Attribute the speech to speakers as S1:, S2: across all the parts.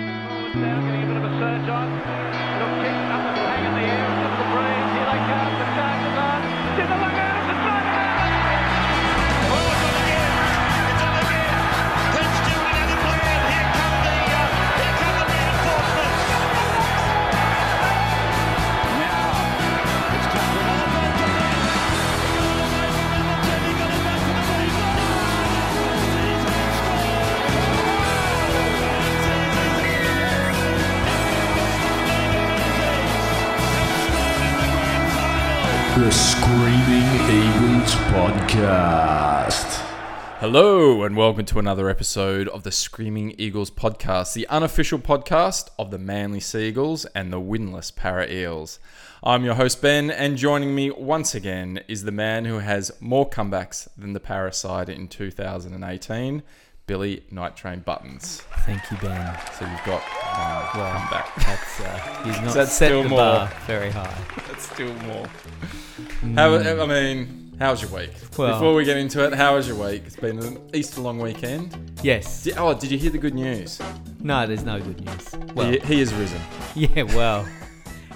S1: down, getting a bit of a surge on. Little kick up and hang in the air, into the breeze. Here they come, the chances are. Did the one out, the try
S2: Well, it's up again. It's up again. Let's do another plan. Here come the, uh, here come the reinforcements.
S3: The Screaming Eagles Podcast.
S4: Hello, and welcome to another episode of the Screaming Eagles podcast, the unofficial podcast of the Manly Seagulls and the Winless Para Eels. I'm your host, Ben, and joining me once again is the man who has more comebacks than the Para side in 2018, Billy Night Train Buttons.
S5: Thank you, Ben.
S4: So you've got one
S5: Well,
S4: comeback.
S5: That's uh, he's not
S4: That's
S5: set
S4: still
S5: the
S4: more.
S5: bar very high.
S4: That's still more. How, I mean, how was your week?
S5: Well-
S4: Before we get into it, how was your week? It's been an Easter long weekend.
S5: Yes.
S4: Di- Oh, did you hear the good news?
S5: No, there's no good news. Well,
S4: he, he is risen.
S5: yeah, well,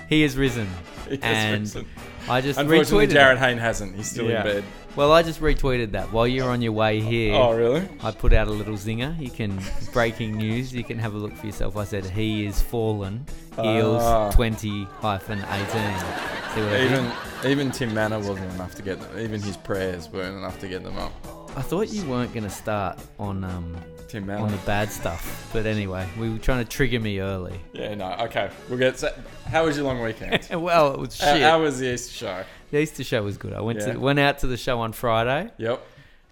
S5: he is risen,
S4: He has
S5: and
S4: risen.
S5: I just
S4: Unfortunately,
S5: retweeted.
S4: Jared
S5: it.
S4: Hayne hasn't. He's still
S5: Yeah.
S4: in bed.
S5: Well, I just retweeted that while you're on your way here.
S4: Oh, really?
S5: I put out a little zinger. You can breaking news. You can have a look for yourself. I said he is fallen. Eels
S4: Ah.
S5: twenty hyphen eighteen. See what I did?
S4: Even even Tim Manor wasn't enough to get them. Even his prayers weren't enough to get them up.
S5: I thought you weren't going to start on um,
S4: Tim
S5: on
S4: Manor.
S5: the bad stuff, but anyway, we were trying to trigger me early.
S4: Yeah, no. Okay, we'll get. So, how was your long weekend?
S5: And well, it was
S4: how,
S5: shit.
S4: how was the Easter show?
S5: the Easter show was good. I went
S4: Yeah.
S5: to went out to the show on Friday.
S4: Yep.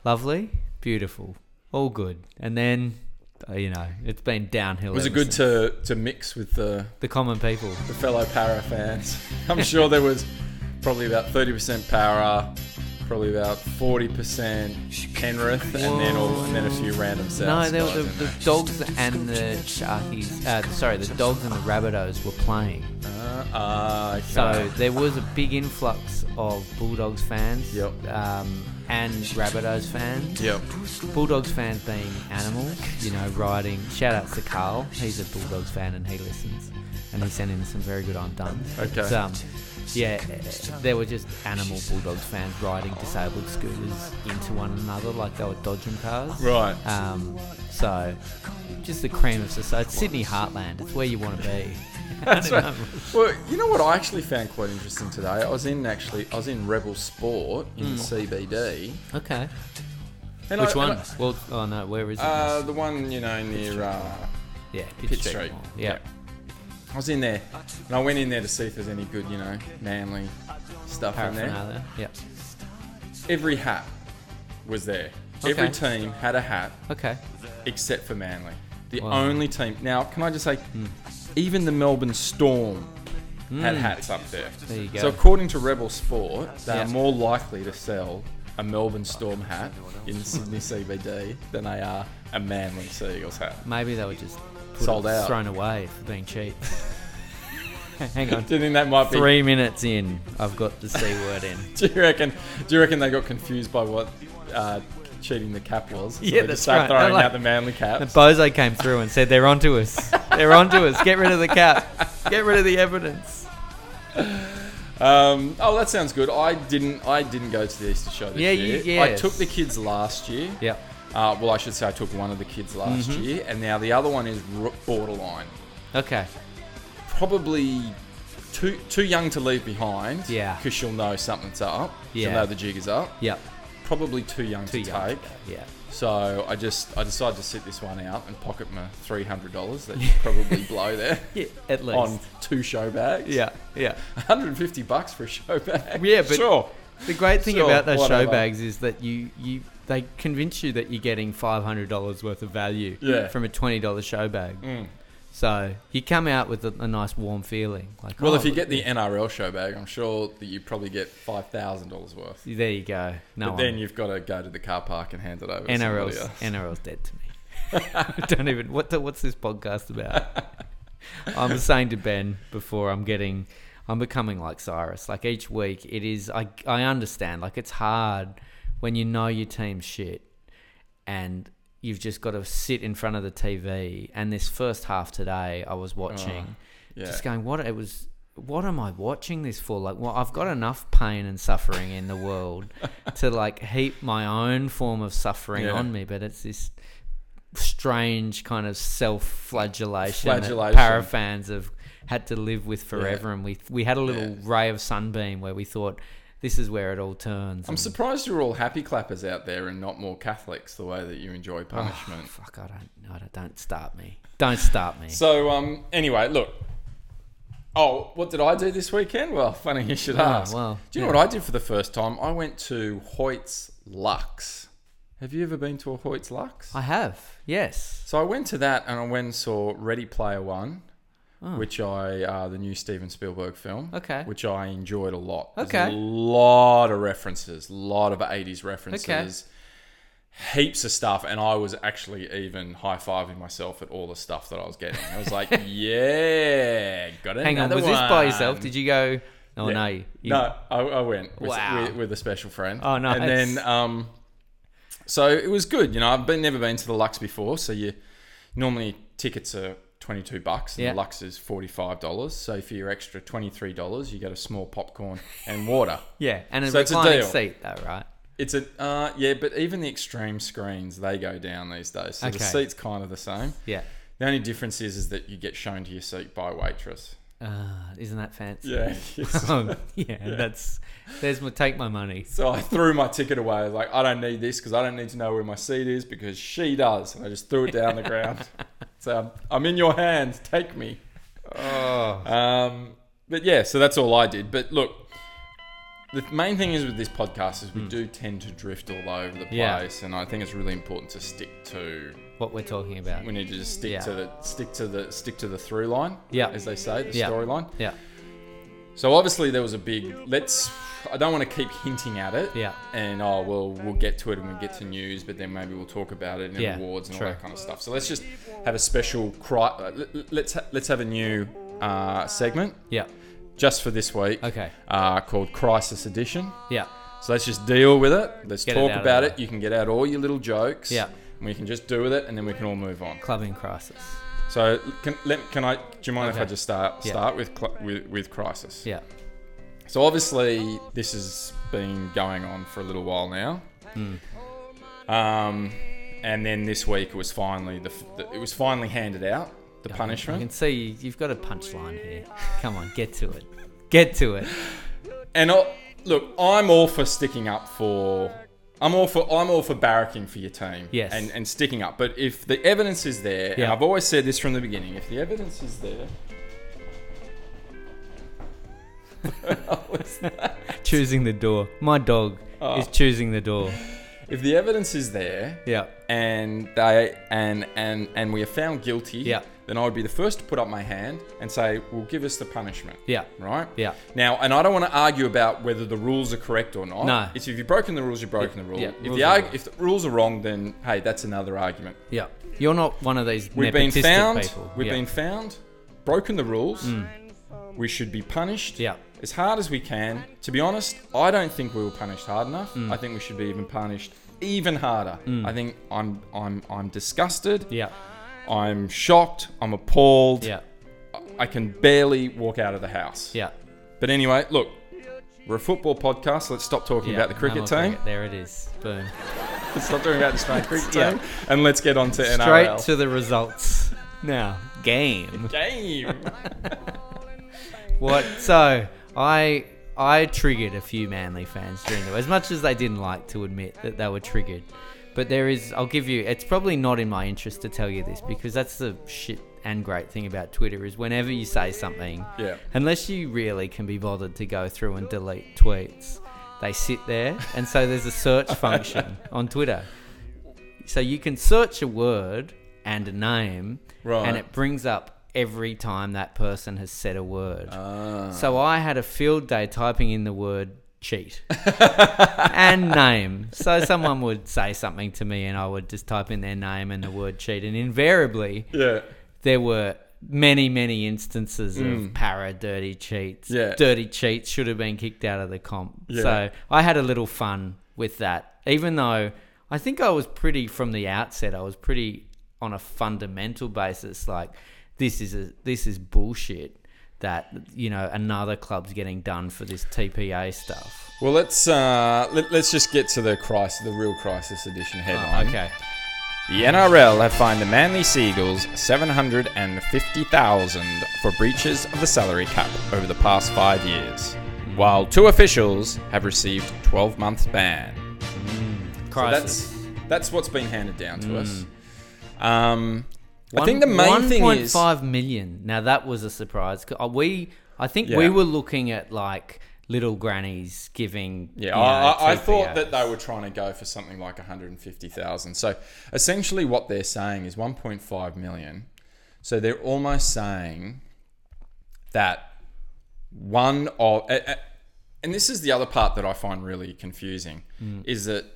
S5: Lovely, beautiful, all good. And then, uh, you know, it's been downhill.
S4: Was it
S5: ever
S4: good
S5: since.
S4: to to mix with the
S5: the common people?
S4: the fellow para fans? I'm sure there was probably about 30% para, probably about 40% Penrith, and then all, and then a few random South.
S5: no, there
S4: guys
S5: were the,
S4: in there.
S5: the dogs and the sharkies. Uh, sorry, the dogs and the rabbitos were playing.
S4: Uh, ah, okay.
S5: So there was a big influx of Bulldogs fans
S4: Yep.
S5: um, and Rabbitohs fans.
S4: Yep.
S5: Bulldogs fans being animals, you know, riding. Shout outs to Carl. He's a Bulldogs fan and he listens. And he sent in some very good undone.
S4: Okay.
S5: So, um, yeah, there were just animal Bulldogs fans riding disabled scooters into one another like they were dodging cars.
S4: Right.
S5: Um, so, just the cream of society. It's Sydney Heartland. It's where you want to be.
S4: That's right. Well, you know what I actually found quite interesting today. I was in actually, I was in Rebel Sport in the CBD.
S5: Okay.
S4: And
S5: Hmm. Which
S4: I-
S5: one?
S4: and
S5: well, oh no, where is it?
S4: I- uh, the one you know near. Uh,
S5: yeah, Pitt,
S4: Pitt
S5: Street.
S4: Street.
S5: Mall. Yeah.
S4: I was in there, and I went in there to see if there's any good, you know, manly stuff in there.
S5: Paraphernalia. Yeah.
S4: Every hat was there. Every
S5: Okay.
S4: team had a hat
S5: Okay.
S4: except for Manly. The
S5: Wow. Hmm.
S4: only team. Now, can I just say, even the Melbourne Storm had hats up there.
S5: There you go.
S4: So, according to Rebel Sport, they
S5: Yeah.
S4: are more likely to sell a Melbourne Storm hat in Sydney CBD than they are a Manly Seagulls hat.
S5: Maybe they were just put
S4: Sold out.
S5: thrown away for being cheap. Hang
S4: Do
S5: on.
S4: you think that might be?
S5: Three minutes in, I've got the C word in.
S4: Do you reckon? Do you reckon they got confused by what uh, cheating the cap was? So
S5: Yeah,
S4: they
S5: that's
S4: just started
S5: right.
S4: Throwing
S5: They're like-
S4: out the Manly
S5: The
S4: caps.
S5: bozo came through and said, They're onto us. They're onto us. Get rid of the cap. Get rid of the evidence.
S4: Um, oh, that sounds good. I didn't. I didn't go to the Easter show this
S5: Yeah, you-
S4: year. I
S5: yes.
S4: took the kids last year.
S5: Yeah.
S4: Uh, well, I should say I took one of the kids last
S5: Mm-hmm.
S4: year, and now the other one is r- borderline.
S5: Okay.
S4: Probably too too young to leave behind.
S5: Yeah.
S4: Because she'll know something's up. She'll
S5: Yeah.
S4: know the jig is up.
S5: Yep.
S4: Probably too young
S5: Too
S4: to
S5: young.
S4: take.
S5: Yeah.
S4: So I just I decided to sit this one out and pocket my three hundred dollars that you probably blow there
S5: Yeah. At least.
S4: on two show bags.
S5: Yeah. Yeah.
S4: One hundred and fifty bucks for a show bag.
S5: Yeah, but-
S4: sure.
S5: The great thing
S4: Sure,
S5: about those
S4: whatever.
S5: show bags is that you you they convince you that you're getting five hundred dollars worth of value
S4: Yeah. Mm.
S5: from a twenty dollar show bag. So you come out with a, a nice warm feeling. Like,
S4: Well,
S5: oh,
S4: if you get
S5: look-
S4: the NRL show bag, I'm sure that you probably get five thousand dollars worth.
S5: there you go. No,
S4: But
S5: I'm-
S4: then you've got to go to the car park and hand it over. to somebody
S5: NRL's
S4: else.
S5: NRL's dead to me. I don't even what the, what's this podcast about? I'm saying to Ben before I'm getting I'm becoming like Cyrus. Like each week it is I I understand like it's hard when you know your team's shit and you've just got to sit in front of the TV. And this first half today, I was watching,
S4: yeah.
S5: just going, "What it was." What am I watching this for? Like, well, I've got enough pain and suffering in the world to like heap my own form of suffering
S4: Yeah.
S5: on me, but it's this strange kind of self-flagellation,
S4: Flagellation.
S5: that parafans have had to live with forever. And we we had a little ray of sunbeam where we thought this is where it all turns.
S4: I'm
S5: and-
S4: surprised you're all happy clappers out there and not more Catholics the way that you
S5: Oh,
S4: enjoy punishment.
S5: Fuck, I don't, I don't, don't start me. Don't start me.
S4: So, um, anyway, look. Oh, what did I do this weekend? Well, funny you should ask.
S5: Ah, well,
S4: do you
S5: yeah.
S4: know what I did for the first time? I went to Hoyt's Lux. Have you ever been to a Hoyt's Lux?
S5: I have, yes.
S4: so I went to that and I went and saw Ready Player One, which I uh, the new Steven Spielberg film.
S5: Oh. Okay.
S4: Which I enjoyed a lot. There's
S5: Okay.
S4: A lot of references, a lot of '80s references. Heaps of stuff, and I was actually even high fiving myself at all the stuff that I was getting. I was like, "Yeah, got it."
S5: Hang on, was this by yourself? Did you go? Oh no, you,
S4: No, I, I went with,
S5: Wow.
S4: with, with a special friend.
S5: Oh, nice.
S4: And then, um, so it was good. You know, I've been never been to the Lux before, so you normally tickets are twenty two bucks, and
S5: Yeah.
S4: the Lux is forty five dollars. So for your extra twenty three dollars, you get a small popcorn and water.
S5: Yeah, and a
S4: So it's a
S5: reclining
S4: deal.
S5: seat, though, right?
S4: It's a uh, yeah, but even the extreme screens they go down these days. So the
S5: Okay.
S4: seats kind of the same.
S5: Yeah.
S4: The only difference is is that you get shown to your seat by a waitress.
S5: Uh, isn't that fancy?
S4: Yeah.
S5: Oh, yeah, that's there's my take my money.
S4: So I threw my ticket away. I was like, I don't need this because I don't need to know where my seat is because she does. And I just threw it down the ground. So um, I'm in your hands. Take me.
S5: Oh,
S4: Um, but yeah, so that's all I did. But look, the main thing is with this podcast is we do tend to drift all over the
S5: Hmm. Yeah.
S4: place, and I think it's really important to stick to.
S5: what we're talking about.
S4: We need to just stick
S5: Yeah.
S4: to the stick to the stick to the through line.
S5: Yeah.
S4: as they say, the
S5: Yeah.
S4: storyline.
S5: Yeah,
S4: So obviously there was a big let's. I don't want to keep hinting at it.
S5: Yeah.
S4: And oh well, we'll get to it and we'll get to news, but then maybe we'll talk about it in
S5: Yeah,
S4: awards and
S5: true.
S4: all that kind of stuff. So let's just have a special cry. uh, let- Let's ha- let's have a new uh, segment
S5: yeah,
S4: just for this week.
S5: Okay.
S4: Uh, called Crisis Edition.
S5: yeah,
S4: So let's just deal with it. Let's
S5: Get it
S4: talk
S5: out of
S4: about
S5: the
S4: it. You can get out all your little jokes.
S5: Yeah.
S4: And we can just do with it, and then we can all move on.
S5: clubbing crisis.
S4: So can let, can I? Do you mind if
S5: Okay.
S4: I just start
S5: Yeah.
S4: start with, cl- with with crisis?
S5: Yeah,
S4: So obviously, this has been going on for a little while now.
S5: Hmm.
S4: Um, and then this week it was finally the, the it was finally handed out the
S5: I can
S4: punishment.
S5: see you, you've got a punchline here. Come on, get to it, get to it.
S4: And i look, I'm all for sticking up for. I'm all for I'm all for barracking for your team.
S5: Yes.
S4: And and sticking up. But if the evidence is there, and
S5: Yeah.
S4: I've always said this from the beginning, if the evidence is there.
S5: Choosing the door. My dog
S4: Oh.
S5: is choosing the door.
S4: If the evidence is there,
S5: Yeah.
S4: and they and and and we are found guilty,
S5: Yeah.
S4: then I would be the first to put up my hand and say, "Well, give us the punishment."
S5: Yeah.
S4: Right.
S5: Yeah.
S4: Now, and I don't want to argue about whether the rules are correct or not.
S5: No.
S4: It's if you've broken the rules, you've broken the rule.
S5: yeah,
S4: if
S5: rules
S4: the
S5: are
S4: arg-
S5: rules.
S4: if the rules are wrong, then hey, that's another argument.
S5: Yeah. You're not one of these
S4: We've been
S5: nepotistic
S4: found.
S5: people.
S4: We've
S5: yeah. Mm.
S4: been found. Broken the rules. We should be punished
S5: Yeah.
S4: as hard as we can. To be honest, I don't think we were punished hard enough.
S5: Mm.
S4: I think we should be even punished even harder. I think I'm I'm I'm disgusted.
S5: Yeah.
S4: I'm shocked. I'm appalled.
S5: Yeah.
S4: I can barely walk out of the house.
S5: Yeah.
S4: But anyway, look, we're a football podcast. Let's stop talking
S5: yeah.
S4: about the cricket
S5: I'm a
S4: team.
S5: cricket. There it is. Boom.
S4: Let's stop talking about the Australian cricket
S5: Yeah.
S4: team, and let's get on to
S5: Straight
S4: NRL.
S5: to the results. Now, game.
S4: game.
S5: What? So I I triggered a few Manly fans during the as much as they didn't like to admit that they were triggered. But there is, I'll give you. It's probably not in my interest to tell you this because that's the shit and great thing about Twitter is whenever you say something,
S4: Yeah.
S5: unless you really can be bothered to go through and delete tweets, they sit there, and so there's a search function on Twitter. So you can search a word and a name,
S4: Right.
S5: and it brings up every time that person has said a word. So I had a field day typing in the word cheat and name. So someone would say something to me, and I would just type in their name and the word cheat, and invariably
S4: yeah.
S5: there were many, many instances of para dirty cheats.
S4: Yeah.
S5: Dirty cheats should have been kicked out of the comp.
S4: Yeah.
S5: So I had a little fun with that, even though I think I was pretty from the outset. I was pretty on a fundamental basis, like this is a this is bullshit. That you know another club's getting done for this TPA stuff.
S4: Well, let's uh, let, us just get to the crisis, the real crisis edition headline.
S5: Oh, Okay.
S4: The NRL have fined the Manly Seagulls 750,000 for breaches of the salary cap over the past 5 years, while two officials have received 12 months ban. So
S5: Crisis.
S4: that's that's what's been handed down to us. Um I
S5: Hmm. One-
S4: think the main thing is
S5: 1.5 million. Now that was a surprise. 'Cause, uh, We, I think
S4: Yeah.
S5: we were looking at like little grannies giving.
S4: Yeah,
S5: you
S4: I,
S5: know,
S4: I, I thought
S5: TPAs.
S4: that they were trying to go for something like 150,000. So essentially, what they're saying is 1.5 million. So they're almost saying that one of, a- a- and this is the other part that I find really confusing,
S5: Mm.
S4: is that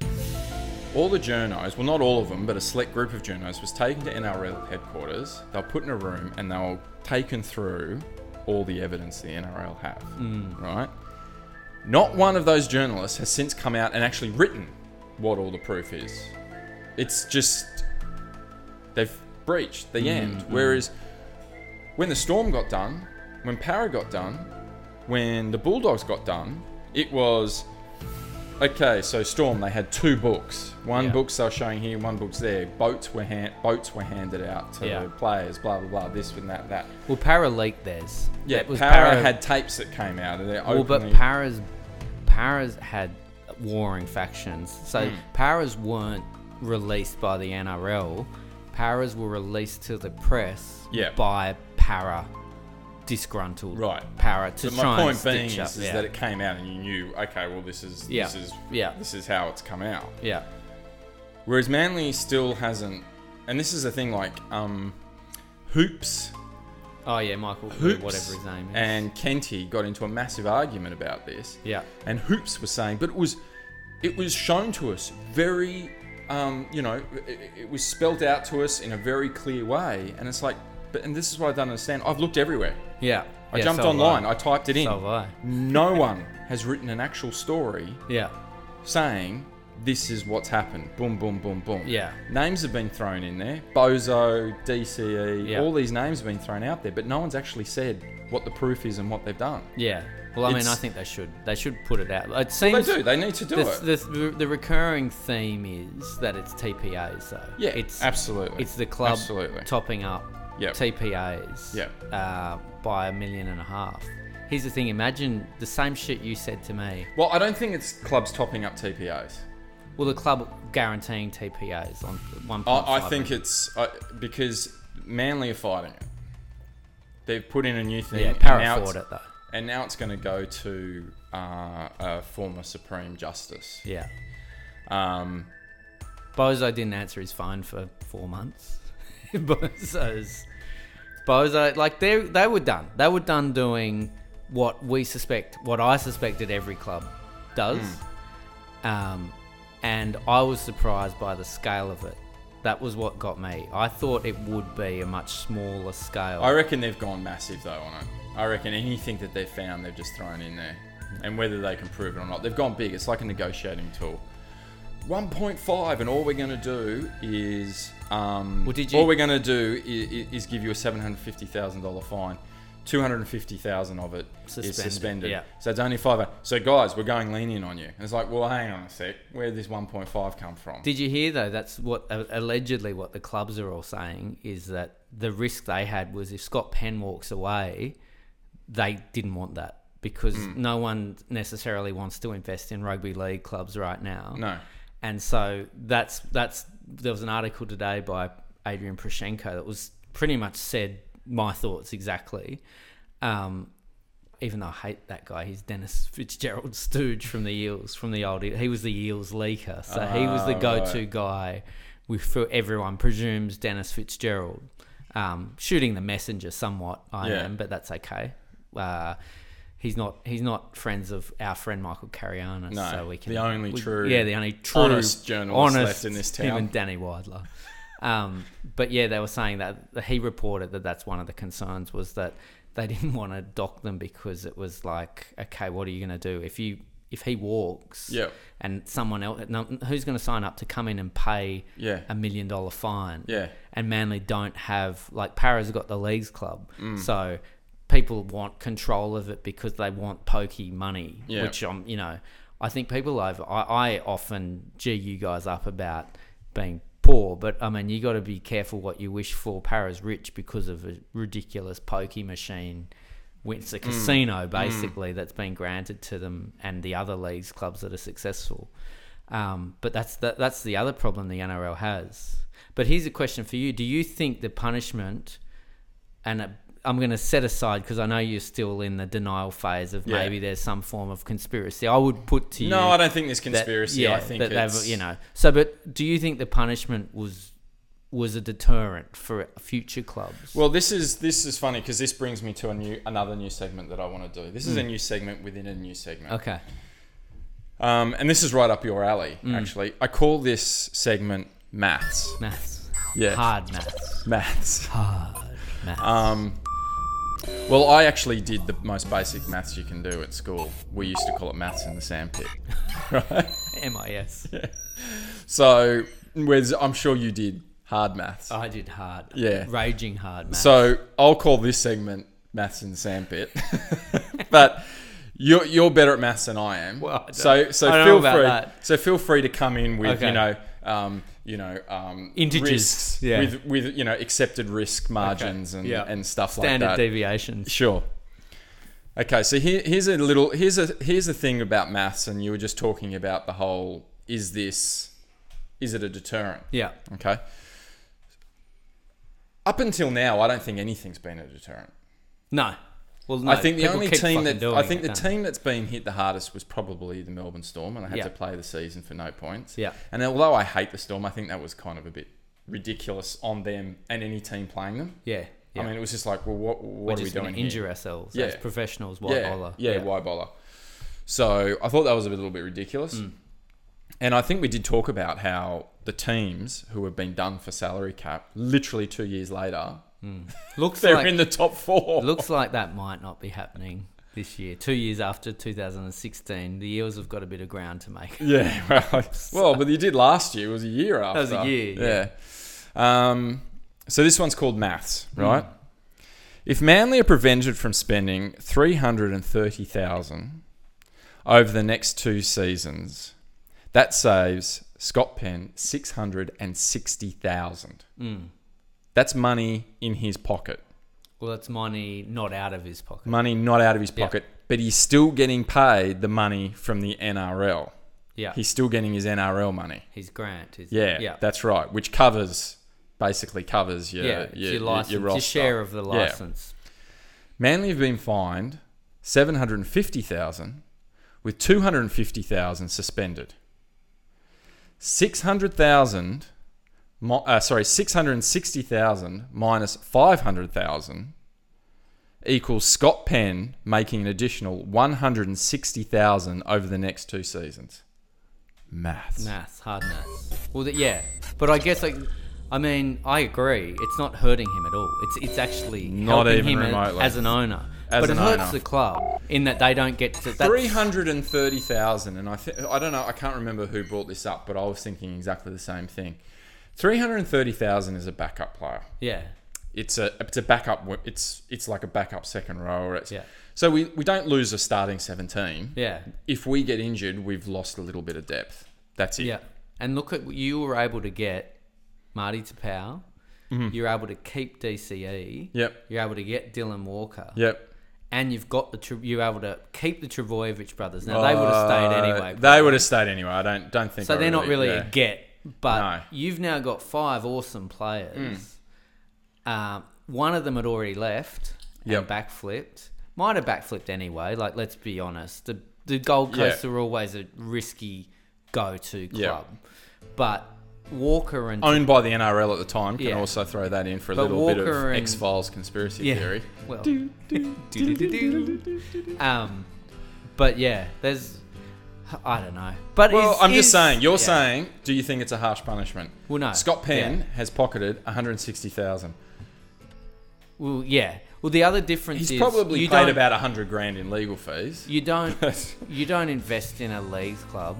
S4: all the journos, well, not all of them, but a select group of journos was taken to NRL headquarters. They were put in a room and they were taken through all the evidence the NRL have,
S5: Mm.
S4: right? Not one of those journalists has since come out and actually written what all the proof is. It's just they've breached the
S5: Mm,
S4: end. Whereas when the Storm got done, when Para got done, when the Bulldogs got done, it was okay. So Storm, they had two books. One
S5: Yeah.
S4: book's they're showing here, one book's there. Boats were hand, boats were handed out to
S5: Yeah.
S4: the players. Blah blah blah. This and that that.
S5: Well, Para leaked theirs.
S4: Yeah,
S5: That was
S4: Para, had tapes that came out of their.
S5: Well, but
S4: openly-
S5: Para's Para's had warring factions. So
S4: Hmm.
S5: Paras weren't released by the NRL. Paras were released to the press
S4: Yeah.
S5: by Para disgruntled
S4: Right.
S5: Para to
S4: But
S5: try
S4: my
S5: and
S4: point
S5: stitch
S4: being is,
S5: up.
S4: is
S5: yeah.
S4: that it came out and you knew, okay, well this is
S5: Yeah.
S4: this is
S5: Yeah.
S4: this is how it's come out.
S5: yeah.
S4: Whereas Manly still hasn't, and this is the thing like um, Hoops,
S5: Oh yeah, Michael,
S4: Hoops,
S5: whatever his name is.
S4: and Kenty got into a massive argument about this.
S5: yeah,
S4: and Hoops was saying, but it was it was shown to us very, um, you know, it, it was spelt out to us in a very clear way, and it's like, but and this is what I don't understand. I've looked everywhere.
S5: yeah.
S4: I
S5: Yeah,
S4: jumped
S5: so have
S4: online. I typed it in.
S5: So have I.
S4: No one has written an actual story
S5: Yeah,
S4: saying this is what's happened. Boom, boom, boom, boom.
S5: Yeah.
S4: Names have been thrown in there. Bozo, DCE,
S5: Yeah.
S4: all these names have been thrown out there, but no one's actually said what the proof is and what they've done.
S5: yeah. Well, I mean,
S4: It's-
S5: I think they should. They should put it out. It seems
S4: They do. They need to do
S5: the,
S4: it.
S5: The, the recurring theme is that it's TPAs, though.
S4: yeah,
S5: it's
S4: absolutely.
S5: It's the club
S4: Absolutely.
S5: topping up
S4: Yep.
S5: TPAs
S4: Yep.
S5: uh, by a million and a half. Here's the thing: imagine the same shit you said to me.
S4: Well, I don't think it's clubs topping up TPAs.
S5: Well, the club guaranteeing TPAs on one.
S4: I, I think it's I, because Manly are fighting it. They've put in a new thing.
S5: yeah,
S4: and now
S5: para
S4: it's-
S5: afford it though.
S4: And now it's going to go to uh, a former Supreme Justice.
S5: Yeah,
S4: Um,
S5: Bozo didn't answer his phone for four months. Bozo's Bozo, like they they were done. They were done doing what we suspect, what I suspected every club does. Um, and I was surprised by the scale of it. That was what got me. I thought it would be a much smaller scale.
S4: I reckon they've gone massive though on it. I reckon anything that they've found, they've just thrown in there, and whether they can prove it or not, they've gone big. It's like a negotiating tool. 1.5, and all we're going to do is, um,
S5: Well, did you-
S4: all we're going to do is, is give you a $750,000 fine. 250,000 of it is
S5: Suspended,
S4: suspended.
S5: yeah.
S4: So it's only five. So guys, we're going lenient on you. And it's like, well, hang on a sec. Where did this 1.5 come from?
S5: Did you hear though? That's what uh, allegedly what the clubs are all saying is that the risk they had was if Scott Penn walks away, they didn't want that because no one necessarily wants to invest in rugby league clubs right now.
S4: No.
S5: and so that's that's there was an article today by Adrian Prashenko that was pretty much said my thoughts exactly. Um, even though I hate that guy, he's Dennis Fitzgerald Stooge from the Eels, from the old. He was the Eels leaker, so he was the
S4: Ah,
S5: go-to
S4: right.
S5: guy. With for everyone presumes Dennis Fitzgerald, um, shooting the messenger somewhat. I
S4: Yeah.
S5: am, but that's okay. Uh, he's not. He's not friends of our friend Michael Cariana,
S4: No,
S5: so we can
S4: the only
S5: we-
S4: true-
S5: Yeah, the only true
S4: honest journalist
S5: honest
S4: left in this
S5: Him
S4: town.
S5: and Danny Widler. Um, but yeah, they were saying that that he reported that that's one of the concerns was that they didn't want to dock them because it was like, okay, what are you going to do if you if he walks,
S4: Yeah.
S5: and someone else, no, who's going to sign up to come in and pay
S4: Yeah.
S5: a million dollar fine?
S4: Yeah.
S5: and Manly don't have like Para's got the leagues club,
S4: Mm.
S5: so people want control of it because they want pokey money,
S4: Yeah.
S5: which I'm you know I think people over I, I often gee you guys up about being poor, but I mean you got to be careful what you wish for. Para's rich because of a ridiculous pokey machine. It's a casino basically that's been granted to them and the other leagues clubs that are successful. Um, but that's the, that's the other problem the NRL has. But here's a question for you: Do you think the punishment, and uh, I'm going to set aside because I know you're still in the denial phase of
S4: Yeah.
S5: maybe there's some form of conspiracy. I would put to you,
S4: No, I don't think there's
S5: that-
S4: conspiracy. I think
S5: that they've,
S4: it's,
S5: you know. So, but do you think the punishment was was a deterrent for future clubs?
S4: Well, this is this is funny because this brings me to a new another new segment that I want to do. This is a new segment within a new segment.
S5: Hmm. okay,
S4: Um, and this is right up your alley,
S5: Hmm.
S4: actually. I call this segment maths.
S5: maths,
S4: Yeah.
S5: hard maths,
S4: Maths.
S5: maths.
S4: Um, well, I actually did the most basic maths you can do at school. We used to call it maths in the sandpit. Right?
S5: MIS.
S4: So, whereas I'm sure you did hard maths.
S5: I did hard,
S4: Yeah.
S5: raging hard maths.
S4: So I'll call this segment maths in the sandpit. but you're you're better at maths than I am.
S5: Well, I don't-
S4: so so
S5: I don't know
S4: feel
S5: about
S4: free.
S5: that.
S4: So feel free to come in with
S5: Okay.
S4: you know um, you know um,
S5: Integers.
S4: risks
S5: Yeah.
S4: with with you know accepted risk margins and
S5: Yeah.
S4: and stuff
S5: standard
S4: like that.
S5: deviations.
S4: Sure. Okay, so here, here's a little here's a here's a thing about maths, and you were just talking about the whole is this is it a deterrent?
S5: Yeah.
S4: Okay. Up until now, I don't think anything's been a deterrent.
S5: No. Well, no.
S4: I think the
S5: people
S4: only
S5: keep
S4: team
S5: fucking
S4: that
S5: doing
S4: I think
S5: it,
S4: the
S5: don't
S4: team that's been hit the hardest was probably the Melbourne Storm, and they had
S5: Yeah.
S4: to play the season for no points.
S5: Yeah.
S4: And although I hate the Storm, I think that was kind of a bit ridiculous on them and any team playing them.
S5: they? Yeah. yeah.
S4: I mean, it was just like, well, what what
S5: we're
S4: are we
S5: just
S4: doing
S5: going to
S4: here?
S5: injure ourselves as
S4: Yeah.
S5: professionals, white
S4: yeah,
S5: collar.
S4: Yeah, why bother? So I thought that was a little bit ridiculous.
S5: Mm.
S4: And I think we did talk about how the teams who have been done for salary cap literally two years later,
S5: Looks
S4: they're
S5: like
S4: in the top four.
S5: looks like that might not be happening this year. Two years after 2016, the Eels have got a bit of ground to make.
S4: yeah, well, well, but you did last year. It was a year after.
S5: was a year,
S4: Yeah. Um, so this one's called maths,
S5: Hmm.
S4: right? If Manly are prevented from spending three hundred and thirty thousand over the next two seasons, that saves Scott Penn six hundred and sixty thousand.
S5: Hmm.
S4: That's money in his pocket.
S5: Well, that's money not out of his pocket.
S4: Money not out of his pocket, but he's still getting paid the money from the NRL.
S5: yeah,
S4: He's still getting his NRL money.
S5: his grant is
S4: Yeah,
S5: yeah,
S4: that's right. Which covers basically covers your
S5: yeah.
S4: yeah,
S5: it's
S4: your,
S5: your license, your,
S4: roster.
S5: share of the
S4: Yeah.
S5: license.
S4: Manly have been fined seven hundred and fifty thousand, with two hundred and fifty thousand suspended. Six hundred thousand, uh, sorry, six hundred and sixty thousand minus five hundred thousand equals Scott Penn making an additional one hundred and sixty thousand over the next two seasons. Maths.
S5: Maths, hard maths. Well, th- yeah, but I guess like, I mean, I agree. It's not hurting him at all. It's it's actually
S4: Not
S5: helping
S4: even
S5: him a-
S4: remotely.
S5: as an owner.
S4: As
S5: but
S4: an
S5: it hurts
S4: owner.
S5: the club in that they don't get to that's-
S4: Three hundred and thirty thousand, and I think I don't know. I can't remember who brought this up, but I was thinking exactly the same thing. Three hundred and thirty thousand is a backup player.
S5: Yeah,
S4: It's a it's a backup. wi- It's it's like a backup second row. Or it's,
S5: Yeah.
S4: So we, we don't lose a starting seventeen.
S5: yeah,
S4: If we get injured, we've lost a little bit of depth. That's it.
S5: yeah. And look at you were able to get Marty Tapau. You're able to keep DCE.
S4: Mm-hmm. Yep.
S5: You're able to get Dylan Walker.
S4: Yep.
S5: And you've got the Tre- you're able to keep the Travojevic brothers. Now they would have stayed
S4: Uh,
S5: anyway.
S4: They would have stayed anyway. I don't don't think.
S5: So
S4: I
S5: they're not really
S4: yeah.
S5: a get, but
S4: No.
S5: you've now got five awesome players. Um, one of them had already left
S4: Hmm. Yep.
S5: and backflipped. Might have backflipped anyway. Like, let's be honest. The the Gold
S4: Yeah.
S5: Coast are always a risky go-to
S4: Yeah.
S5: club, but Walker and
S4: Owned by the NRL at the time. Can
S5: Yeah.
S4: also throw that in for a
S5: But
S4: little bit
S5: Walker
S4: of
S5: and-
S4: X Files conspiracy
S5: yeah,
S4: theory.
S5: well, um, but yeah, there's I don't know, but
S4: Well,
S5: is-
S4: I'm just
S5: is-
S4: saying. You're
S5: yeah.
S4: saying, do you think it's a harsh punishment?
S5: Well, no.
S4: Scott Penn
S5: Yeah.
S4: has pocketed 160,000.
S5: Well, yeah. Well, the other difference
S4: He's
S5: is
S4: probably
S5: you
S4: paid
S5: don't-
S4: about a hundred grand in legal fees.
S5: You don't you don't invest in a leagues club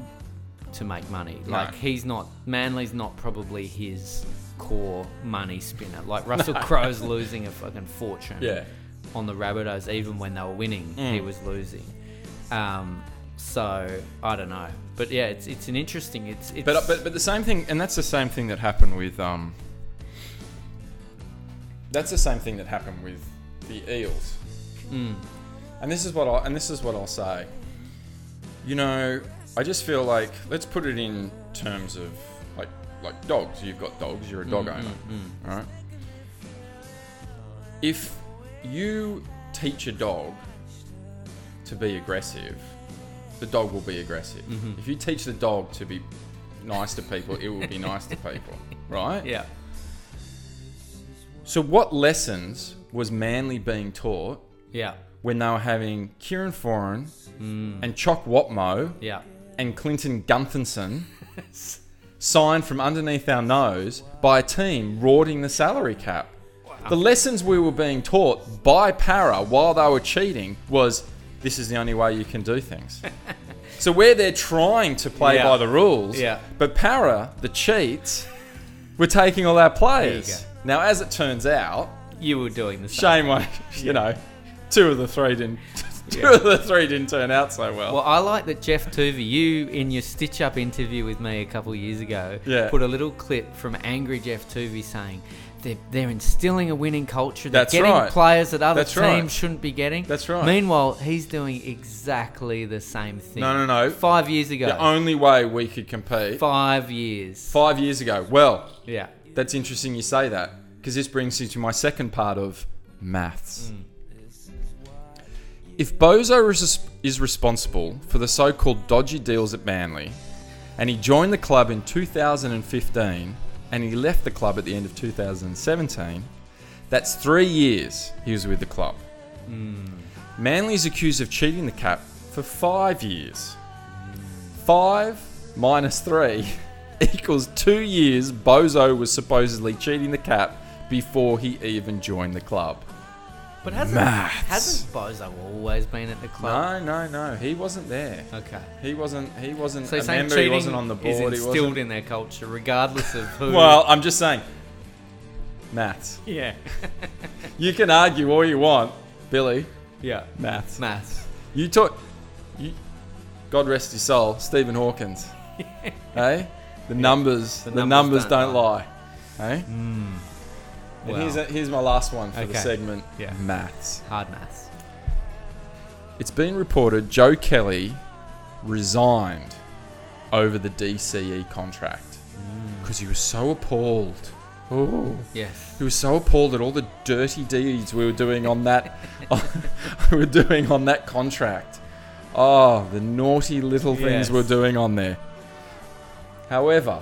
S5: to make money.
S4: No.
S5: Like he's not Manly's not probably his core money spinner. Like Russell Crowe's losing a fucking fortune
S4: Yeah. Mm.
S5: on the Rabbitohs even when they were winning, he was losing. Um, so I don't know. But yeah, it's it's an interesting it's it's
S4: But, uh, but but the same thing, and that's the same thing that happened with um. That's the same thing that happened with the eels.
S5: Hmm.
S4: And this is what I and this is what I'll say. You know, I just feel like let's put it in terms of like like dogs. You've got dogs. You're a dog
S5: Mm-hmm.
S4: owner, all right? If you teach a dog to be aggressive, the dog will be aggressive. If you teach the dog to be nice to people, it will be nice to people, right?
S5: yeah.
S4: So, what lessons was Manly being taught
S5: Yeah.
S4: when they were having Kieran Foran and Chock Watmo
S5: Yeah.
S4: and Clinton Gunthinson signed from underneath our nose by a team rorting the salary cap? The lessons we were being taught by Para while they were cheating was this is the only way you can do things. so where they're trying to play
S5: Yeah.
S4: by the rules,
S5: Yeah.
S4: but Para, the cheats, were taking all our players.
S5: go.
S4: Now, as it turns out,
S5: You were doing the same.
S4: Shame one, you know, two of the three didn't. Two of the three didn't turn out so well.
S5: Well, I like that Jeff Tuvey, you in your stitch up interview with me a couple of years ago,
S4: Yeah.
S5: put a little clip from angry Jeff Tuvey saying they're, they're instilling a winning culture. They're
S4: That's
S5: getting
S4: right.
S5: players that other
S4: That's
S5: teams
S4: right.
S5: shouldn't be getting.
S4: That's right.
S5: Meanwhile, he's doing exactly the same thing.
S4: No, no, no.
S5: Five years ago.
S4: the only way we could compete
S5: five years.
S4: five years ago. Well,
S5: Yeah.
S4: that's interesting you say that because this brings me to my second part of maths. If Bozo is, is responsible for the so-called dodgy deals at Manly, and he joined the club in 2015, and he left the club at the end of 2017, that's three years he was with the club. Manly is accused of cheating the cap for five years. Five minus three equals two years Bozo was supposedly cheating the cap before he even joined the club.
S5: But hasn't,
S4: Maths.
S5: hasn't Bozo always been at the club?
S4: No, no, no. He wasn't there.
S5: Okay.
S4: He wasn't he wasn't
S5: So
S4: a
S5: you're saying
S4: member, he
S5: cheating
S4: wasn't on the
S5: is
S4: board, he
S5: instilled
S4: wasn't.
S5: in their culture, regardless of who.
S4: Well, I'm just saying. Maths.
S5: yeah,
S4: You can argue all you want, Billy.
S5: yeah,
S4: Maths.
S5: maths.
S4: You took, you, God rest his soul, Stephen Hawkins. hey, the numbers, the, numbers,
S5: numbers
S4: don't,
S5: don't
S4: lie. Hey. And
S5: Wow.
S4: here's a, here's my last one for the
S5: Okay.
S4: segment.
S5: Yeah.
S4: Maths.
S5: Hard maths.
S4: It's been reported Joe Kelly resigned over the DCE contract because he was so appalled. Oh.
S5: Yes.
S4: He was so appalled at all the dirty deeds we were doing on that we were doing on that contract. Oh, the naughty little things
S5: Yes.
S4: we're doing on there. However,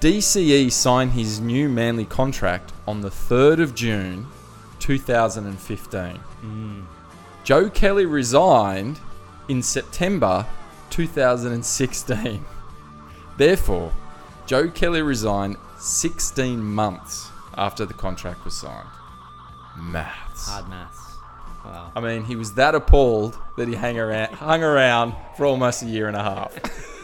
S4: DCE signed his new Manly contract on the 3rd of June 2015. Joe Kelly resigned in September 2016. Therefore, Joe Kelly resigned 16 months after the contract was signed. Maths.
S5: Hard maths. Wow.
S4: I mean, he was that appalled that he hang around, hung around for almost a year and a half.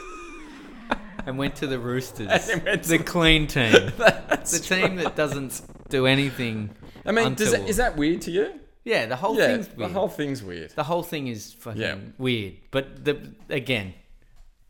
S5: And went to the Roosters.
S4: then went to
S5: the
S4: the-
S5: clean team. the team that doesn't do anything.
S4: I mean, does that,
S5: untoward.
S4: is that weird to you?
S5: Yeah, the whole
S4: yeah,
S5: thing's
S4: the
S5: weird.
S4: whole thing's weird.
S5: The whole thing is fucking
S4: Yeah.
S5: weird. But the again,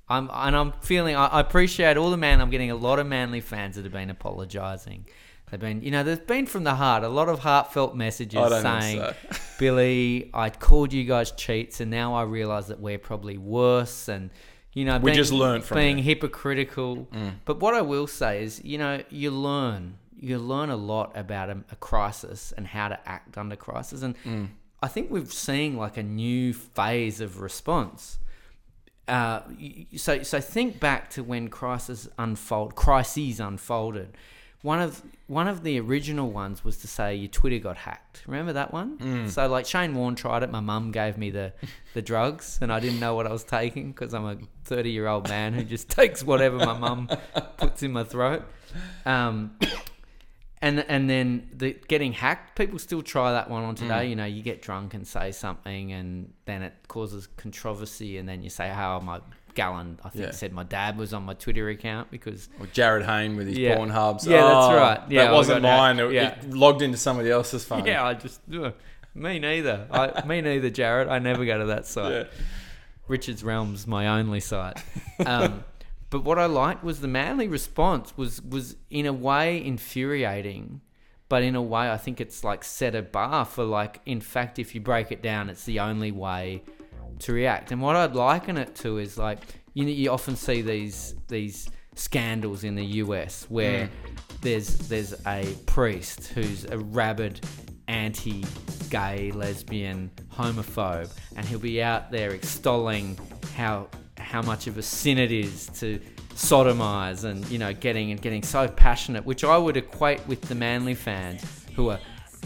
S5: I'm and I'm feeling I, I appreciate all the man. I'm getting a lot of Manly fans that have been apologising. They've been, you know, there's been from the heart a lot of heartfelt messages
S4: I don't think
S5: saying,
S4: so.
S5: "Billy, I called you guys cheats, and now I realise that we're probably worse." And you know,
S4: We
S5: being-
S4: just learned from Mm.
S5: being
S4: it.
S5: hypocritical. But what I will say is, you know, you learn. You learn a lot about a, a crisis and how to act under crisis. And
S4: Mm.
S5: I think we've seen like a new phase of response. Uh, y- y- so, so think back to when crisis unfold, crises unfolded. One of one of the original ones was to say your Twitter got hacked. Remember that one? So like Shane Warne tried it. My mum gave me the the drugs, and I didn't know what I was taking because I'm a 30 year old man who just takes whatever my mum puts in my throat. Um, and and then the getting hacked. People still try that one on today. You know, you get drunk and say something, and then it causes controversy, and then you say how my Gallon, I think,
S4: Yeah.
S5: said my dad was on my Twitter account because
S4: Or Jared Hayne with his
S5: Yeah.
S4: porn hubs.
S5: Yeah, that's right. Yeah,
S4: that
S5: I
S4: wasn't
S5: got
S4: mine.
S5: hacked.
S4: It,
S5: Yeah.
S4: it logged into somebody else's phone.
S5: yeah, I just ugh. me neither. I me neither, Jared. I never go to that site.
S4: Yeah.
S5: Richard's Realm's my only site. Um, but what I liked was the manly response was was in a way infuriating, but in a way I think it's like set a bar for like in fact if you break it down it's the only way to react. And what I'd liken it to is like you know, you often see these these scandals in the US where there's there's a priest who's a rabid anti gay, lesbian, homophobe, and he'll be out there extolling how how much of a sin it is to sodomize and you know getting and getting so passionate, which I would equate with the Manly fans who are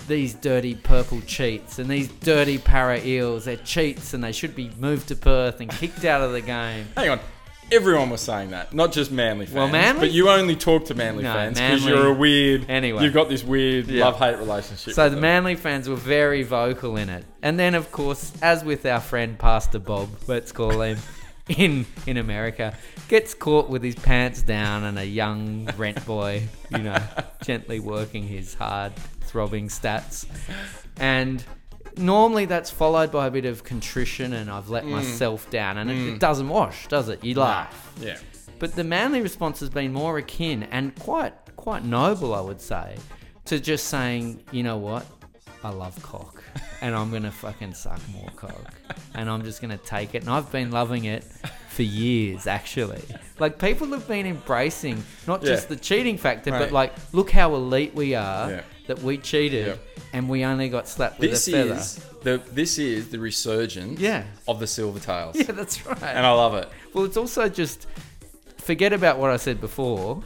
S5: these dirty purple cheats and these dirty para eels. They're cheats and they should be moved to Perth and kicked out of the game.
S4: Hang on. Everyone was saying that, not just Manly fans.
S5: Well, Manly-
S4: But you only talk to Manly
S5: No,
S4: fans because
S5: Manly-
S4: you're a weird.
S5: Anyway.
S4: You've got this weird
S5: Yeah.
S4: love hate relationship.
S5: So
S4: with
S5: the
S4: them.
S5: Manly fans were very vocal in it. And then, of course, as with our friend Pastor Bob, let's call him, in in America, gets caught with his pants down and a young rent boy, you know, gently working his hard throbbing stats. And normally that's followed by a bit of contrition and I've
S4: Mm.
S5: let myself down. And it, it doesn't wash, does it? You laugh.
S4: Yeah.
S5: But the manly response has been more akin and quite quite noble, I would say, to just saying, you know what, I love cock, and I'm gonna fucking suck more cock, and I'm just gonna take it, and I've been loving it for years, actually. Like people have been embracing not
S4: Yeah.
S5: just the cheating factor,
S4: Right.
S5: but like, look how elite we are
S4: Yeah.
S5: that we cheated,
S4: Yeah.
S5: and we only got slapped with
S4: This
S5: a feather.
S4: is the this is the resurgence
S5: Yeah.
S4: of the Silver Tails.
S5: Yeah, that's right.
S4: And I love it.
S5: Well, it's also just forget about what I said before.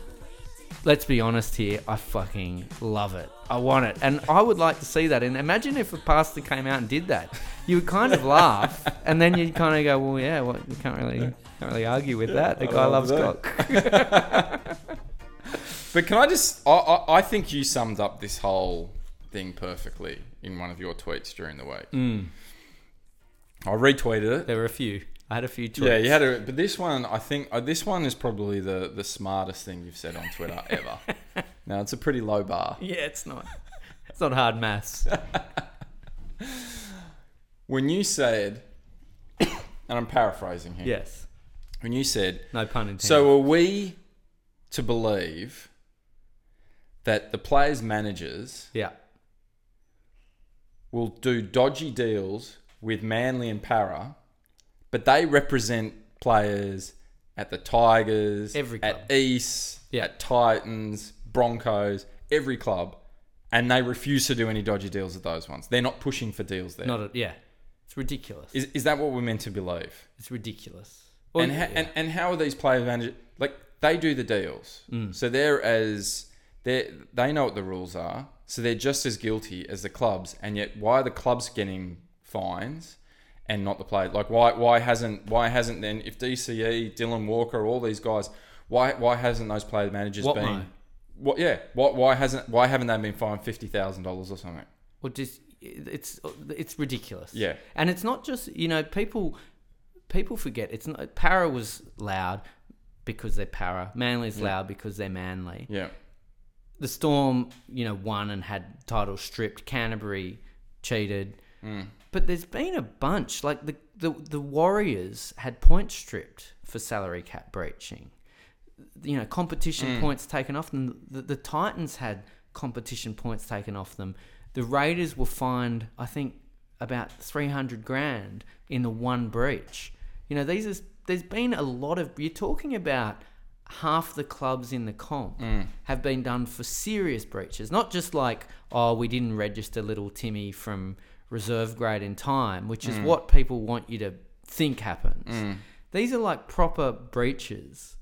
S5: Let's be honest here. I fucking love it. I want it, and I would like to see that. And imagine if a pastor came out and did that. You would kind of laugh, and then you'd kind of go, "Well, yeah, well, you can't really, can't really argue with that. The
S4: I
S5: guy
S4: love
S5: loves
S4: that.
S5: cock."
S4: But can I just? I, I, I think you summed up this whole thing perfectly in one of your tweets during the week. I retweeted it.
S5: Hmm. There were a few. I had a few tweets.
S4: Yeah, you had a. But this one, I think, uh, this one is probably the the smartest thing you've said on Twitter ever. now it's a pretty low bar.
S5: Yeah, it's not. It's not hard maths.
S4: When you said, and I'm paraphrasing here.
S5: yes.
S4: When you said,
S5: No pun intended.
S4: So are we to believe that the players' managers
S5: yeah.
S4: will do dodgy deals with Manly and Para, but they represent players at the Tigers,
S5: Every
S4: at
S5: club.
S4: East,
S5: Yeah.
S4: at Titans, Broncos, every club, and they refuse to do any dodgy deals with those ones. They're not pushing for deals there. Is
S5: Not a, yeah. It's ridiculous.
S4: is, that what we're meant to believe?
S5: It's ridiculous. Well,
S4: and, ha-
S5: yeah.
S4: and and how are these players managed? Like they do the deals,
S5: Mm.
S4: so they're as they they know what the rules are, so they're just as guilty as the clubs. And yet, why are the clubs getting fines and not the player? Like why why hasn't why hasn't then if DCE Dylan Walker all these guys why why hasn't those player managers
S5: What
S4: been
S5: money?
S4: what yeah why why hasn't why haven't they been fined fifty thousand dollars or something?
S5: Well, just it's it's ridiculous.
S4: Yeah.
S5: and it's not just you know people people forget it's not para was loud because they're para manly's loud because they're manly
S4: Yeah,
S5: the storm you know won and had title stripped canterbury cheated
S4: Mm.
S5: but there's been a bunch like the, the the warriors had points stripped for salary cap breaching you know competition points taken off them. The, the Titans had competition points taken off them. The Raiders were fined, I think, about three hundred grand in the one breach. You know, these is there's been a lot of you're talking about half the clubs in the comp have been done for serious breaches, not just like oh we didn't register little Timmy from reserve grade in time, which is what people want you to think happens. These are like proper breaches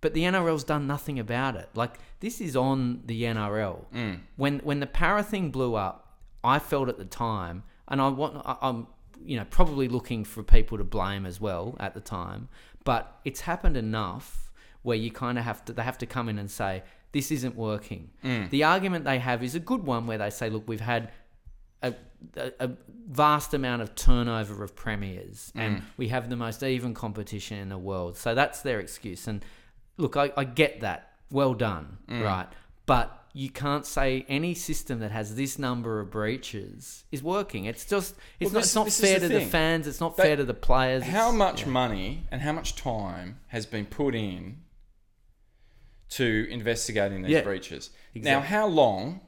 S5: but the NRL's done nothing about it. Like this is on the NRL. When when the para thing blew up, I felt at the time, and I want I, I'm you know probably looking for people to blame as well at the time, but it's happened enough where you kind of have to they have to come in and say this isn't working. The argument they have is a good one where they say, look, we've had a, a, a vast amount of turnover of premiers
S4: Mm.
S5: and we have the most even competition in the world. So that's their excuse. And look, I, I get that. Well done,
S4: Mm.
S5: right? But you can't say any system that has this number of breaches is working. It's just it's
S4: Well,
S5: not,
S4: this-
S5: it's not
S4: this is
S5: fair
S4: the
S5: to the
S4: thing.
S5: fans. It's not
S4: They-
S5: fair to the players.
S4: How
S5: it's-
S4: much money and how much time has been put in to investigating these
S5: Yeah.
S4: breaches? Now,
S5: Exactly.
S4: how long,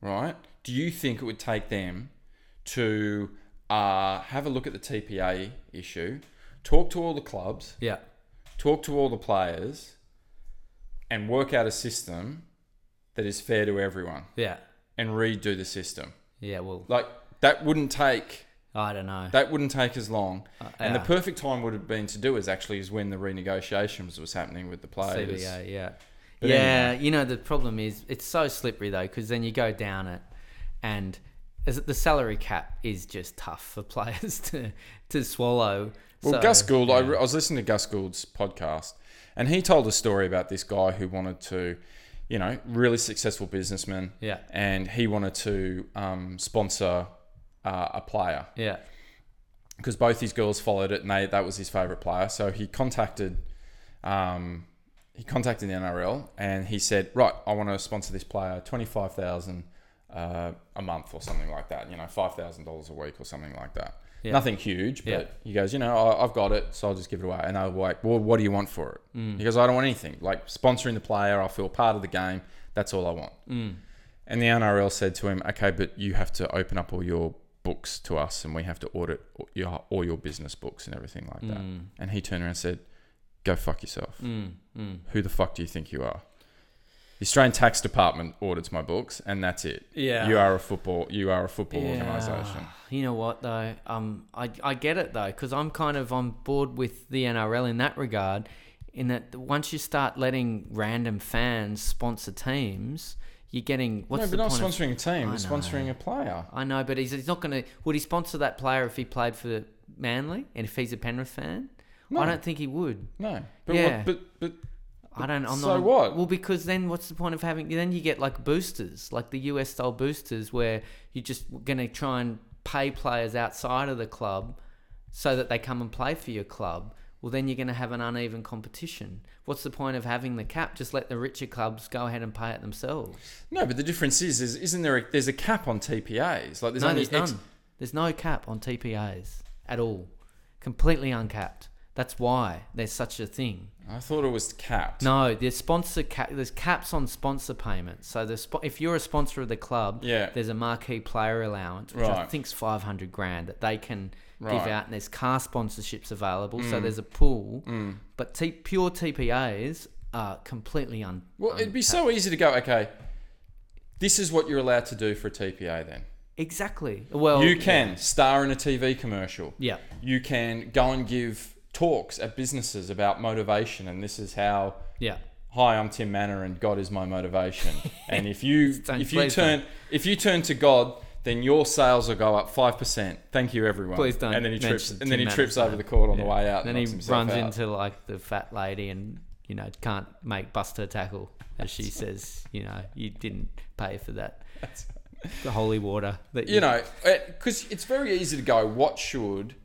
S4: right, do you think it would take them to uh, have a look at the TPA issue, talk to all the clubs,
S5: Yeah.
S4: talk to all the players, and work out a system that is fair to everyone
S5: Yeah.
S4: and redo the system?
S5: Yeah. Well,
S4: Like, that wouldn't take
S5: I don't know.
S4: that wouldn't take as long. and the
S5: Uh, yeah.
S4: perfect time would have been to do is actually is when the renegotiations was happening with the players.
S5: CBA, yeah.
S4: But
S5: yeah, you know, the problem is it's so slippery though, because then you go down it and is it- the salary cap is just tough for players to, to swallow.
S4: Well,
S5: So-
S4: Gus Gould, I, re- I was listening to Gus Gould's podcast, and he told a story about this guy who wanted to, you know, really successful businessman.
S5: Yeah.
S4: And he wanted to um, sponsor uh, a player.
S5: Yeah,
S4: because both his girls followed it, and they, that was his favorite player. So he contacted, um, he contacted the NRL, and he said, "Right, I want to sponsor this player, twenty five thousand uh, a month or something like that. You know, five thousand dollars a week or something like that. Nothing huge, but
S5: Yeah.
S4: he goes, you know, I, I've got it, so I'll just give it away." And they were like, "Well, what do you want for it?"
S5: Mm.
S4: He goes, "I don't want anything. Like sponsoring the player, I feel part of the game. That's all I want."
S5: Mm,
S4: And the NRL said to him, "Okay, but you have to open up all your books to us, and we have to audit all your all your business books and everything like that."
S5: Mm.
S4: And he turned around and said, "Go fuck yourself.
S5: mm.
S4: Who the fuck do you think you are?" The Australian Tax Department audits my books, and that's it.
S5: Yeah.
S4: you are a football. You are a football
S5: Yeah.
S4: organisation.
S5: You know what though? Um, I I get it though, because I'm kind of on board with the NRL in that regard. In that once you start letting random fans sponsor teams, you're getting what's
S4: No,
S5: the
S4: but not
S5: point of-
S4: sponsoring a team.
S5: I
S4: We're sponsoring a player.
S5: I know, but he's, he's not going to. Would he sponsor that player if he played for Manly and if he's a Penrith fan? I don't think he would.
S4: No, but
S5: Yeah.
S4: what, but but
S5: I don't. I'm
S4: so
S5: not.
S4: what?
S5: Well, because then what's the point of having? Then you get like boosters, like the US style boosters, where you're just going to try and pay players outside of the club so that they come and play for your club. Well, then you're going to have an uneven competition. What's the point of having the cap? Just let the richer clubs go ahead and pay it themselves.
S4: no, but the difference is, is isn't there? A, there's a cap on TPAs. Like there's
S5: no,
S4: only
S5: there's
S4: X-
S5: none. There's no cap on TPAs at all. Completely uncapped. That's why there's such a thing.
S4: I thought it was capped.
S5: No, there's sponsor cap. There's caps on sponsor payments. So the spo- if you're a sponsor of the club,
S4: Yeah.
S5: there's a marquee player allowance, which I
S4: Right.
S5: think's 500 grand that they can give
S4: Right. Mm.
S5: out, and there's car sponsorships available. So there's a pool, but t- pure TPAs are completely un.
S4: Well, it'd be so easy to go, okay, this is what you're allowed to do for a TPA then.
S5: exactly. Well,
S4: you can star in a TV commercial.
S5: Yeah.
S4: You can go and give talks at businesses about motivation and this is how
S5: Yeah.
S4: hi I'm Tim Manor and God is my motivation. and if you
S5: Don't
S4: if you
S5: please
S4: turn
S5: don't.
S4: if you turn to God then your sales will go up five percent. Thank you, everyone.
S5: Please don't
S4: And then he trips.
S5: mention
S4: And then
S5: Tim
S4: he trips
S5: Manners,
S4: over
S5: no.
S4: the court on the
S5: Yeah.
S4: way out.
S5: Then
S4: and knocks
S5: he
S4: himself
S5: runs
S4: out.
S5: into like the fat lady and you know can't make bust her tackle as she says. You know you didn't pay for that. the holy water that
S4: you know, because it's very easy to go. What should,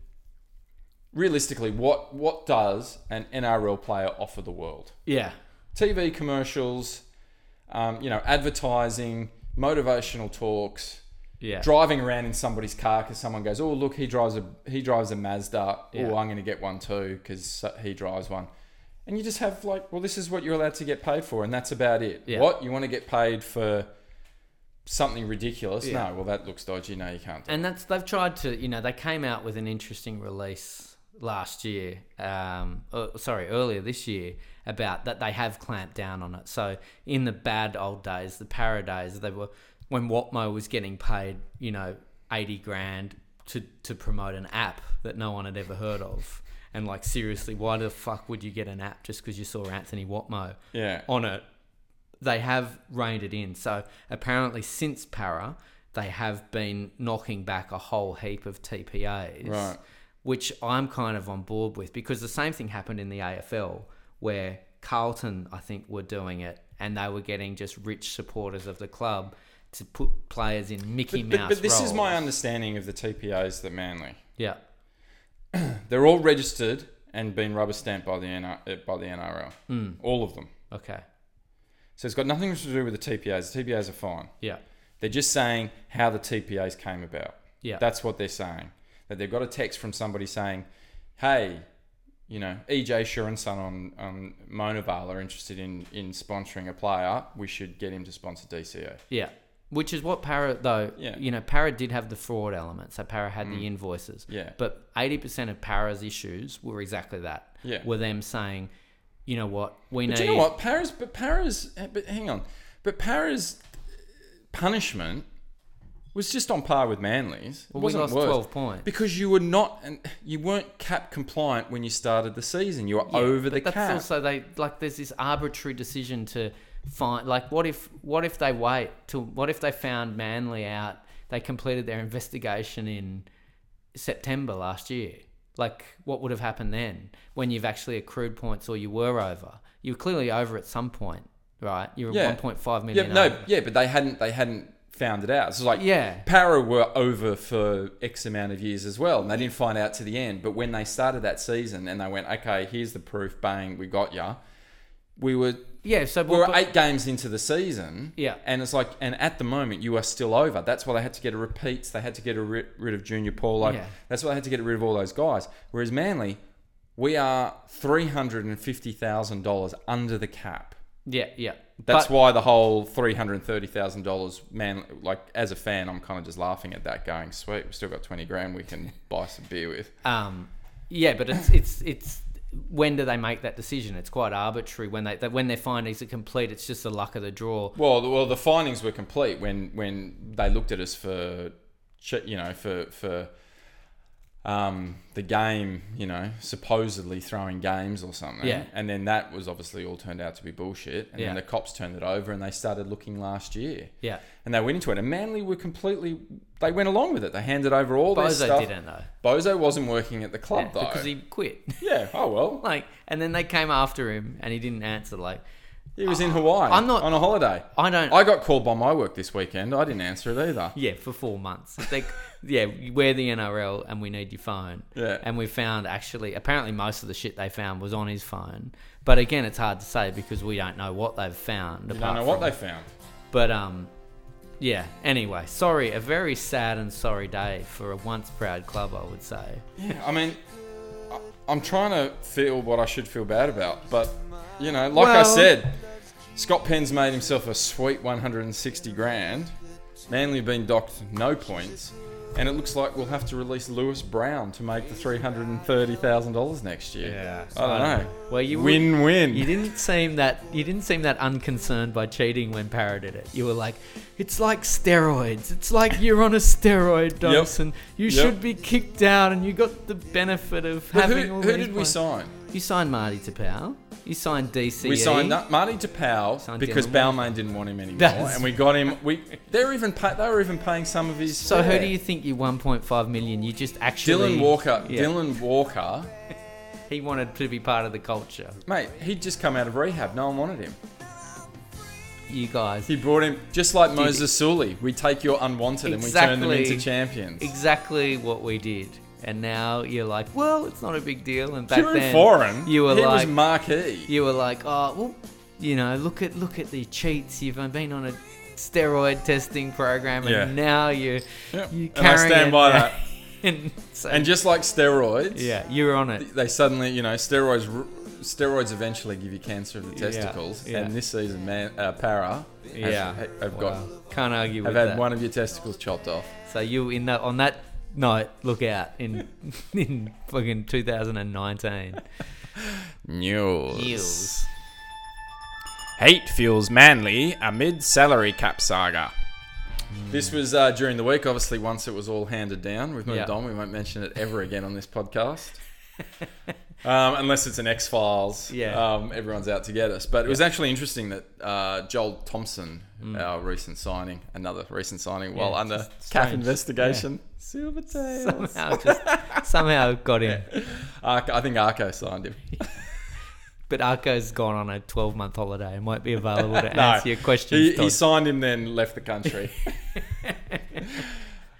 S4: realistically, what what does an NRL player offer the world?
S5: Yeah.
S4: TV commercials, um, you know, advertising, motivational talks,
S5: Yeah.
S4: driving around in somebody's car because someone goes, "Oh, look, he drives a he drives a Mazda.
S5: Yeah.
S4: Oh, I'm going to get one too because he drives one." And you just have like, well, this is what you're allowed to get paid for, and that's about it.
S5: Yeah.
S4: What you want to get paid for something ridiculous?
S5: Yeah.
S4: No, well, that looks dodgy. No, you can't. Do
S5: And that's they've tried to you know they came out with an interesting release last year. Um, uh, sorry, earlier this year about that they have clamped down on it. So in the bad old days, the para days, they were when Watmo was getting paid you know eighty grand to to promote an app that no one had ever heard of. And like seriously, why the fuck would you get an app just because you saw Anthony Watmo
S4: Yeah.
S5: on it? they have reined it in. So apparently, since Para, they have been knocking back a whole heap of TPAs,
S4: Right.
S5: which I'm kind of on board with because the same thing happened in the AFL where Carlton, I think, were doing it and they were getting just rich supporters of the club to put players in Mickey
S4: But,
S5: Mouse.
S4: but this is my
S5: roles.
S4: understanding of the TPAs that Manly.
S5: yeah.
S4: They're all registered and been rubber stamped by the NR, uh, by the NRL.
S5: Hmm.
S4: All of them.
S5: Okay.
S4: So it's got nothing to do with the TPAs. The TPAs are fine.
S5: Yeah.
S4: They're just saying how the TPAs came about.
S5: Yeah.
S4: That's what they're saying. That they've got a text from somebody saying, hey, you know, EJ Sure and Son on, on Monavale are interested in, in sponsoring a player. We should get him to sponsor DCO.
S5: Yeah. Which is what Para though.
S4: Yeah. Mm.
S5: You know, Para did have the fraud element, so Para had the invoices.
S4: Yeah.
S5: But eighty percent of Para's issues were exactly that.
S4: Yeah.
S5: Were them saying, you know what, we
S4: But
S5: know,
S4: do you know what? Paris, but Paris, eh, but hang on. But Paris' punishment was just on par with Manly's. It
S5: Well, we
S4: wasn't
S5: lost
S4: worse.
S5: 12 points.
S4: because you were not, and you weren't cap compliant when you started the season. You were over
S5: but
S4: the
S5: that's
S4: cap.
S5: also they like there's this arbitrary decision to find like what if what if they wait till what if they found Manly out they completed their investigation in September last year like what would have happened then when you've actually accrued points or you were over you were clearly over at some point right you were
S4: Yeah. yeah,
S5: 1.5 million
S4: no,
S5: over.
S4: yeah, but they hadn't. They hadn't found it out. So it's like,
S5: Yeah.
S4: Para were over for X amount of years as well, and they didn't find out to the end. But when they started that season, and they went, okay, here's the proof. Bang, we got ya. We were
S5: yeah so
S4: We're
S5: but-
S4: eight games into the season.
S5: Yeah.
S4: And it's like, and at the moment, you are still over. That's why they had to get a repeats. They had to get a ri- rid of Junior Paulo.
S5: Yeah.
S4: That's why they had to get rid of all those guys. Whereas Manly, we are $350,000 under the cap.
S5: yeah yeah
S4: That's
S5: But-
S4: why the whole three hundred thirty thousand dollars, man. Like as a fan, I'm kind of just laughing at that, going, "Sweet, we've still got twenty grand we can buy some beer with."
S5: Um, yeah, but it's it's it's when do they make that decision? It's quite arbitrary when they that when their findings are complete. It's just the luck of the draw.
S4: Well, the- well, the findings were complete when when they looked at us for, ch- you know, for for um, the game, you know, supposedly throwing games or something.
S5: Yeah.
S4: And then that was obviously all turned out to be bullshit. And
S5: Yeah.
S4: then the cops turned it over and they started looking last year.
S5: Yeah.
S4: And they went into it. And Manly were completely. They went along with it. They handed over all their
S5: Bozo
S4: stuff.
S5: didn't though,
S4: Bozo wasn't working at the club though.
S5: because he quit.
S4: yeah. Oh well.
S5: like, and then they came after him, and he didn't answer. Like,
S4: He was in Hawaii.
S5: I'm not-
S4: on a holiday.
S5: I don't.
S4: I got called by my work this weekend. I didn't answer it either.
S5: yeah, for four months. They, yeah, we're the NRL and we need your phone.
S4: Yeah.
S5: And we found actually, apparently, most of the shit they found was on his phone. But again, it's hard to say because we don't know what they've found.
S4: I don't know what they found.
S5: But um, yeah. Anyway, sorry. A very sad and sorry day for a once proud club, I would say.
S4: I mean, I- I'm trying to feel what I should feel bad about, but you know, like I
S5: Well-
S4: said, Scott Penn's made himself a sweet 160 grand. Manly have been docked no points, and it looks like we'll have to release Lewis Brown to make the 330 thousand dollars next year.
S5: Yeah,
S4: I don't
S5: so-
S4: know.
S5: Well, you would-
S4: win-win.
S5: You didn't seem that you didn't seem that unconcerned by cheating when Para did it. You were like, "It's like steroids. It's like you're on a steroid dose, and you
S4: Yep.
S5: should be kicked out, and you got the benefit of
S4: But
S5: having
S4: who,
S5: all
S4: who
S5: these
S4: did we
S5: points."
S4: sign?
S5: You signed Marty Tapau. You signed E. DC.
S4: We signed up Marty DePau
S5: Signed
S4: because
S5: Dylan
S4: Balmain didn't want him anymore,
S5: That's-
S4: and we got him. We they're even pa- they were even paying some of his.
S5: So who
S4: fare.
S5: do you think you 1.5 million? You just actually
S4: Dylan Walker.
S5: Yeah.
S4: Dylan Walker.
S5: He wanted to be part of the culture.
S4: Mate, he'd just come out of rehab. No one wanted him.
S5: You guys.
S4: He brought him just like Moses Sully. We take your unwanted and we turn them
S5: Exactly.
S4: into champions.
S5: exactly what we did. And now you're like, well, it's not a big deal. And back
S4: Kieran
S5: then,
S4: Foran.
S5: you were
S4: he was
S5: like,
S4: marquee.
S5: you were like, oh, well, you know, look at look at the cheats. You've been on a steroid testing program, and
S4: Yeah.
S5: now you're
S4: Yeah.
S5: you're
S4: And I
S5: carrying
S4: stand
S5: it
S4: by
S5: now."
S4: that.
S5: and, so,
S4: And just like steroids,
S5: yeah, you're on it.
S4: they suddenly, you know, steroids r- steroids eventually give you cancer of the testicles.
S5: yeah.
S4: And this season, man, uh, para, have-
S5: Yeah,
S4: ha- have
S5: Wow.
S4: got
S5: Can't argue
S4: have
S5: with
S4: had
S5: that.
S4: one of your testicles chopped off.
S5: So you in that on that night, look out in in fucking 2019.
S4: News.
S5: News.
S4: Hate feels manly amid salary cap saga. This was uh, during the week. Obviously, once it was all handed down, we've moved
S5: Yeah.
S4: on. We won't mention it ever again on this podcast. Um, unless it's an X Files,
S5: Yeah.
S4: um, everyone's out to get us. But it was actually interesting that uh, Joel Thompson, our recent signing, another recent signing, while
S5: Mm. Yeah,
S4: under
S5: just
S4: cap
S5: strange.
S4: investigation, Silver Tails.
S5: somehow just somehow got him.
S4: Arco- I think Arco signed him.
S5: But Arco's gone on a 12 month holiday and won't be available to
S4: No.
S5: answer your questions.
S4: He, he
S5: Todd.
S4: signed him, then left the country.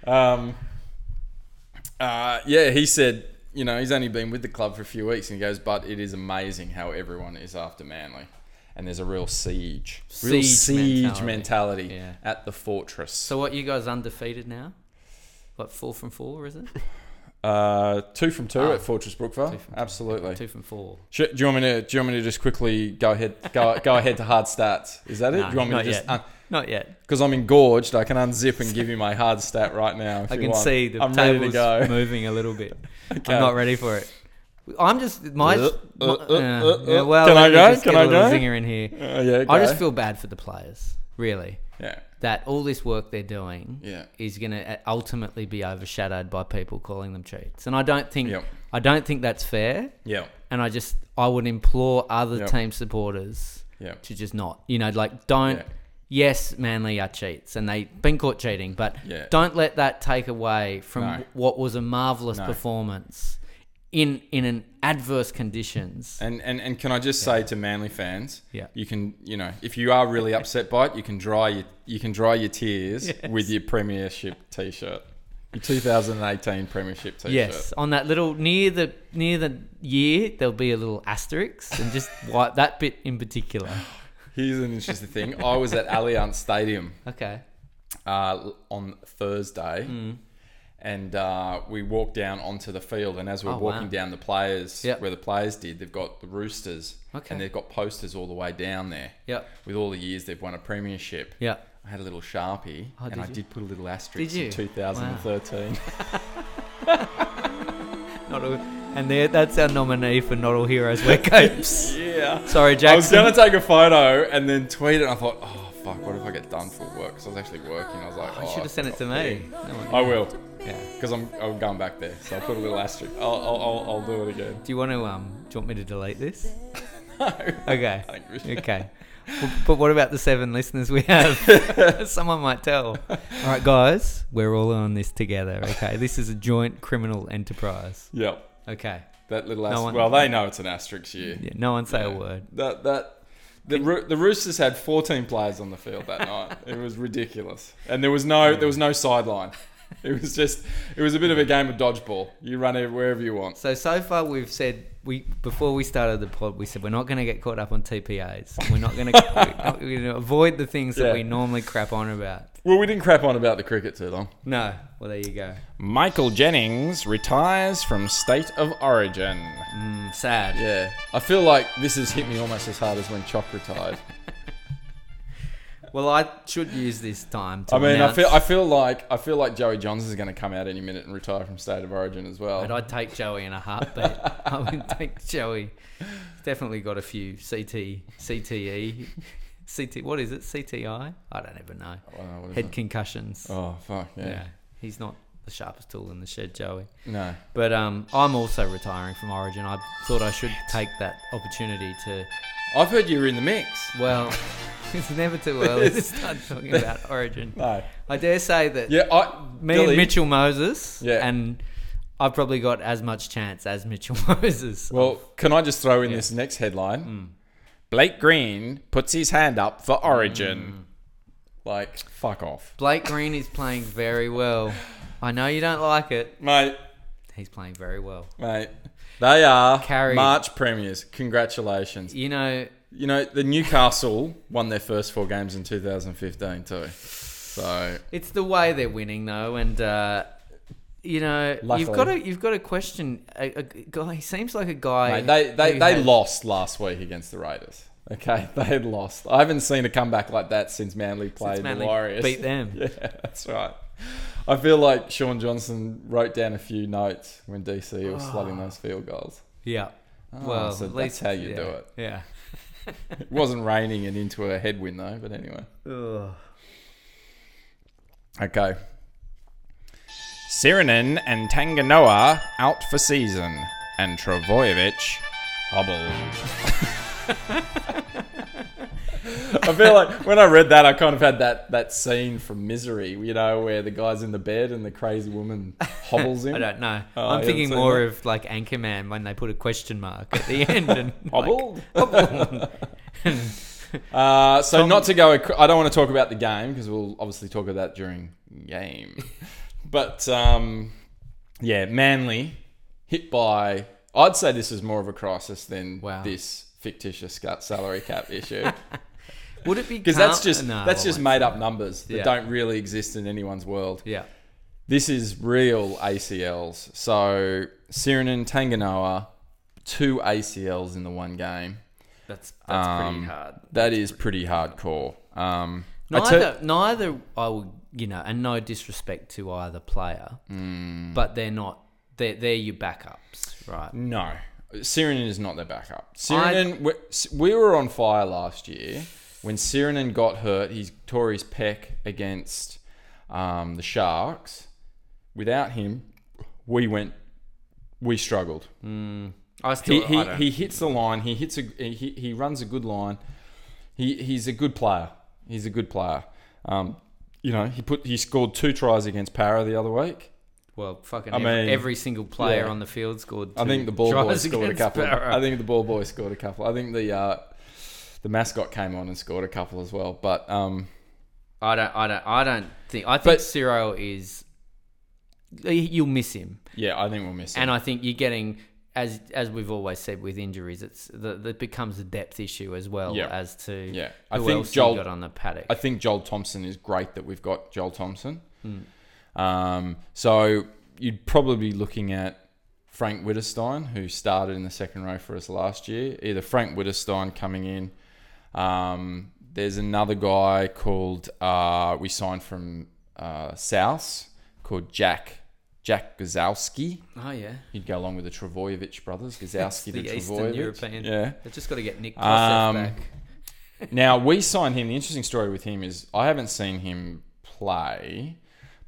S4: um, uh, yeah, he said, you know, he's only been with the club for a few weeks, and he goes, but it is amazing how everyone is after Manly, and there's a real siege, real
S5: Siege
S4: siege mentality,
S5: mentality. Yeah.
S4: at the fortress.
S5: so, what, you guys undefeated now? What, four from four, is it?
S4: uh, two from two
S5: Ah.
S4: at Fortress Brookvale,
S5: from two.
S4: absolutely.
S5: Two from four.
S4: Sh- Do you want me to? Do you want me to just quickly go ahead? Go, go ahead to hard stats. Is that it?
S5: No,
S4: do you want me
S5: not,
S4: to just?
S5: yet. not yet.
S4: because I'm engorged, I can unzip and give you my hard stat right now. if
S5: I
S4: you
S5: can
S4: want.
S5: see the
S4: I'm ready to
S5: table's
S4: go.
S5: moving a little bit.
S4: Okay.
S5: I'm not ready for it. I'm just my.
S4: Uh,
S5: my-
S4: uh, uh,
S5: yeah,
S4: uh,
S5: yeah,
S4: uh.
S5: well,
S4: Can
S5: let
S4: I
S5: me
S4: go?
S5: just
S4: Can
S5: get a
S4: I
S5: little
S4: go?
S5: zinger in here.
S4: Uh, yeah,
S5: I
S4: go.
S5: just feel bad for the players, really.
S4: yeah.
S5: That all this work they're doing
S4: Yeah.
S5: is going to ultimately be overshadowed by people calling them cheats, and I don't think
S4: Yep.
S5: I don't think that's fair.
S4: Yeah.
S5: And I just I would implore other
S4: Yep.
S5: team supporters
S4: Yeah.
S5: to just not. You know, like don't.
S4: Yeah.
S5: Yes, Manly are cheats, and they've been caught cheating, but
S4: Yeah.
S5: don't let that take away from
S4: No.
S5: what was a marvelous
S4: No.
S5: performance in in an adverse conditions.
S4: And, and and can I just say to Manly fans,
S5: Yeah.
S4: you can you know if you are really upset by it, you can dry your you can dry your tears with your premiership T-shirt, your 2018 premiership T-shirt.
S5: Yes, on that little near the near the year, there'll be a little asterisk, and just wipe that bit in particular.
S4: Here's an interesting thing. I was at Allianz Stadium
S5: Okay.
S4: uh, on Thursday,
S5: Mm.
S4: and uh, we walked down onto the field. And as we're
S5: Oh,
S4: walking
S5: wow.
S4: down the players,
S5: Yep.
S4: where the players did, they've got the Roosters,
S5: Okay.
S4: and they've got posters all the way down there.
S5: Yep.
S4: With all the years they've won a premiership.
S5: Yeah.
S4: I had a little sharpie,
S5: Oh,
S4: and
S5: did
S4: I
S5: you?
S4: did put a little asterisk
S5: Did you?
S4: in 2013.
S5: Not all, and there, that's our nominee for Not All Heroes Wear Capes.
S4: yeah.
S5: Sorry, Jackson.
S4: I was gonna take a photo and then tweet it. And I thought, oh fuck, what if I get done for work? Because I was actually working. I was like, oh,
S5: you should have sent it to me. No one-
S4: I will,
S5: yeah.
S4: because I'm I'm going back there. So I put a little asterisk. I'll I'll, I'll, I'll do it again.
S5: Do you want to um? Do you want me to delete this?
S4: No.
S5: Okay.
S4: I think we should.
S5: okay. Well, but what about the seven listeners we have? Someone might tell. All right, guys, we're all on this together. Okay, this is a joint criminal enterprise.
S4: Yep.
S5: Okay.
S4: That little asterisk.
S5: one-
S4: well, they know it's an asterisk year.
S5: Yeah, no one say
S4: Yeah.
S5: a word.
S4: That that the Roo- the Roosters had 14 players on the field that night. It was ridiculous, and there was no there was no sideline. It was just it was a bit of a game of dodgeball. You run it wherever you want.
S5: So so far we've said we before we started the pod we said we're not going to get caught up on TPAs. We're not going to we're going to avoid the things
S4: Yeah.
S5: that we normally crap on about.
S4: Well, we didn't crap on about the cricket too long.
S5: No. Well, there you go.
S4: Michael Jennings retires from State of Origin.
S5: Mm, sad.
S4: Yeah, I feel like this has hit me almost as hard as when Chock retired.
S5: Well, I should use this time to
S4: I mean, I
S5: announce-
S4: feel I feel like I feel like Joey Johnson's going to come out any minute and retire from State of Origin as well.
S5: But I'd take Joey in a heartbeat. I would take Joey. He's Definitely got a few CT, CTE, CT. E, What is it? CTI? I don't even know.
S4: I don't know, what is
S5: Head
S4: it?
S5: concussions.
S4: Oh fuck yeah.
S5: yeah. he's not the sharpest tool in the shed, Joey.
S4: No.
S5: But um, I'm also retiring from Origin. I thought I should take that opportunity to.
S4: I've heard you were in the mix.
S5: Well, it's never too early to start talking about Origin.
S4: No.
S5: I dare say that
S4: Yeah, I
S5: me
S4: Billy-
S5: and Mitchell Moses,
S4: Yeah.
S5: and I've probably got as much chance as Mitchell Moses.
S4: Well, can I just throw in this next headline?
S5: Hmm.
S4: Blake Green puts his hand up for
S5: Hmm.
S4: Origin. Like, fuck off.
S5: Blake Green is playing very well. I know you don't like it.
S4: Mate,
S5: He's playing very well.
S4: mate. They are
S5: Carried.
S4: March premiers. Congratulations.
S5: You know,
S4: You know, the Newcastle won their first four games in 2015 too. So,
S5: it's the way they're winning though, and uh, you know
S4: Luckily.
S5: you've got to you've got to question a, a guy. He seems like a guy.
S4: mate, they, they,
S5: who
S4: they
S5: has-
S4: lost last week against the Raiders. Okay, they had lost. I haven't seen a comeback like that since Manly played
S5: Manly
S4: the Warriors.
S5: beat them.
S4: Yeah, that's right. I feel like Sean Johnson wrote down a few notes when DC
S5: Oh.
S4: was slotting those field goals.
S5: Yeah.
S4: well, Oh, so that's how you do it.
S5: Yeah.
S4: It wasn't raining and into a headwind though, but anyway.
S5: Ugh.
S4: Okay. Sirinen and Tanganoa out for season, and Travojevic hobbled. I feel like when I read that, I kind of had that that scene from Misery, you know, where the guy's in the bed and the crazy woman hobbles him.
S5: I don't know.
S4: Oh, you
S5: I'm
S4: haven't
S5: thinking
S4: seen
S5: more
S4: that?
S5: of like Anchorman when they put a question mark at the end and like,
S4: Hobbled?
S5: hobbled.
S4: Uh, so not to go, ac- I don't want to talk about the game because we'll obviously talk about that during game. but um, yeah, Manly hit by. I'd say this is more of a crisis than
S5: Wow.
S4: this fictitious scut salary cap issue
S5: Would it be
S4: because that's
S5: calm-
S4: just
S5: No,
S4: that's
S5: I
S4: just
S5: won't.
S4: made up numbers that
S5: Yeah.
S4: don't really exist in anyone's world.
S5: Yeah.
S4: This is real ACLs. So Sirenin Tanganoa, two ACLs in the one game.
S5: That's that's
S4: Um,
S5: pretty hard.
S4: That is pretty hardcore. Um, I tell-
S5: Neither, neither I would, you know, and no disrespect to either player,
S4: Mm.
S5: but they're not. They're, they're your backups, right?
S4: No. Sirenin is not their backup. Sirenin, we, we were on fire last year when Sirenin got hurt. He tore his pec against um, the Sharks. Without him, we went, we struggled.
S5: I still.
S4: He,
S5: I
S4: he,
S5: don't-
S4: he hits the line. He hits a he, he runs a good line. He he's a good player. He's a good player. Um, you know he put he scored two tries against Para the other week.
S5: well, fucking.
S4: I
S5: every,
S4: mean,
S5: every single player
S4: yeah.
S5: on the field scored.
S4: I
S5: two
S4: think the ball boy
S5: tries
S4: scored a
S5: against
S4: couple.
S5: Barra.
S4: I think the ball boy scored a couple. I think the uh, the mascot came on and scored a couple as well. But um,
S5: I don't. I don't. I don't think. I think
S4: But-
S5: Cyril is. You'll miss him,
S4: yeah, I think we'll miss it.
S5: and I think you're getting as as we've always said with injuries, it's the, that becomes a depth issue as well
S4: Yeah.
S5: as to
S4: Yeah. I
S5: who
S4: think
S5: else
S4: Joel-
S5: you got on the paddock.
S4: I think Joel Thompson is great that we've got Joel Thompson.
S5: Hmm.
S4: Um, so you'd probably be looking at Frank Witterstein, who started in the second row for us last year. Either Frank Witterstein coming in. Um, there's another guy called uh, we signed from uh, South called Jack Jack Gazowski.
S5: oh yeah,
S4: He'd go along with the Travojevic brothers,
S5: It's
S4: Gazowski to
S5: the
S4: Travojevic.
S5: Eastern European.
S4: Yeah.
S5: they've just got to get Nick Kosev
S4: Um,
S5: back.
S4: Now we signed him. The interesting story with him is I haven't seen him play,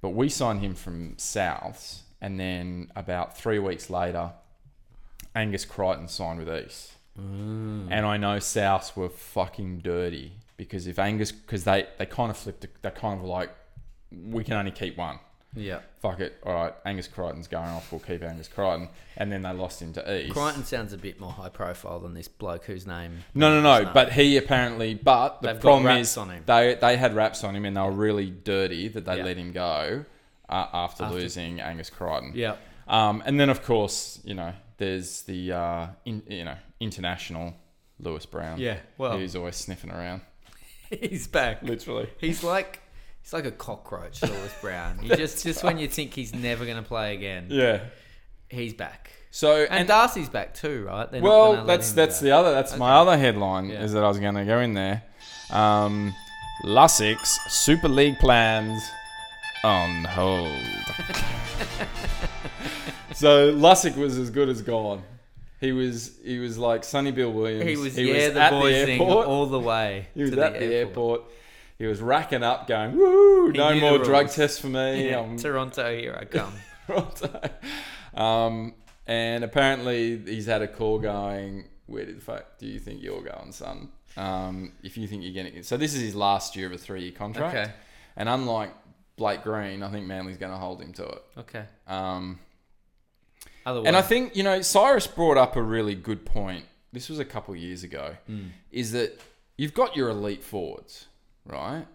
S4: but we signed him from Souths, and then about three weeks later, Angus Crichton signed with East. And I know Souths were fucking dirty because if Angus, because they they kind of flipped, it- they kind of like we can only keep one.
S5: Yeah,
S4: Fuck it. All right, Angus Crichton's going off. We'll keep Angus Crichton, and then they lost him to East.
S5: Crichton sounds a bit more high profile than this bloke whose name.
S4: No, no, no.
S5: Snap.
S4: But he apparently, but the
S5: They've got
S4: problem
S5: raps
S4: is
S5: on him.
S4: they they had raps on him and they were really dirty that they
S5: Yeah.
S4: let him go uh, after, losing Angus Crichton.
S5: Yeah.
S4: Um, and then of course you know there's the uh, in, you know international Lewis Brown.
S5: Yeah, well-
S4: who's always sniffing around.
S5: he's back.
S4: Literally.
S5: He's like he's like a cockroach, Lewis Brown. He just just when you think he's never going to play again,
S4: Yeah.
S5: he's back.
S4: So
S5: And, Darcy's back too, right? They're not gonna
S4: Well,
S5: let
S4: that's
S5: him
S4: that's
S5: go.
S4: the other that's my other headline
S5: Yeah.
S4: is that I was going to go in there. Um, Lussick's Super League plans on hold. so Lussick was as good as gone. He was he was like Sonny Bill Williams.
S5: He was yeah the boy thing all the way
S4: he was
S5: to
S4: at the airport. He was racking up, going, "Woo! No
S5: knew the
S4: more drug
S5: rules.
S4: tests for me.
S5: Yeah,
S4: I'm
S5: Toronto, here I come.
S4: Toronto. Um, and apparently he's had a call going, where the fuck do you think you're going, son? Um, if you think you're going to... So this is his last year of a three-year contract.
S5: Okay.
S4: And unlike Blake Green, I think Manly's going to hold him to it.
S5: Okay.
S4: Um,
S5: Otherwise,
S4: and I think, you know, Cyrus brought up a really good point. This was a couple years ago. Is that you've got your elite forwards, right?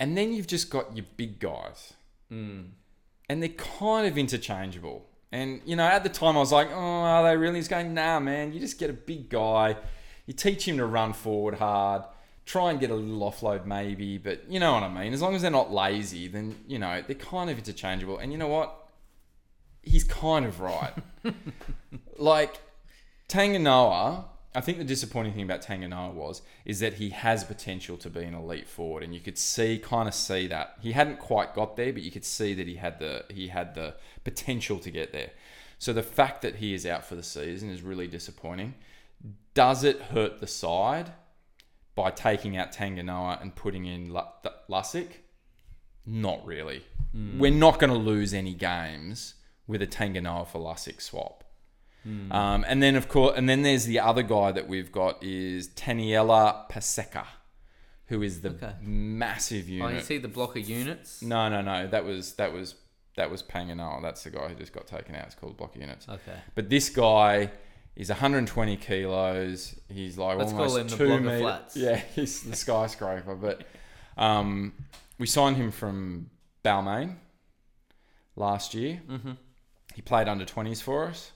S4: And then you've just got your big guys. And they're kind of interchangeable. And, you know, at the time I was like, oh, are they really? He's going, nah, man, you just get a big guy. You teach him to run forward hard. Try and get a little offload, maybe, but you know what I mean. As long as they're not lazy, then you know they're kind of interchangeable. And you know what? he's kind of right. like Tanganoa, I think the disappointing thing about Tanganoa was is that he has potential to be an elite forward, and you could see kind of see that he hadn't quite got there, but you could see that he had the he had the potential to get there. So the fact that he is out for the season is really disappointing. Does it hurt the side by taking out Tanganoa and putting in Lu- Th- Lusick? Not really.
S5: Hmm.
S4: We're not going to lose any games with a Tanganoa for Lusick swap.
S5: Hmm.
S4: Um, and then of course, and then there's the other guy that we've got is Taniela Paseka, who is the
S5: Okay.
S4: massive
S5: Oh,
S4: unit.
S5: you see the block of units?
S4: No, no, no. That was that was that was Panganoa. That's the guy who just got taken out. It's called Block Units.
S5: Okay.
S4: But this guy is 120 kilos. He's like
S5: Let's call
S4: almost
S5: him the
S4: two
S5: Blocker
S4: meter-
S5: Flats.
S4: Yeah, he's the skyscraper. but um, we signed him from Balmain last year. Mm-hmm. He played under 20s for us.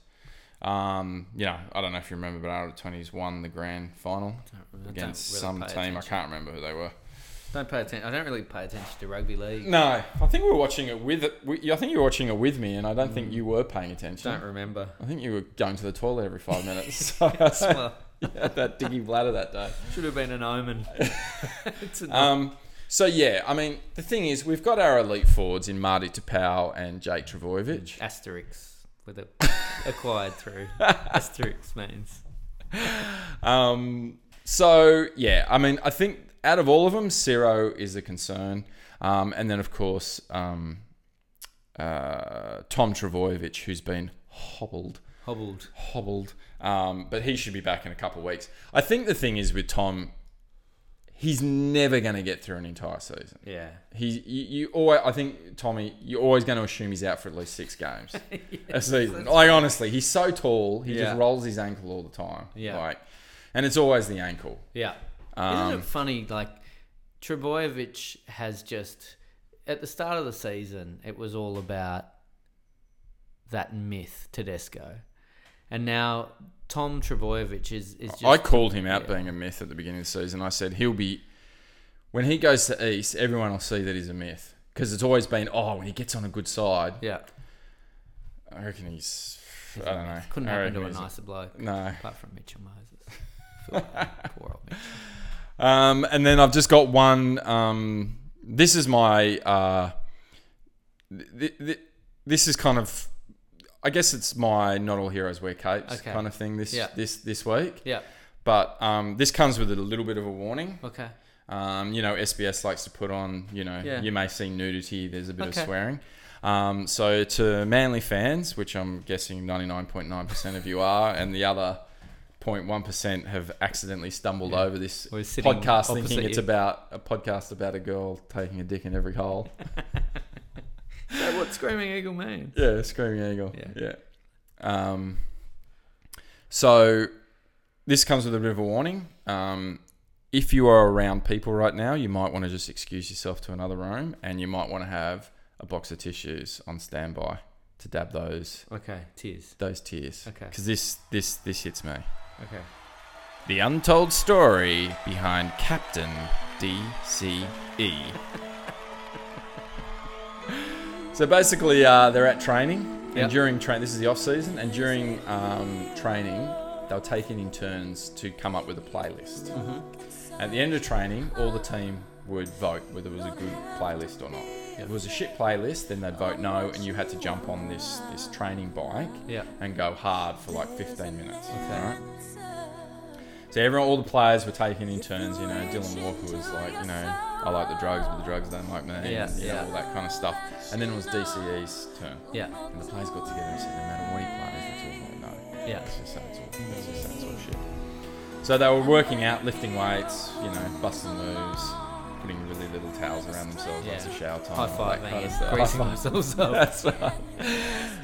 S4: Um, you know, I don't know if you remember, but under 20s won the grand final
S5: really
S4: against
S5: pay
S4: some team. I
S5: attention.
S4: can't remember who they were.
S5: Don't pay attention. I don't really pay attention to rugby league.
S4: No, I think we were watching it with. we- I think you were watching it with me, and I don't think you were paying attention.
S5: Mm. Don't remember.
S4: I think you were going to the toilet every five minutes. So I
S5: Well,
S4: had that diggy bladder that day.
S5: should have been an omen. it's an
S4: Um, so yeah, I mean, the thing is, we've got our elite forwards in Marty Tapau and Jake Travojevic.
S5: asterisk with a acquired through asterisk means.
S4: Um, so yeah, I mean, I think out of all of them, Ciro is a concern, um, and then of course um, uh, Tom Travojevic, who's been hobbled.
S5: Hobbled.
S4: hobbled. Um, but he should be back in a couple of weeks. I think the thing is with Tom, he's never going to get through an entire season.
S5: Yeah.
S4: He's you, you always. I think Tommy, you're always going to assume he's out for at least six games a season. Like honestly, he's so tall, he
S5: Yeah.
S4: just rolls his ankle all the time.
S5: Yeah.
S4: like, and it's always the ankle.
S5: Yeah.
S4: Um,
S5: Isn't it funny? Like Trebojevic has just at the start of the season, it was all about that myth Tedesco, and now Tom Trebojevic is is just
S4: I called him out being a myth at the beginning of the season. I said he'll be when he goes to East, everyone will see that he's a myth because it's always been oh when he gets on a good side,
S5: yeah.
S4: I reckon he's. I don't know.
S5: Couldn't
S4: I
S5: happen to
S4: reckon
S5: a
S4: he's-
S5: nicer bloke.
S4: No.
S5: Apart from Mitchell Moses. Feel bad. Poor old Mitch.
S4: Um, and then I've just got one. Um, this is my. Uh, th- th- this is kind of. I guess it's my not all heroes wear capes
S5: Okay.
S4: kind of thing this
S5: Yeah.
S4: this this week.
S5: Yeah.
S4: But um, this comes with a little bit of a warning.
S5: Okay.
S4: Um, you know, SBS likes to put on, you know,
S5: Yeah.
S4: you may see nudity, there's a bit
S5: Okay.
S4: of swearing. Um, so to Manly fans, which I'm guessing 99.9% of you are, and the other 0.1% have accidentally stumbled over this
S5: We're sitting
S4: podcast
S5: opposite
S4: thinking it's
S5: you.
S4: about a podcast about a girl taking a dick in every hole.
S5: So what Screaming Eagle mean?
S4: yeah, Screaming Eagle.
S5: Yeah.
S4: yeah. Um, so this comes with a bit of a warning. Um, if you are around people right now, you might want to just excuse yourself to another room and you might want to have a box of tissues on standby to dab those
S5: Okay. Tears.
S4: those tears.
S5: Okay.
S4: Because this this this hits me.
S5: Okay.
S4: The untold story behind Captain E. DCE. so basically, uh, they're at training,
S5: Yep.
S4: and during train, this is the off season, and during um, training, they'll take it in turns to come up with a playlist. At the end of training, all the team would vote whether it was a good playlist or not. If it was a shit playlist, then they'd vote no, and you had to jump on this this training bike
S5: Yep.
S4: and go hard for like 15 minutes.
S5: Okay.
S4: all right? So everyone, all the players were taking in turns. You know, Dylan Walker was like, you know, I like the drugs, but the drugs don't like me.
S5: Yeah,
S4: and, you know,
S5: yeah.
S4: all that kind of stuff. And then it was DCE's turn.
S5: Yeah.
S4: And the players got together and said, no matter what he plays, it's all like no.
S5: Yeah.
S4: It's just say it's all, it's just say it's all shit. So they were working out, lifting weights, you know, busting moves, putting really little towels around themselves. Yeah.
S5: Yeah.
S4: That's a shower time.
S5: High
S4: all that
S5: five,
S4: kind of
S5: man.
S4: stuff.
S5: Greasing
S4: High five.
S5: themselves up.
S4: That's right.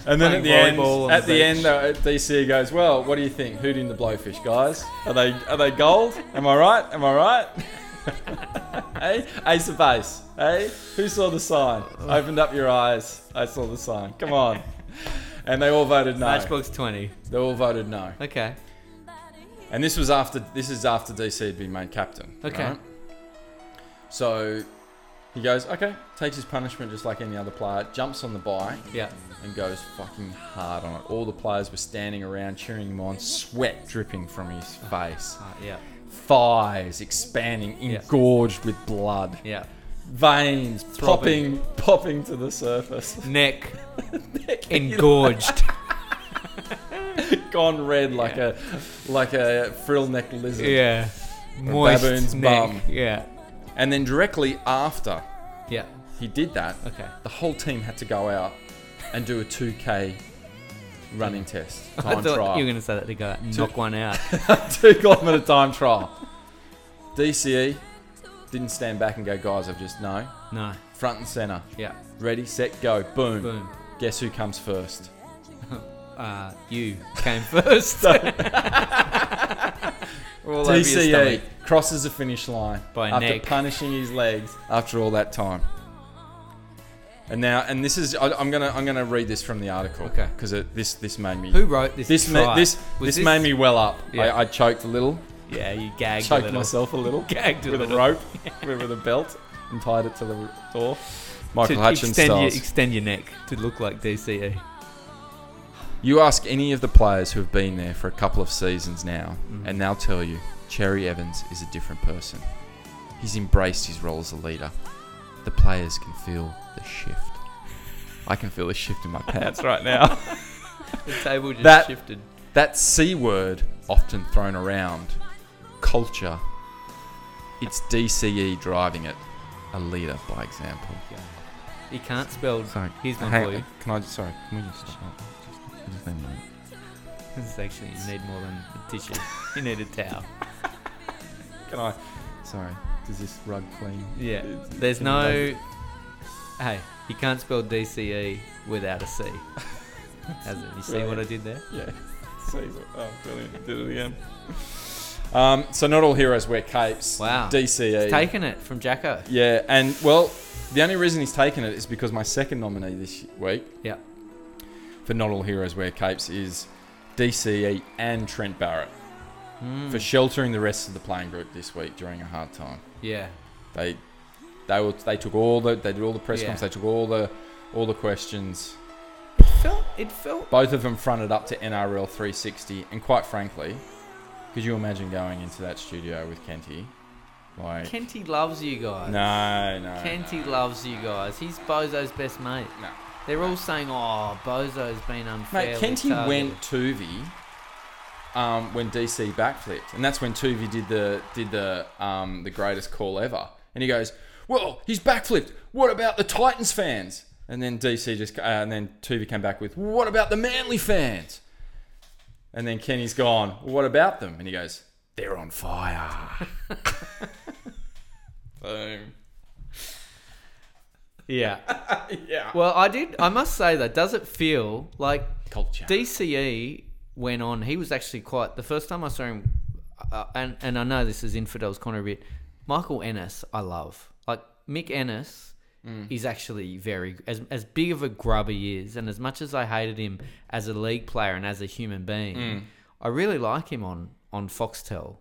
S4: And then
S5: Playing
S4: at the end,
S5: volleyball on
S4: at
S5: the
S4: the end,
S5: beach.
S4: uh, DC goes, "Well, what do you think? Who'd in the blowfish, guys? Are they are they gold? Am I right? Am I right? hey, ace of base. Hey, who saw the sign? Opened up your eyes. I saw the sign. Come on." And they all voted no.
S5: Matchbox 20.
S4: They all voted no.
S5: Okay.
S4: And this was after this is after DC had been made captain.
S5: Okay.
S4: right? So he goes, okay, takes his punishment just like any other player, jumps on the bike
S5: Yeah.
S4: and goes fucking hard on it. All the players were standing around cheering him on, sweat dripping from his face,
S5: Uh, yeah.
S4: thighs expanding, engorged with blood,
S5: Yeah.
S4: veins
S5: Throbbing.
S4: popping, popping to the surface,
S5: Neck engorged.
S4: gone red like
S5: Yeah.
S4: a like a frill neck lizard.
S5: yeah. Moist
S4: baboon's
S5: neck.
S4: bum.
S5: Yeah.
S4: And then directly after
S5: Yeah.
S4: he did that,
S5: Okay.
S4: the whole team had to go out and do a 2K running test, time
S5: I thought
S4: trial.
S5: you were going to say that to go out and knock one out.
S4: two kilometer time trial. DCE E Didn't stand back and go, guys, I've just no.
S5: No.
S4: Front and center.
S5: Yeah.
S4: Ready, set, go. Boom.
S5: Boom.
S4: Guess who comes first?
S5: Uh, you came first. All over your
S4: TCE
S5: stomach.
S4: E crosses the finish line
S5: By
S4: after
S5: neck.
S4: punishing his legs after all that time. And now, and this is I, I'm gonna I'm gonna read this from the article
S5: Okay.
S4: because this this made me
S5: Who wrote this?
S4: this ma-
S5: try?
S4: this
S5: Was
S4: this, made me well up.
S5: Yeah.
S4: I, I choked a little,
S5: Yeah, you gagged a
S4: choked
S5: little.
S4: myself a little,
S5: Gagged a
S4: with
S5: little.
S4: a rope, with a belt, and tied it to the door. Michael
S5: To
S4: Hutchins
S5: extend your,
S4: styles.
S5: extend your neck to look like E. DCE.
S4: You ask any of the players who have been there for a couple of seasons now, and they'll tell you Cherry Evans is a different person. He's embraced his role as a leader. The players can feel the shift. I can feel the shift in my pants right now.
S5: The table just
S4: That-
S5: shifted.
S4: That C word, often thrown around, culture. It's DCE driving it. A leader by example.
S5: He can't spell.
S4: Sorry.
S5: He's my
S4: hang-
S5: boy.
S4: Can I just, sorry, can we just stop? Just- just a moment.
S5: It's actually, you need more than a tissue. You need a towel.
S4: Can I? Sorry. Does this rug clean?
S5: Yeah.
S4: It's-
S5: There's
S4: can you guys-
S5: no. Hey, you can't spell DCE without a C. Has it? You see what I did there?
S4: Yeah. Save it. Oh, brilliant. Did it again. Um, so not all heroes wear capes.
S5: Wow.
S4: DCE.
S5: Taking it from Jacko.
S4: yeah, and well, the only reason he's taken it is because my second nominee this week
S5: Yeah.
S4: for not all heroes wear capes is DCE and Trent Barrett
S5: Hmm,
S4: for sheltering the rest of the playing group this week during a hard time.
S5: Yeah.
S4: They they were they took all the they did all the press
S5: Yeah.
S4: conference, they took all the all the questions.
S5: Felt, it felt.
S4: Both of them fronted up to NRL 360, and quite frankly, could you imagine going into that studio with Kenty? Like,
S5: Kenty loves you guys.
S4: no, no.
S5: Kenty loves you guys. He's Bozo's best mate.
S4: No.
S5: They're all saying, "Oh, Bozo's been unfair."
S4: Mate, Kenty went Tuvi um, when DC backflipped, and that's when Tuvi did the did the um, the greatest call ever. And he goes, "Well, he's backflipped. What about the Titans fans?" And then DC just uh, and then Tuvi came back with, "What about the Manly fans?" And then Kenny's gone. Well, what about them? And he goes, "They're on fire." Boom.
S5: Yeah.
S4: Yeah.
S5: Well, I did. I must say that does it feel like
S4: Culture.
S5: DCE E went on. He was actually quite the first time I saw him, uh, and and I know this is infidels corner a bit. Michael Ennis, I love. Like Mick Ennis
S4: Mm.
S5: is actually very as as big of a grub he is, and as much as I hated him as a league player and as a human being,
S4: Mm.
S5: I really like him on on Foxtel.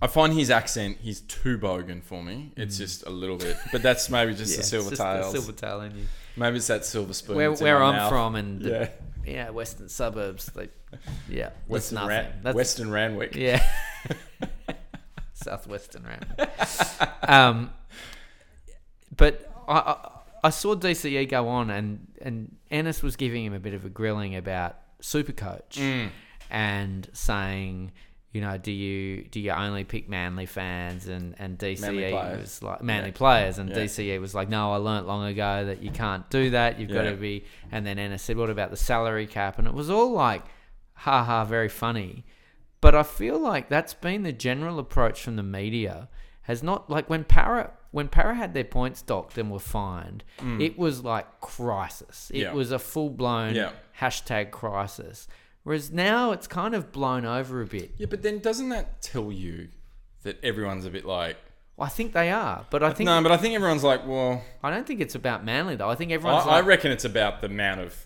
S4: I find his accent, he's too bogan for me. It's just a little bit, but that's maybe just the
S5: Mm. it's
S4: silver
S5: just the
S4: tails.
S5: silver tail in you.
S4: Maybe it's that silver spoon.
S5: Where
S4: that's in
S5: where
S4: my
S5: I'm
S4: mouth.
S5: from and the,
S4: yeah,
S5: yeah, western suburbs. Like, yeah, that's
S4: Western,
S5: nothing.
S4: Ran-
S5: That's-
S4: Western Ranwick.
S5: yeah, southwestern round. um, but I, I I saw DCE go on, and and Ennis was giving him a bit of a grilling about Supercoach
S4: Mm.
S5: and saying. You know, do you do you only pick Manly fans and and
S4: Manly
S5: DCE
S4: players.
S5: was like Manly players and
S4: Yeah.
S5: DCE was like, no, I learnt long ago that you can't do that. You've got
S4: Yeah.
S5: to be. And then Ennis said, what about the salary cap? And it was all like, ha ha, very funny. But I feel like that's been the general approach from the media. Has not like when Para when Para had their points docked and were fined, it was like crisis. It
S4: Mm. Yeah.
S5: was a full blown
S4: Yeah.
S5: hashtag crisis. Whereas now it's kind of blown over a bit.
S4: Yeah, but then doesn't that tell you that everyone's a bit like?
S5: I think they are, but I think
S4: no, but I think everyone's like, well,
S5: I don't think it's about Manly though. I think
S4: I,
S5: everyone's
S4: I
S5: like,
S4: reckon it's about the amount of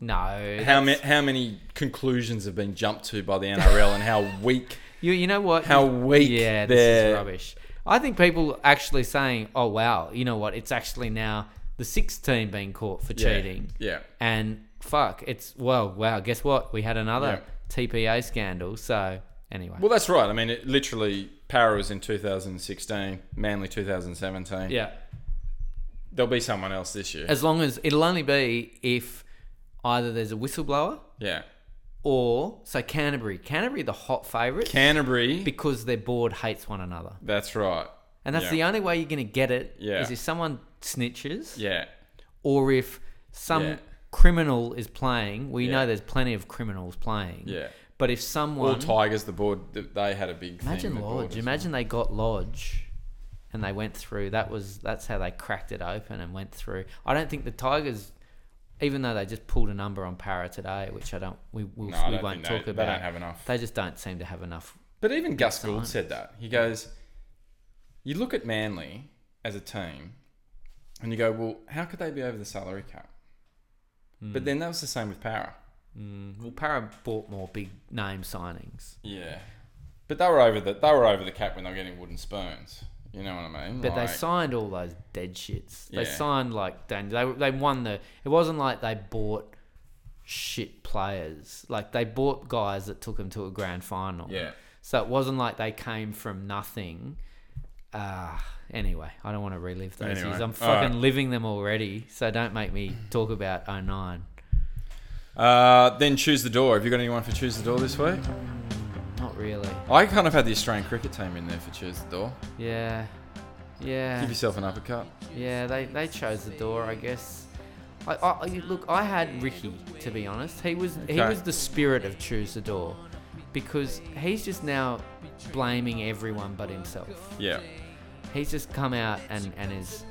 S5: no.
S4: how ma- how many conclusions have been jumped to by the NRL and how weak.
S5: You, you know what?
S4: How weak
S5: Yeah, this is
S4: they're-
S5: rubbish. I think people actually saying, "Oh wow, you know what? It's actually now the sixth team being caught for
S4: Yeah,
S5: cheating."
S4: yeah.
S5: And fuck, it's well, wow. Guess what? We had another TPA scandal. So anyway,
S4: Well, that's right. I mean, it literally, Power was in 2016, Manly 2017.
S5: yeah.
S4: There'll be someone else this year.
S5: As long as it'll only be if either there's a whistleblower
S4: yeah.
S5: or so Canterbury. Canterbury, the hot favourites
S4: Canterbury.
S5: because their board hates one another,
S4: that's right.
S5: and that's
S4: Yeah.
S5: the only way you're going to get it is
S4: Yeah.
S5: if someone snitches.
S4: Yeah.
S5: or if some
S4: Yeah.
S5: criminal is playing, we
S4: Yeah.
S5: know there's plenty of criminals playing.
S4: Yeah.
S5: But if
S4: All
S5: someone
S4: Tigers, the board, th- they had a big thing
S5: imagine
S4: with the board
S5: Lodge,
S4: as well.
S5: imagine they got Lodge and they went through. That was that's how they cracked it open and went through. I don't think the Tigers, even though they just pulled a number on Para today, which I don't we we'll,
S4: No, I
S5: we
S4: don't
S5: won't
S4: think
S5: talk
S4: they- they
S5: about.
S4: don't have enough.
S5: They just don't seem to have enough.
S4: But even Gus Gould
S5: Science.
S4: said that. He goes, You look at Manly as a team and you go, Well, how could they be over the salary cap? But then that was the same with Para.
S5: Hmm. Well, Para bought more big name signings,
S4: Yeah. But they were over the they were over the cap when they were getting wooden spoons. You know what I mean?
S5: but they
S4: Like,
S5: signed all those dead shits. They
S4: Yeah.
S5: signed like Dan. They they won the. It wasn't like they bought shit players. Like they bought guys that took them to a grand final.
S4: Yeah.
S5: So it wasn't like they came from nothing. Uh, anyway, I don't want to relive those
S4: Anyway,
S5: years.
S4: all
S5: I'm
S4: right.
S5: fucking living them already, so don't make me talk about 09.
S4: Uh, then choose the door. Have you got anyone for choose the door this week?
S5: Not really.
S4: I kind of had the Australian cricket team in there for choose the door.
S5: Yeah. Yeah.
S4: Give yourself an uppercut.
S5: Yeah, they, they chose the door, I guess. I, I, I- look, I had Ricky to be honest. He was he
S4: Okay.
S5: was the spirit of choose the door, because he's just now blaming everyone but himself.
S4: Yeah.
S5: He's just come out and and is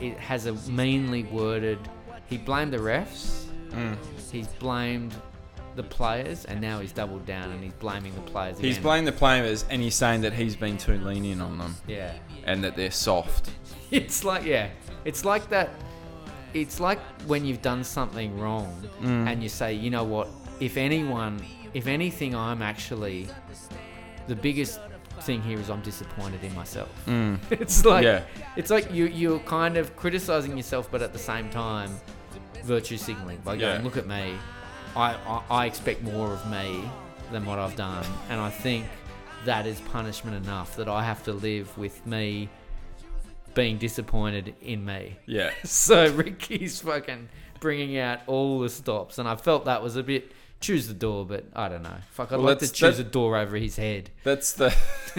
S5: it has a meanly worded. He blamed the refs.
S4: Mm.
S5: He's blamed the players, and now he's doubled down and he's blaming the players.
S4: He's
S5: again.
S4: blamed the players and he's saying that he's been too lenient on them
S5: Yeah.
S4: and that they're soft.
S5: it's like yeah it's like that it's like when you've done something wrong and you say you know what if anyone if anything i'm actually the biggest thing here is i'm disappointed in myself it's like
S4: Yeah.
S5: it's like you you're kind of criticizing yourself but at the same time virtue signaling by going
S4: Yeah.
S5: look at me I, I i expect more of me than what i've done and i think that is punishment enough that i have to live with me being disappointed in me.
S4: Yeah.
S5: So Ricky's fucking bringing out all the stops, and I felt that was a bit choose the door, but I don't know. Fuck, I'd
S4: Well,
S5: like to
S4: that's-
S5: choose
S4: that-
S5: a door over his head.
S4: That's the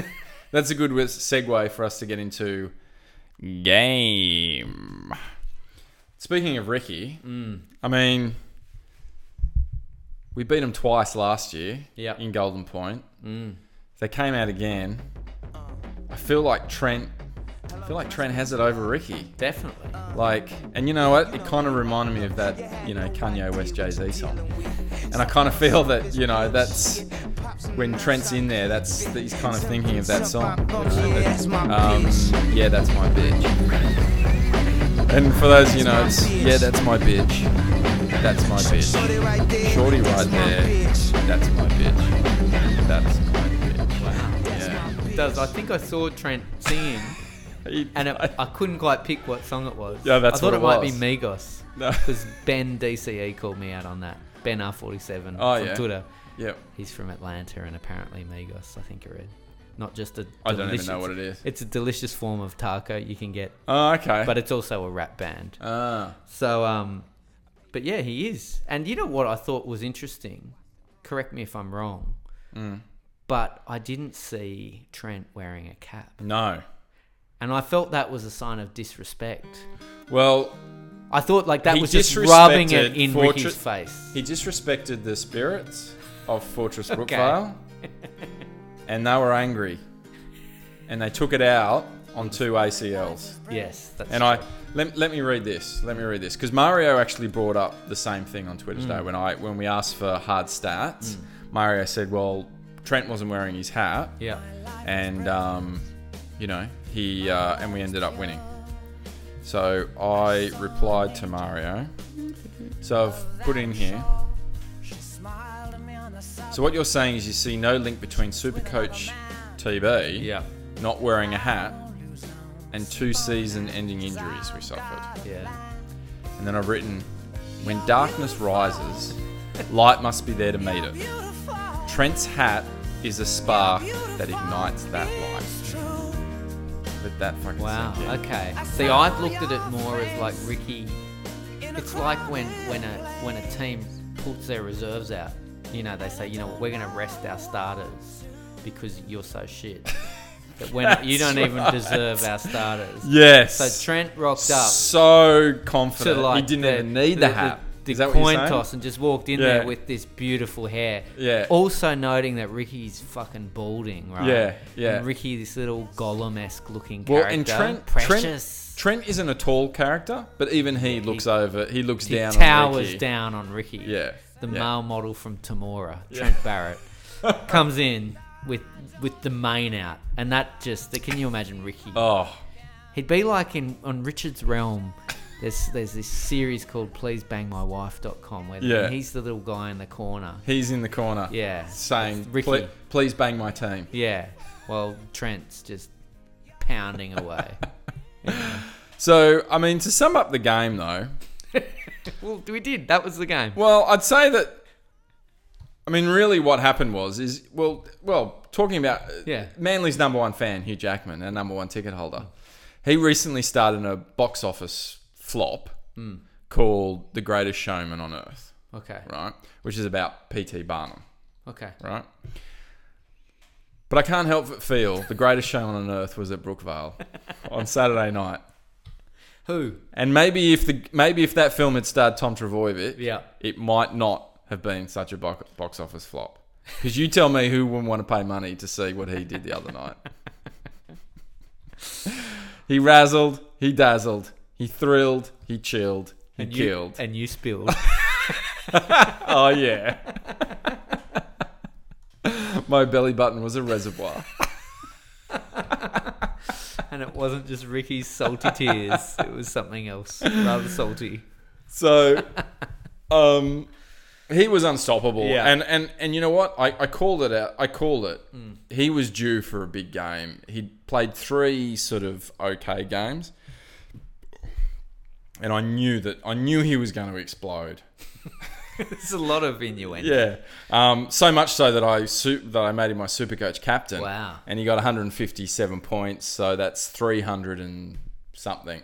S4: that's a good wis- segue for us to get into game. Speaking of Ricky, I mean, we beat him twice last year
S5: Yep.
S4: in Golden Point. They came out again. I feel like Trent. I feel like Trent has it over Ricky.
S5: Definitely.
S4: Like, and you know what? It kind of reminded me of that, you know, Kanye West Jay Z song. And I kind of feel that, you know, that's when Trent's in there, that's that he's kind of thinking of that song. you know, that, um, yeah, that's my bitch. And for those, you know, it's, yeah, that's my bitch. That's my bitch. Shorty right there. That's my bitch. That's my bitch. Yeah.
S5: It does. I think I saw Trent singing,
S4: He-
S5: and it, I couldn't quite pick what song it was.
S4: Yeah, that's
S5: I thought
S4: what
S5: it,
S4: it
S5: might
S4: was.
S5: be Migos,
S4: No.
S5: because Ben DCE called me out on that. Ben R47
S4: Oh,
S5: from
S4: yeah.
S5: Twitter.
S4: Yep.
S5: He's from Atlanta, and apparently Migos. I think I read. Not just a.
S4: I don't even
S5: delicious-
S4: know what it is.
S5: It's a delicious form of taco you can get
S4: Oh, okay.
S5: but it's also a rap band.
S4: ah,
S5: So, um, but yeah, he is. And you know what I thought was interesting? Correct me if I'm wrong,
S4: Mm.
S5: but I didn't see Trent wearing a cap,
S4: no.
S5: and I felt that was a sign of disrespect.
S4: Well,
S5: I thought like that
S4: He
S5: was just rubbing
S4: disrespected
S5: it in
S4: Fortre-
S5: Ricky's face.
S4: He disrespected the spirits of Fortress
S5: Okay.
S4: Brookvale, and they were angry, and they took it out on two ACLs.
S5: yes, that's
S4: And
S5: true.
S4: I let, let me read this. Let me read this because Mario actually brought up the same thing on Twitter today when I when we asked for hard stats. Mario said, "Well, Trent wasn't wearing his hat,
S5: yeah,
S4: and um, you know he uh, and we ended up winning." So I replied to Mario. So I've put in here. So what you're saying is you see no link between Supercoach TB
S5: yeah,
S4: not wearing a hat, and two season-ending injuries we suffered.
S5: yeah.
S4: And then I've written, when darkness rises, light must be there to meet it. Trent's hat is a spark that ignites that light. Let that fucking
S5: Wow.
S4: sink in.
S5: Okay. See, I've looked at it more as like Ricky. It's like when when a when a team puts their reserves out. You know, they say, you know, what, we're going to rest our starters because you're so shit. That when you don't even deserve our starters.
S4: Yes.
S5: So Trent rocked up
S4: so
S5: to
S4: confident. he
S5: like
S4: didn't
S5: the-
S4: even need the,
S5: the-
S4: hat.
S5: the
S4: Is that what you're
S5: coin
S4: saying?
S5: toss and just walked in
S4: Yeah.
S5: there with this beautiful hair.
S4: Yeah.
S5: Also noting that Ricky's fucking balding, right?
S4: Yeah, yeah.
S5: And Ricky, this little golem-esque looking
S4: Well,
S5: character.
S4: and Trent,
S5: precious.
S4: Trent, Trent isn't a tall character, but even he looks over. He looks
S5: he
S4: down. on
S5: towers
S4: Ricky.
S5: down on Ricky.
S4: Yeah,
S5: The
S4: yeah.
S5: male model from Tamora, Trent Barrett, comes in with with the mane out, and that just can you imagine Ricky?
S4: Oh,
S5: He'd be like in on Richard's realm. There's there's this series called Please Bang My Wife.com where
S4: Yeah.
S5: he's the little guy in the corner.
S4: he's in the corner.
S5: Yeah.
S4: Saying,
S5: Ricky.
S4: "Ple- please bang my team.
S5: Yeah. Well, Trent's just pounding away.
S4: So, I mean, to sum up the game, though,
S5: well, we did. That was the game.
S4: well, I'd say that. I mean, really, what happened was is well, well, talking about uh,
S5: Yeah.
S4: Manly's number one fan, Hugh Jackman, our number one ticket holder. He recently starred in a box office flop
S5: Hmm.
S4: called "The Greatest Showman on Earth,"
S5: Okay.
S4: right? Which is about P.T. Barnum.
S5: Okay.
S4: right? But I can't help but feel the greatest showman on earth was at Brookvale on Saturday night.
S5: Who?
S4: And maybe if the maybe if that film had starred Tom Travojevic,
S5: Yeah.
S4: it might not have been such a bo- box office flop. Because you tell me who wouldn't want to pay money to see what he did the other night. he razzled, he dazzled, he thrilled, he chilled, he
S5: And you-
S4: killed.
S5: and you spilled.
S4: Oh yeah. My belly button was a reservoir.
S5: and it wasn't just Ricky's salty tears. It was something else, rather salty.
S4: So, um, he was unstoppable.
S5: Yeah.
S4: And and and you know what? I, I called it out. I called it.
S5: Mm.
S4: He was due for a big game. He played three sort of okay games, and I knew that I knew he was going to explode.
S5: There's a lot of innuendo.
S4: Yeah. Um, so much so that I su- that I made him my super coach captain.
S5: Wow.
S4: And he got 157 points, so that's 300 and something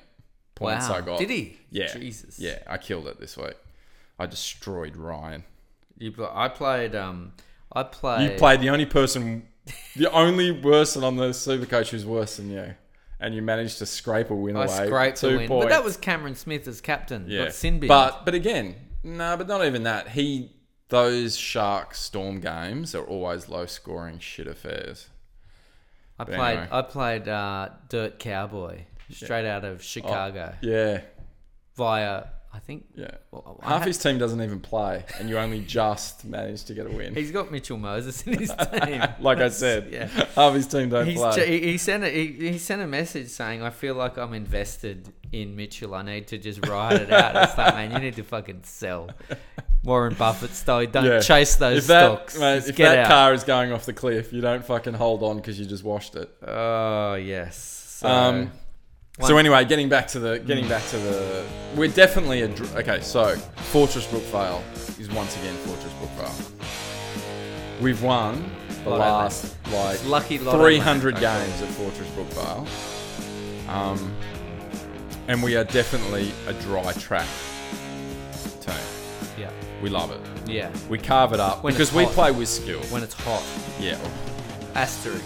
S4: points
S5: Wow.
S4: I got.
S5: Did he?
S4: Yeah.
S5: Jesus.
S4: Yeah, I killed it this week. I destroyed Ryan.
S5: You, pl- I played. Um, I
S4: You
S5: played.
S4: played the only person, the only person on the super coach who's worse than you, and you managed to scrape a win
S5: I
S4: away.
S5: scraped
S4: two
S5: the win,
S4: points.
S5: but that was Cameron Smith as captain,
S4: Yeah.
S5: not Sinbin.
S4: But but again, no, but not even that. He those shark storm games are always low scoring shit affairs.
S5: I played.
S4: anyway.
S5: I played uh, Dirt Cowboy straight out of Chicago
S4: Oh. Yeah,
S5: via. I think.
S4: yeah.
S5: Well, I
S4: Half
S5: ha-
S4: his team doesn't even play, and you only just managed to get a win.
S5: He's got Mitchell Moses in his team.
S4: Like I said,
S5: Yeah.
S4: half his team don't
S5: He's,
S4: play.
S5: ch- he he sent a he, he sent a message saying I feel like I'm invested in Mitchell. I need to just ride it out. It's like man, you need to fucking sell Warren Buffett style. Don't
S4: Yeah.
S5: chase those
S4: if that,
S5: stocks.
S4: mate,
S5: Just
S4: if
S5: get
S4: that
S5: out.
S4: car is going off the cliff, you don't fucking hold on because you just washed it.
S5: Oh yes. So,
S4: Um, so
S5: One-
S4: anyway, getting back to the getting back to the, we're definitely a dr- okay. So Fortress Brookvale is once again Fortress Brookvale. We've won the
S5: Lotto
S4: last like
S5: It's lucky Lotto
S4: three hundred
S5: money.
S4: games at Fortress Brookvale, um, and we are definitely a dry track team.
S5: yeah,
S4: We love it.
S5: yeah.
S4: We carve it up
S5: When
S4: because
S5: it's
S4: we
S5: hot.
S4: play with skill.
S5: When it's hot,
S4: yeah.
S5: asterisk.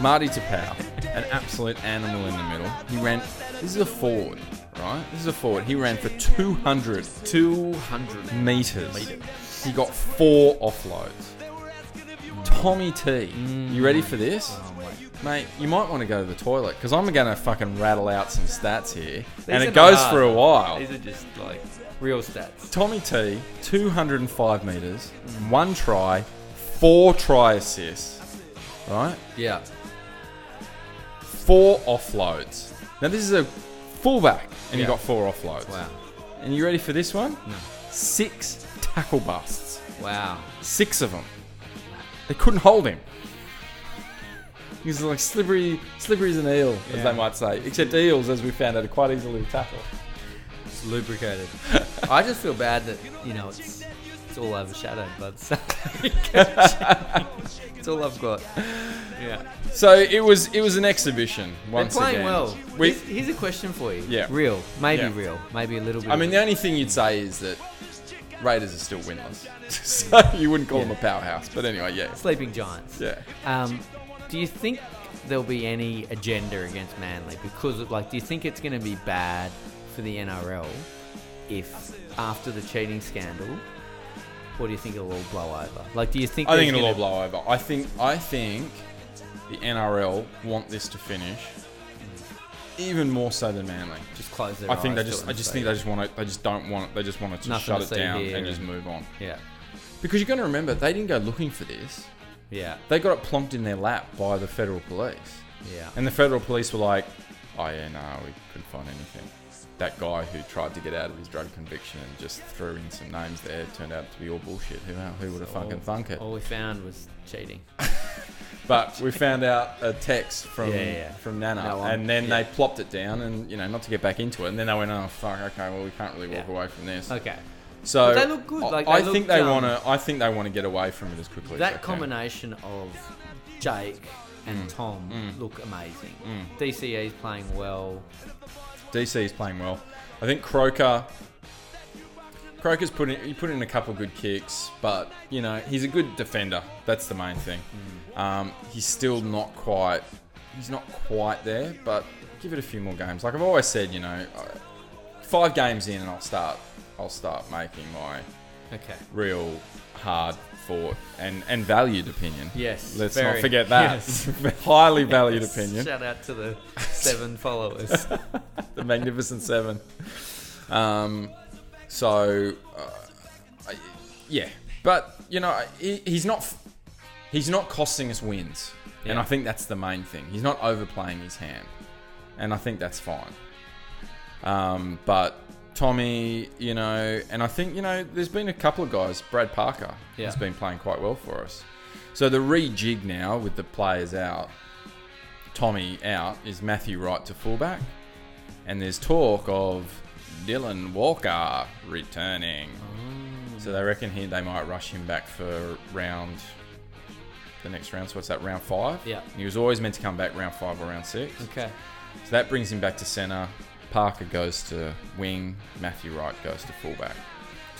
S4: Marty Tapau, an absolute animal in the middle. He ran. This is a forward, right? This is a forward. He ran for 200
S5: Two hundred. Oh,
S4: meters. He got four offloads. Tommy T, you ready for this?
S5: Mm.
S4: Mate, you might want to go to the toilet because I'm going to fucking rattle out some stats here. and
S5: are
S4: it goes
S5: not
S4: for a while.
S5: These are just like real stats.
S4: Tommy T, 205 meters, one try, four try assists, right?
S5: Yeah.
S4: four offloads. Now this is a fullback, and he
S5: Yeah.
S4: got four offloads.
S5: Wow.
S4: And you ready for this one? No. Six tackle busts.
S5: Wow.
S4: Six of them. They couldn't hold him. He's like slippery, slippery as an eel, as
S5: Yeah.
S4: they might say. Except eels, as we found out, are quite easily to tackle.
S5: It's lubricated. I just feel bad that you know it's it's all overshadowed by the Sunday It's all I've got. Yeah,
S4: So it was, it was an exhibition.
S5: they're
S4: Once
S5: playing
S4: again.
S5: well.
S4: We-
S5: here's, here's a question for you.
S4: Yeah.
S5: real, maybe
S4: Yeah.
S5: real, maybe a little bit.
S4: I mean, the only thing you'd say is that Raiders are still winless. so you wouldn't call them a powerhouse, but anyway, yeah,
S5: sleeping giants.
S4: yeah.
S5: Um, do you think there'll be any agenda against Manly because, of, like, do you think it's going to be bad for the NRL if after the cheating scandal, what do you think it'll all blow over? Like, do you think?
S4: I think
S5: there's
S4: it'll all
S5: gonna-
S4: blow over. I think I think the NRL want this to finish even more so than Manly.
S5: Just close their
S4: I think they
S5: eyes to
S4: just
S5: it
S4: I
S5: and
S4: just
S5: say,
S4: think they just want it. They just don't want it. They just want it to
S5: Nothing
S4: shut
S5: to
S4: it
S5: see
S4: down
S5: here
S4: and just
S5: and-
S4: move on.
S5: Yeah,
S4: Because you're going to remember they didn't go looking for this.
S5: yeah,
S4: They got it plonked in their lap by the federal police.
S5: yeah.
S4: And the federal police were like, oh yeah, no, we couldn't find anything. That guy who tried to get out of his drug conviction and just threw in some names there turned out to be all bullshit. Who, who would have fucking thunk it?
S5: All we found was cheating.
S4: But we found out a text from
S5: Yeah, yeah.
S4: from Nana,
S5: No, I'm-
S4: and then
S5: yeah.
S4: they plopped it down, and you know, not to get back into it. And then they went, oh fuck, okay, well we can't really walk
S5: Yeah.
S4: away from this.
S5: Okay.
S4: So
S5: But they look good,
S4: I-
S5: like,
S4: I
S5: they
S4: think
S5: looked,
S4: they
S5: um,
S4: want to. I think they want to get away from it as quickly. as
S5: That
S4: they can.
S5: combination of Jake and
S4: Mm.
S5: Tom look amazing. DCE is playing well.
S4: DC is playing well. I think Croker. Croker's put in, he put in a couple of good kicks, but you know he's a good defender. That's the main thing.
S5: Mm.
S4: Um, he's still not quite. He's not quite there, but give it a few more games. Like I've always said, you know, I- five games in, and I'll start. I'll start making my
S5: Okay.
S4: real hard fought and and valued opinion.
S5: Yes,
S4: let's
S5: very.
S4: not forget that highly valued opinion.
S5: Shout out to the seven followers.
S4: the Magnificent Seven. Um, so, uh, I- yeah, but you know, he, he's not he's not costing us wins, and
S5: Yeah.
S4: I think that's the main thing. He's not overplaying his hand, and I think that's fine. Um, but Tommy, you know, and I think you know, there's been a couple of guys. Brad Parker
S5: Yeah.
S4: has been playing quite well for us. So the rejig now with the players out, Tommy out is Matthew Wright to fullback, and there's talk of Dylan Walker returning. So they reckon he they might rush him back for round the next round. So what's that? Round five.
S5: Yeah.
S4: He was always meant to come back round five or round six.
S5: okay.
S4: So that brings him back to centre. Parker goes to wing. Matthew Wright goes to fullback.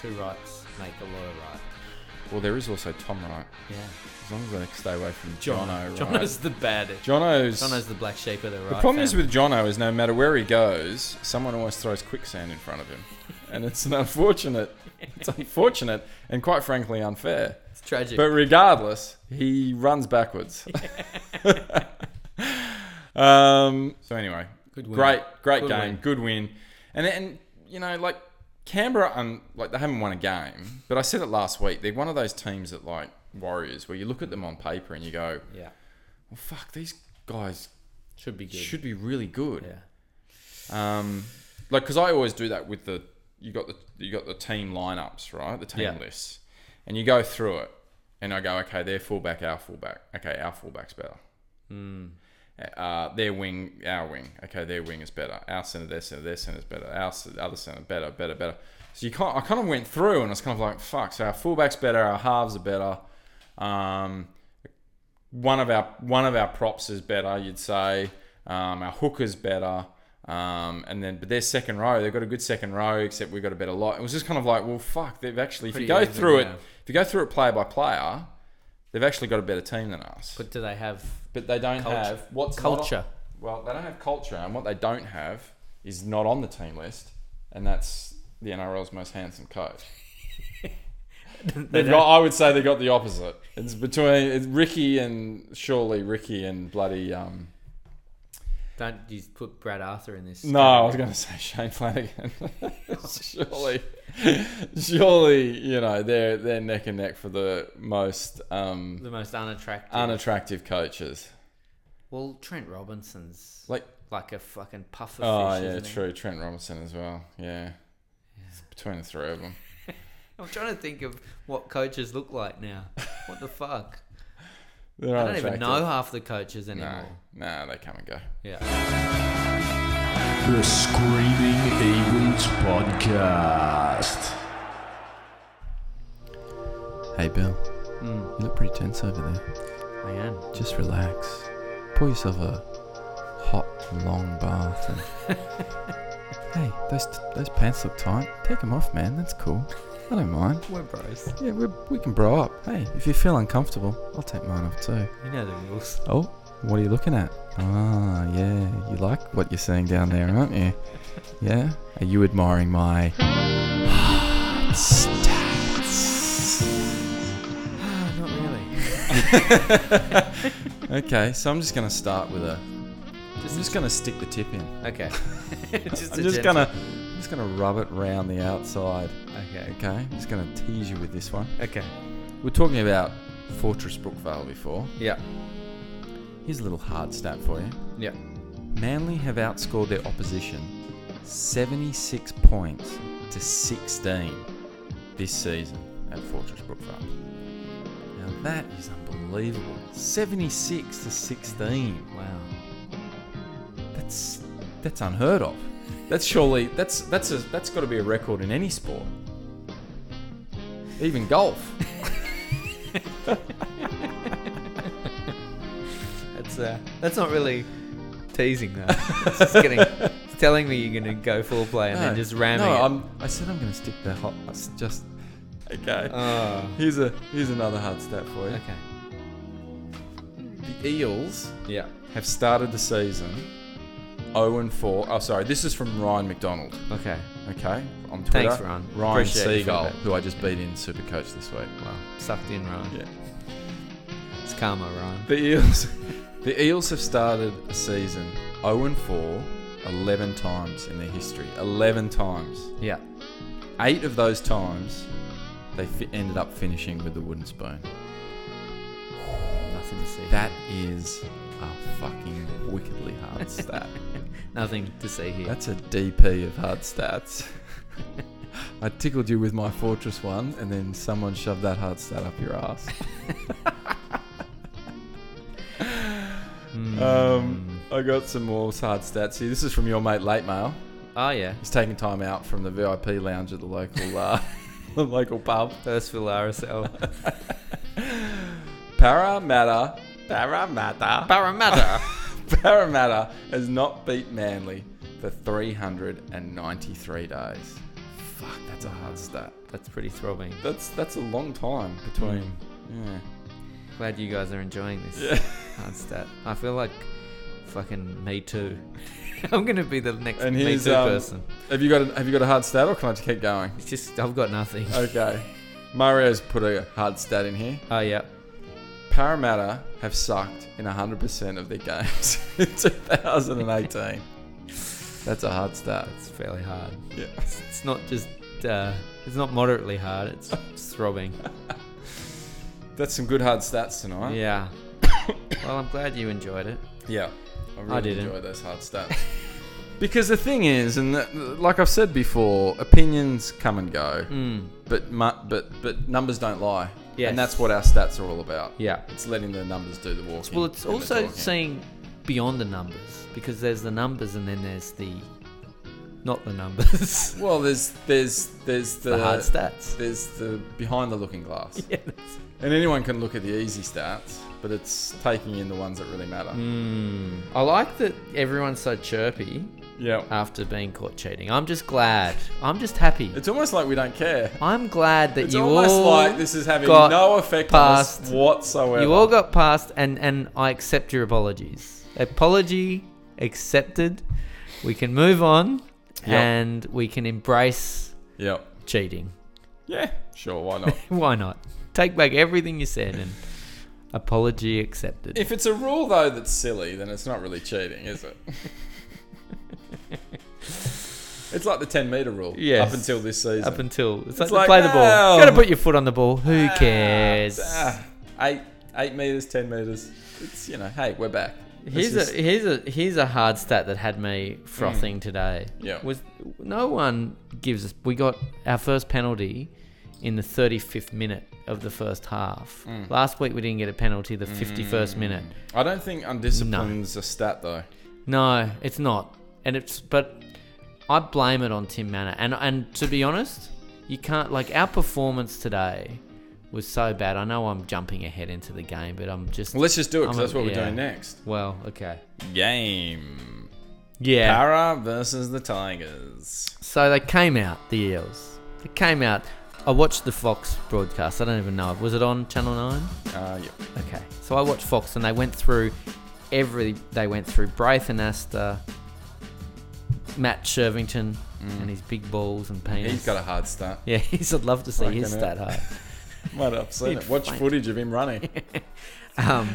S5: Two rights make a lot of right.
S4: Well, there is also Tom Wright.
S5: Yeah.
S4: As long as they stay away from Jono.
S5: Jono's
S4: Jono's.
S5: the bad. e-
S4: Jono's.
S5: Jono's the black sheep of the right.
S4: the problem is with Jono is no matter where he goes, someone always throws quicksand in front of him, and it's an unfortunate. It's unfortunate and quite frankly unfair.
S5: it's tragic.
S4: But regardless, he runs backwards. um, so anyway,
S5: Good win.
S4: great, great
S5: Good
S4: game,
S5: win.
S4: good win, and and you know like Canberra, um, like they haven't won a game, but I said it last week. They're one of those teams that like Warriors, where you look at them on paper and you go,
S5: yeah.
S4: well, fuck, these guys
S5: Should be good.
S4: should be really good.
S5: Yeah.
S4: Um, like because I always do that with the you got the you got the team lineups right, the team
S5: Yeah.
S4: lists, and you go through it, and I go, okay, their fullback, our fullback, okay, our fullback's better. Uh, their wing, our wing, okay, their wing is better. Our center, their center, their center's better. Our c- other center, better, better, better. So you can't. I kind of went through, and I was kind of like, fuck. So our fullback's better, our halves are better. Um, one of our one of our props is better, you'd say. Um, our hooker's better. Um, and then, but their second row, they've got a good second row, except we've got a better lot. It was just kind of like, well, fuck, they've actually, if you
S5: Pretty
S4: go
S5: even,
S4: through it,
S5: yeah.
S4: if you go through it player by player, they've actually got a better team than us. But,
S5: But do they have?
S4: they don't
S5: Culture.
S4: have what's not-
S5: Culture.
S4: well, they don't have culture, and what they don't have is not on the team list, and that's the NRL's most handsome coach. They've got, I would say they got the opposite. It's between it's Ricky and surely Ricky and bloody. Um,
S5: Don't you put Brad Arthur in this?
S4: no, I was going to say Shane Flanagan. surely, surely, you know they're they're neck and neck for the most um,
S5: The most unattractive.
S4: unattractive coaches.
S5: well, Trent Robinson's
S4: Like
S5: like a fucking puffer
S4: oh
S5: fish.
S4: yeah,
S5: isn't he?
S4: true. Trent Robinson as well. Yeah, it's between the three of them.
S5: I'm trying to think of what coaches look like now. What the fuck?
S4: They're
S5: I don't even
S4: unattractive.
S5: know half the coaches
S4: No,
S5: anymore.
S4: no, they come and go.
S5: Yeah.
S3: The Screaming Eagles Podcast.
S4: Hey Bill, you Hmm. look pretty tense over there.
S5: I am.
S4: Just relax. Pour yourself a hot, long bath. And hey, those those pants look tight. Take them off, man. That's cool. I don't mind.
S5: We're bros.
S4: Yeah, we we can bro up. Hey, if you feel uncomfortable, I'll take mine off too.
S5: You know the rules.
S4: Oh, what are you looking at? Ah, yeah, you like what you're seeing down there, aren't you? Yeah? Are you admiring my
S5: Not really.
S4: Okay, so I'm just gonna start with a. I'm just gonna stick the tip in.
S5: Okay. just
S4: I'm just gonna, I'm just gonna rub it round the outside.
S5: Okay.
S4: Okay, I'm just gonna tease you with this one.
S5: Okay.
S4: We're talking about Fortress Brookvale before.
S5: Yeah.
S4: Here's a little hard stat for you.
S5: Yeah.
S4: Manly have outscored their opposition 76 points to 16 this season at Fortress Brookvale. Now that is unbelievable. 76 to 16.
S5: Wow.
S4: That's that's unheard of. That's surely that's that's a that's got to be a record in any sport. Even golf.
S5: That's uh, that's not really teasing though. It's just getting, it's telling me you're gonna go full play and then just ramming
S4: No,
S5: it.
S4: I'm, I said I'm going to stick the hot. It's just okay.
S5: Oh.
S4: here's a here's another hard stat for you.
S5: Okay.
S4: The Eels
S5: Yeah.
S4: have started the season 0 and 4. Oh, sorry, this is from Ryan McDonald.
S5: Okay.
S4: Okay, on Twitter.
S5: Thanks, Ryan.
S4: Ryan
S5: Appreciate your
S4: Seagull,
S5: feedback.
S4: who I just beat in Supercoach this week.
S5: Well, sucked in, Ryan.
S4: Yeah.
S5: It's karma, Ryan.
S4: The Eels, the Eels have started a season 0 and 4, 11 times in their history. 11 times.
S5: Yeah.
S4: Eight of those times, they fi- ended up finishing with the wooden spoon.
S5: Nothing to see.
S4: That is a fucking wickedly hard stat.
S5: Nothing to see here.
S4: That's a DP of hard stats. I tickled you with my fortress one, and then someone shoved that hard stat up your ass. um, I got some more hard stats here. This is from your mate Late Mail.
S5: oh yeah.
S4: He's taking time out from the VIP lounge at the local uh, the local pub.
S5: Hurstville RSL.
S4: Parramatta, Parramatta,
S5: Parramatta.
S4: Parramatta has not beat Manly for 393 days. Fuck, that's a hard stat.
S5: That's pretty throbbing.
S4: That's that's a long time between. Yeah.
S5: Glad you guys are enjoying this hard stat. I feel like fucking me too. I'm gonna be the next
S4: And
S5: me
S4: here's
S5: too
S4: um,
S5: person.
S4: have you got a, have you got a hard stat or can I just keep going?
S5: It's just I've got nothing.
S4: Okay, Mario's put a hard stat in here.
S5: Oh yeah.
S4: Parramatta have sucked in 100% of their games in 2018. That's a hard stat.
S5: It's fairly hard.
S4: Yeah.
S5: It's not just. Uh, it's not moderately hard. It's, it's throbbing.
S4: Uh-huh. That's some good hard stats tonight.
S5: Yeah. Well, I'm glad you enjoyed it.
S4: Yeah, I really
S5: didn't.
S4: enjoy those hard stats. because the thing is, and that, like I've said before, opinions come and go, but mu- but but numbers don't lie.
S5: Yes.
S4: and that's what our stats are all about.
S5: Yeah.
S4: it's letting the numbers do the walking.
S5: Well, it's
S4: and the
S5: also
S4: talking.
S5: seeing beyond the numbers because there's the numbers and then there's the not the numbers.
S4: Well, there's there's there's the,
S5: the hard stats.
S4: There's the behind the looking glass,
S5: Yeah, that's-
S4: and anyone can look at the easy stats, but it's taking in the ones that really matter.
S5: Mm. I like that everyone's so chirpy
S4: Yeah,
S5: after being caught cheating. I'm just glad. I'm just happy.
S4: it's almost like we don't care.
S5: I'm glad that
S4: It's
S5: you
S4: almost
S5: all
S4: like this is having
S5: got
S4: no effect on us
S5: past.
S4: whatsoever.
S5: You all got past, and and I accept your apologies. Apology accepted. We can move on, and we can embrace
S4: Yep.
S5: cheating.
S4: Yeah, sure, why not?
S5: Why not? Take back everything you said and apology accepted.
S4: if it's a rule though that's silly, then it's not really cheating, is it? it's like the ten meter rule.
S5: Yes.
S4: Up until this season.
S5: Up until it's, like,
S4: like,
S5: play the ball.
S4: oh.
S5: You gotta put your foot on the ball. Who cares?
S4: Ah, eight eight meters, ten meters. It's you know, hey, we're back. This
S5: Here's
S4: is-
S5: a here's a here's a hard stat that had me frothing today.
S4: Yeah.
S5: was no one gives us. We got our first penalty in the 35th minute of the first half. Last week we didn't get a penalty. The 51st minute.
S4: I don't think undiscipline's a stat though.
S5: No, it's not. And it's but I blame it on Tim Manor. And and to be honest, you can't like our performance today was so bad. I know I'm jumping ahead into the game, but I'm just
S4: Well, let's just do it
S5: I'm
S4: because
S5: a-
S4: that's what we're
S5: yeah.
S4: doing next.
S5: Well, okay.
S4: Game.
S5: Yeah.
S4: Para versus the Tigers.
S5: So they came out, the Eels. They came out. I watched the Fox broadcast. I don't even know. Was it on Channel 9?
S4: Uh, yeah.
S5: Okay. So I watched Fox and they went through every. They went through Braith and Asta, Matt Shervington and his big balls and penis.
S4: Mm. He's got a hard start.
S5: Yeah, he's, I'd love to see his
S4: Fucking hell.
S5: stat high.
S4: Might have seen it. Watch
S5: fight.
S4: footage of him running.
S5: um,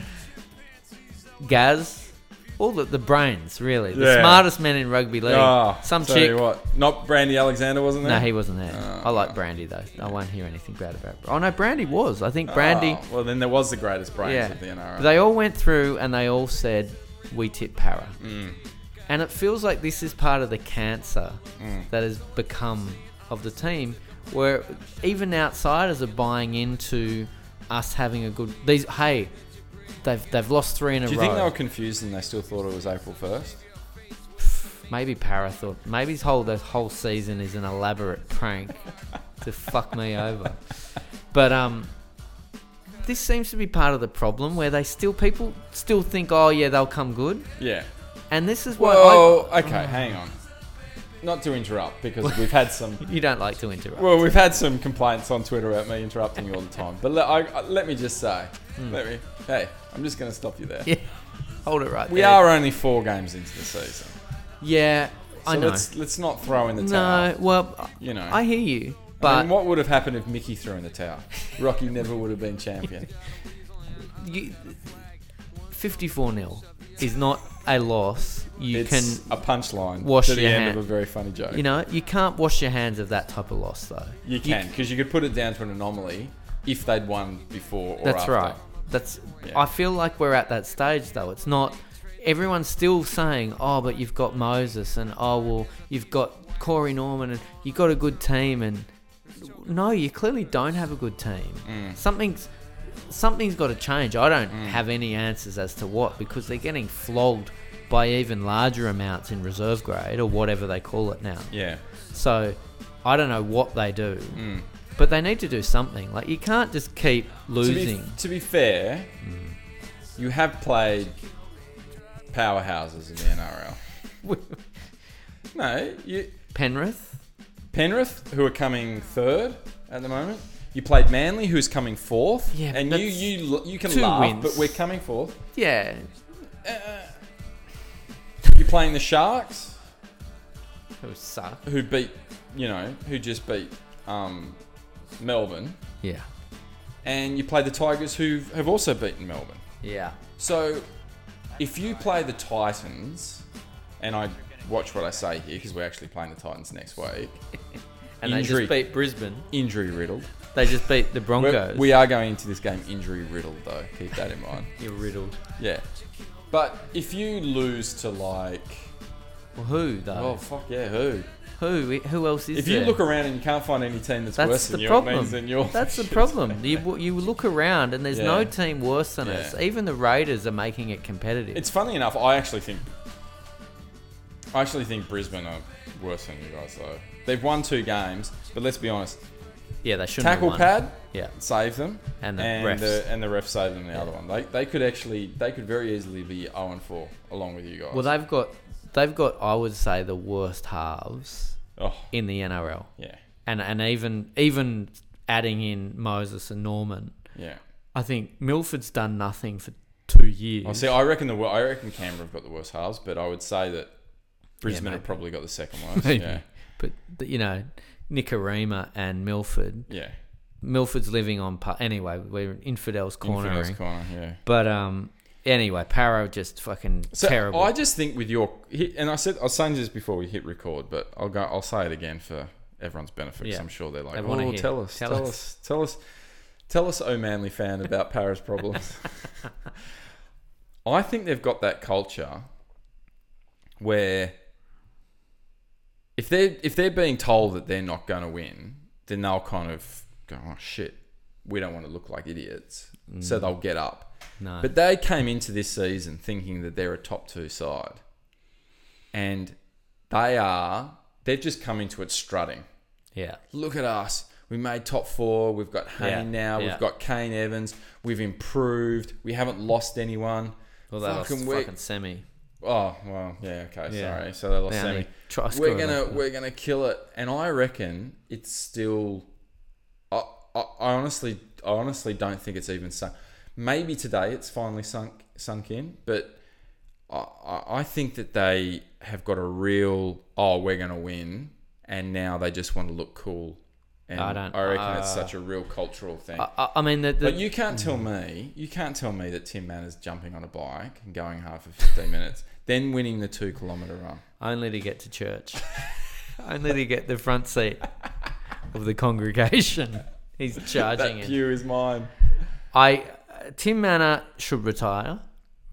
S5: Gaz, all the, the brains, really. The
S4: Yeah.
S5: smartest men in rugby league.
S4: Ah,
S5: Some
S4: tell you
S5: chick.
S4: what, not Brandy Alexander, wasn't
S5: No,
S4: there?
S5: he wasn't there.
S4: Oh,
S5: I like
S4: no.
S5: Brandy, though. I won't hear anything bad about Oh, no, Brandy was. I think Brandy.
S4: Oh, well, then there was the greatest brains
S5: yeah.
S4: of the NRL.
S5: But they all went through and they all said, we tip para.
S4: Mm.
S5: And it feels like this is part of the cancer
S4: Mm.
S5: that has become of the team, where even outsiders are buying into us having a good. These hey, they've they've lost three in a
S4: Do you
S5: row.
S4: think they were confused and they still thought it was April 1st?
S5: Maybe Para thought maybe his whole this whole season is an elaborate prank to fuck me over. But um this seems to be part of the problem where they still people still think, oh yeah, they'll come good.
S4: Yeah.
S5: And this is why I,
S4: Well, okay, hang on. Not to interrupt because we've had some.
S5: you don't like to interrupt.
S4: Well, we've had some complaints on Twitter about me interrupting you all the time. But let, I, I- let me just say, let me. Hey, I'm just going to stop you there.
S5: Hmm. yeah. Hold it right
S4: We
S5: there.
S4: are only four games into the season,
S5: Yeah,
S4: so
S5: I know.
S4: let's let's not throw in the towel.
S5: No, well
S4: You know.
S5: I hear you.
S4: I
S5: But
S4: mean, what would have happened if Mickey threw in the towel? Rocky never would have been champion.
S5: you, 54 0 is not a loss. You
S4: it's
S5: can
S4: a punchline
S5: wash
S4: to the
S5: your
S4: end
S5: hand.
S4: of a very funny joke.
S5: You know, you can't wash your hands of that type of loss, though.
S4: you can because you could put it down to an anomaly if they'd won before or
S5: that's
S4: after.
S5: right. That's.
S4: Yeah.
S5: I feel like we're at that stage, though. It's not. Everyone's still saying, "Oh, but you've got Moses, and oh, well, you've got Corey Norman, and you got a good team." And no, you clearly don't have a good team.
S4: Mm.
S5: Something's something's got to change. I don't have any answers as to what because they're getting flogged by even larger amounts in reserve grade or whatever they call it now.
S4: Yeah.
S5: So I don't know what they do,
S4: Mm.
S5: but they need to do something. Like you can't just keep
S4: To be,
S5: losing.
S4: to be fair, you have played powerhouses in the NRL. No, you
S5: Penrith,
S4: Penrith, who are coming third at the moment. You played Manly, who's coming fourth.
S5: Yeah, but
S4: and you
S5: that's
S4: you l- you can
S5: two
S4: laugh,
S5: wins.
S4: but we're coming fourth.
S5: yeah,
S4: You're playing the Sharks,
S5: who suck.
S4: who beat you know who just beat um, Melbourne,
S5: Yeah,
S4: and you play the Tigers, who have also beaten Melbourne.
S5: yeah,
S4: So, if you play the Titans, and I watch what I say here because we're actually playing the Titans next week,
S5: and
S4: Injury.
S5: they just beat Brisbane.
S4: injury riddled.
S5: They just beat the
S4: We're,
S5: Broncos.
S4: we are going into this game injury riddled, though. Keep that in mind.
S5: You're riddled.
S4: Yeah. But if you lose to like,
S5: Well, who
S4: oh
S5: though?
S4: fuck yeah, who?
S5: Who? Who else is
S4: If
S5: there?
S4: you look around and you can't find any team that's, worse
S5: Oh. that's
S4: than
S5: the
S4: you, it means then you're.
S5: problem. That's the problem. You, you look around and there's no
S4: Yeah.
S5: team worse than us.
S4: Yeah.
S5: Even the Raiders are making it competitive.
S4: It's funny enough. I actually think. I actually think Brisbane are worse than you guys though. They've won two games, but let's be honest.
S5: yeah, they shouldn't
S4: Tackle
S5: have won.
S4: pad
S5: Yeah,
S4: saved them,
S5: And the
S4: and
S5: refs.
S4: the and the ref saved them. The other one, they, they could actually they could very easily be zero and four along with you guys.
S5: Well, they've got they've got I would say the worst halves
S4: oh
S5: in the NRL,
S4: yeah
S5: and and even even adding in Moses and Norman,
S4: yeah.
S5: I think Milford's done nothing for two years.
S4: I Oh, see. I reckon the wor- I reckon Canberra have got the worst halves, but I would say that Brisbane have
S5: maybe.
S4: probably got the second worst.
S5: Maybe.
S4: Yeah,
S5: But th- you know, Nicarima and Milford,
S4: yeah.
S5: Milford's living on par- anyway. We're in infidels cornering,
S4: Infidels corner. Yeah.
S5: but um. Anyway, Paro just fucking
S4: So
S5: terrible.
S4: I just think with your he- and I said I was saying this before we hit record, but I'll go. I'll say it again for everyone's benefit. 'cause
S5: Yeah.
S4: I'm sure they're like,
S5: They wanna
S4: oh,
S5: hear.
S4: tell us,
S5: Tell
S4: tell,
S5: us."
S4: us. tell us, tell us, oh manly fan about Paris problems. I think they've got that culture where if they're if they're being told that they're not going to win, then they'll kind of go, oh shit, we don't want to look like idiots, so they'll get up.
S5: no,
S4: But they came into this season thinking that they're a top two side. And they are, they've just come into it strutting.
S5: yeah,
S4: Look at us. We made top four. We've got Hayne
S5: Yeah,
S4: now.
S5: yeah.
S4: We've got Kane Evans. We've improved. We haven't lost anyone.
S5: well, they lost
S4: Fucking we-
S5: fucking semi.
S4: Oh well, yeah, okay,
S5: Yeah.
S4: sorry. So they lost
S5: They only
S4: Sammy.
S5: try scoring
S4: Oh, We're gonna
S5: that.
S4: we're gonna kill it, and I reckon it's still. I, I, I honestly I honestly don't think it's even sunk. Maybe today it's finally sunk sunk in, but I, I- I think that they have got a real oh we're going to win, and now they just want to look cool. And
S5: I don't-
S4: reckon it's
S5: uh,
S4: such a real cultural thing.
S5: I- I, I mean, the, the, Hmm.
S4: But you can't tell me, you can't tell me that Tim Manners jumping on a bike and going hard for 15 minutes, then winning the two kilometre run.
S5: only to get to church, only to get the front seat of the congregation. He's charging
S4: That
S5: it.
S4: pew is mine.
S5: I Tim Manor should retire,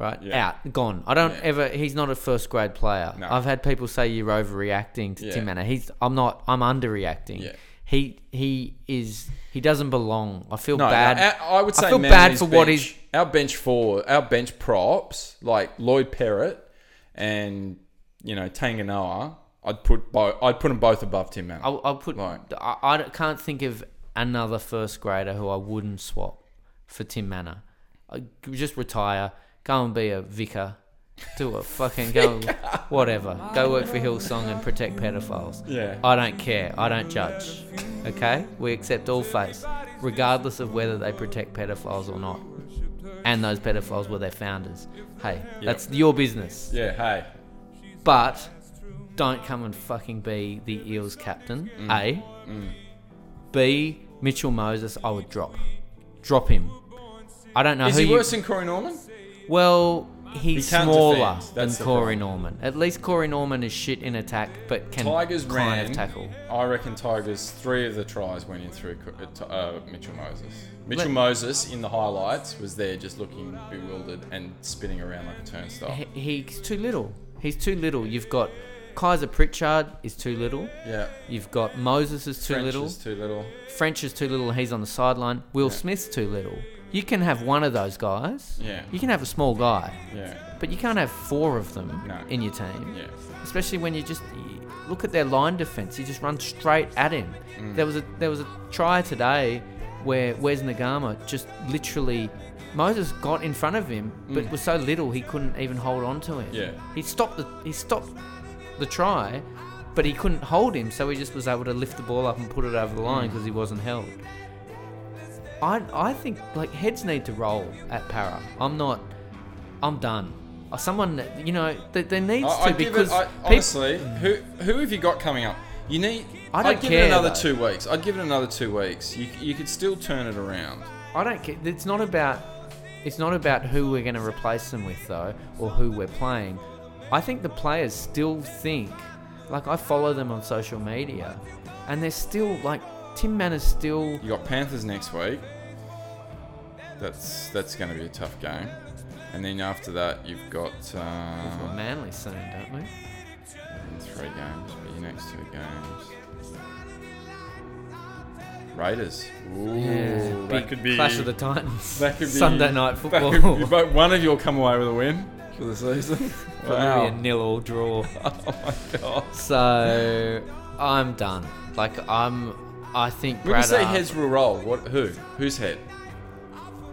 S5: right?
S4: Yeah.
S5: Out, gone. I don't
S4: Yeah.
S5: ever. He's not a first grade player.
S4: No.
S5: I've had people say you're overreacting to
S4: Yeah.
S5: Tim Manor. He's. I'm not. I'm underreacting.
S4: Yeah.
S5: He he is. He doesn't belong. I feel
S4: No,
S5: bad.
S4: no, I, I would say
S5: I feel bad
S4: Manly's
S5: for what
S4: bench-
S5: he's.
S4: our bench forward, our bench props like Lloyd Perrott and you know Tanganoa. I'd put both. I'd put them both above Tim Manners.
S5: I'll, I'll put.
S4: Right.
S5: I, I don't- can't think of another first grader who I wouldn't swap for Tim Manor. I, just retire. Go and be a vicar. Do a fucking go, whatever. Go work for Hillsong and protect pedophiles.
S4: Yeah.
S5: I don't care. I don't judge. Okay? We accept all faiths, regardless of whether they protect pedophiles or not. And those pedophiles were their founders. Hey, that's your business.
S4: yeah. Hey.
S5: But don't come and fucking be the Eels captain. A. B. Mitchell Moses, I would drop. Drop him. I don't know
S4: Is
S5: who
S4: he
S5: you-
S4: worse than Corey Norman?
S5: Well, he's
S4: can't
S5: smaller
S4: defend.
S5: than
S4: That's the
S5: Corey Norman. At least Corey Norman is shit in attack, but can
S4: Tigers
S5: kind
S4: ran.
S5: of tackle.
S4: I reckon Tigers. Three of the tries went in through Co- uh, T- uh, Mitchell Moses. Mitchell
S5: Let-
S4: Moses in the highlights was there, just looking bewildered and spinning around like a turnstile.
S5: He- He's too little. He's too little. You've got Kaiser Pritchard is too little.
S4: Yeah.
S5: You've got Moses is too
S4: French
S5: little.
S4: is too little.
S5: French is too little and he's on the sideline. Will Smith's too little. You can have one of those guys.
S4: Yeah.
S5: You can have a small guy,
S4: Yeah.
S5: but you can't have four of them
S4: No.
S5: in your team.
S4: Yeah.
S5: Especially when you just you look at their line defense. You just run straight at him.
S4: Mm.
S5: There was a there was a try today where Wes Nagama just literally Moses got in front of him, but was so little he couldn't even hold on to him.
S4: Mm. Yeah.
S5: He stopped the he stopped the try, but he couldn't hold him, so he just was able to lift the ball up and put it over the
S4: Mm.
S5: line because he wasn't held. I I think like heads need to roll at Para. I'm not. I'm done. Uh, Someone that- you know th- there needs
S4: I, I
S5: to
S4: give it.
S5: because
S4: I,
S5: peop-
S4: honestly, who who have you got coming up? You need.
S5: I don't
S4: would give
S5: care,
S4: it another
S5: though.
S4: two weeks. I'd give it another two weeks. You you could still turn it around.
S5: I don't care. It's not about. It's not about who we're going to replace them with though, or who we're playing. I think the players still think, like I follow them on social media, and they're still like Tim Mann is still.
S4: You got Panthers next week. That's that's going to be a tough game. And then after that, you've got
S5: Well,
S4: uh,
S5: Manly soon, don't we?
S4: three games. But your next two games. Raiders. Ooh, that
S5: big
S4: could be
S5: Clash of the Titans.
S4: that could be
S5: Sunday night
S4: that
S5: football.
S4: could be- but one of you'll come away with a win for the season.
S5: Probably a
S4: wow.
S5: nil all draw.
S4: Oh my god.
S5: So I'm done. Like I'm. I think
S4: When you
S5: Brad.
S4: say
S5: Ar-
S4: heads will roll, what who? Who's head?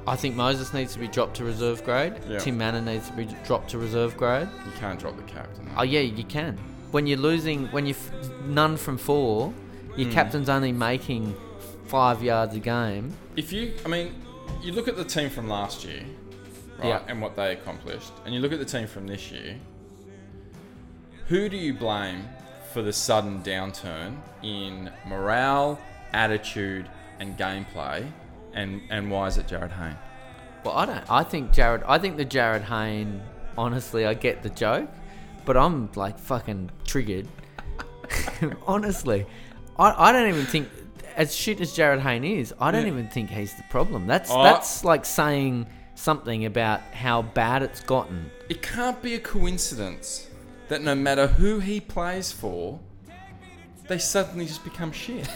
S5: I think Moses needs to be dropped to reserve grade.
S4: Yeah.
S5: Tim Manor needs to be dropped to reserve grade.
S4: You can't drop the captain.
S5: Oh yeah, you can. When you're losing, when you f- none from four, your
S4: Hmm.
S5: captain's only making five yards a game.
S4: If you, I mean, you look at the team from last year, right,
S5: Yeah.
S4: and what they accomplished, and you look at the team from this year. Who do you blame for the sudden downturn in morale, attitude, and gameplay? And and why is it Jared Hayne?
S5: Well, I don't. I think Jared. I think the Jared Hayne. Honestly, I get the joke, but I'm like fucking triggered. honestly, I, I don't even think as shit as Jared Hayne is. I don't
S4: Yeah.
S5: even think he's the problem. That's
S4: Oh.
S5: that's like saying something about how bad it's gotten.
S4: It can't be a coincidence that no matter who he plays for, they suddenly just become shit.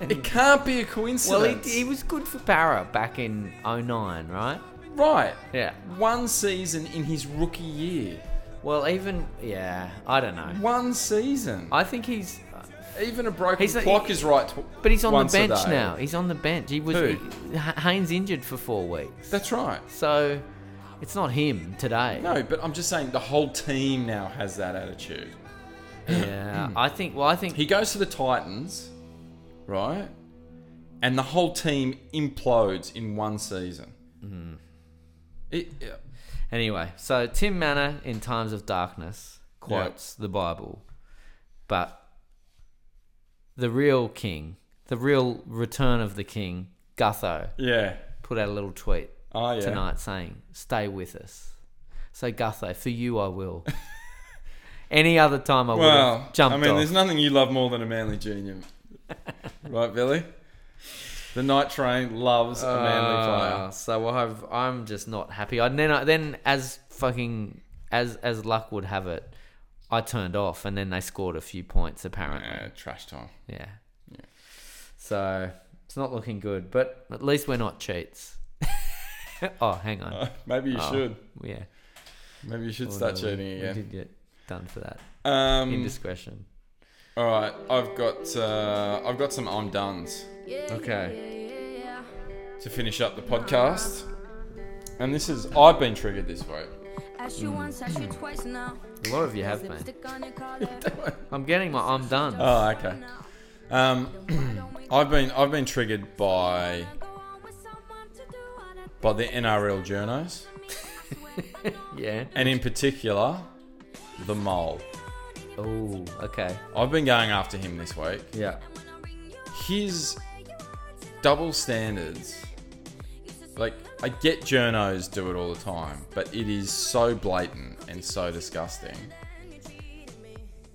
S4: it can't be a
S5: Well,
S4: coincidence.
S5: he, he was good for Barra back in 09, right?
S4: Right.
S5: Yeah.
S4: One season in his rookie year.
S5: Well, even yeah, I don't know.
S4: One season.
S5: I think he's,
S4: Even a broken
S5: He's a-
S4: clock is right. tw-
S5: but he's on
S4: once a
S5: the bench
S4: day.
S5: now. He's on the bench. He was
S4: Who?
S5: he- H- Haynes injured for four weeks,
S4: That's right.
S5: so it's not him today.
S4: No, but I'm just saying the whole team now has that attitude.
S5: Yeah, I think. Well, I think
S4: Hmm. He goes to the Titans, right? And the
S5: Mm-hmm.
S4: whole team implodes in one season. It, yeah.
S5: Anyway, so Tim Manor in times of darkness quotes the Bible, but the real king, the real return of the king, Gutho,
S4: Yeah.
S5: put out a little tweet
S4: Oh yeah.
S5: tonight saying, "Stay with us." So Gutho, for you I will. Any other time I would
S4: Well,
S5: have jumped
S4: I mean,
S5: off.
S4: there's nothing you love more than a manly junior, right, Billy? The night train loves a manly
S5: Uh,
S4: player.
S5: so I've, I'm just not happy. I, then, I, then as fucking as as luck would have it, I turned off, and then they scored a few points apparently.
S4: Yeah, trash time.
S5: Yeah. So it's not looking good, but at least we're not cheats. oh, hang on.
S4: Maybe you
S5: Oh,
S4: should.
S5: Yeah.
S4: Maybe you should
S5: Oh,
S4: start
S5: no, we-
S4: cheating
S5: We
S4: again.
S5: did get done for that
S4: Um,
S5: indiscretion.
S4: all right, I've got uh, I've got some I'm done's
S5: Okay.
S4: to finish up the podcast, and this is I've been triggered this way.
S6: Ask you once, ask you twice now.
S5: A lot of you have, mate.
S6: Stick on your collar.
S5: I'm getting my. I'm done.
S4: Oh, okay. Um, I've been I've been triggered by
S6: Go on with someone to do all that
S4: by the NRL journos,
S5: yeah.
S4: and in particular, the mole.
S5: Oh. Okay.
S4: I've been going after him this week.
S5: Yeah.
S4: His double standards. Like, I get journos do it all the time, but it is so blatant and so disgusting.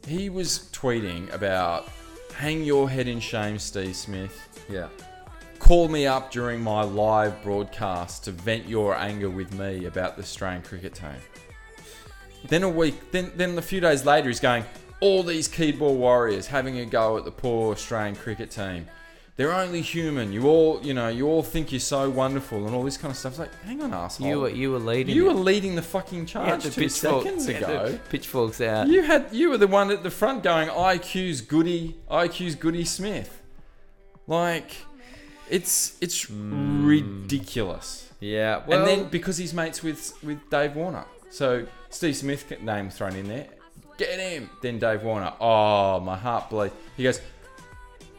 S4: He was tweeting about hang your head in shame, Steve Smith.
S5: Yeah.
S4: Call me up during my live broadcast to vent your anger with me about the Australian cricket team. Then a week, then then a few days later, he's going. All these keyboard warriors having a go at the poor Australian cricket team. They're only human. You all, you know, you all think you're so wonderful and all this kind of stuff. It's like, hang on, asshole.
S5: You were you were
S4: Oh.
S5: leading.
S4: You
S5: it.
S4: were leading the fucking
S5: Yeah,
S4: charge
S5: the
S4: two
S5: pitchfork-
S4: seconds
S5: yeah, the
S4: ago.
S5: pitchforks out.
S4: You had you were the one at the front going IQ's Goody IQ's Goody Smith. Like, it's it's ridiculous.
S5: Yeah. Well,
S4: and then because he's mates with with Dave Warner, so Steve Smith get- name thrown in there. Get him. Then Dave Warner. Oh, my heart bleeds. He goes.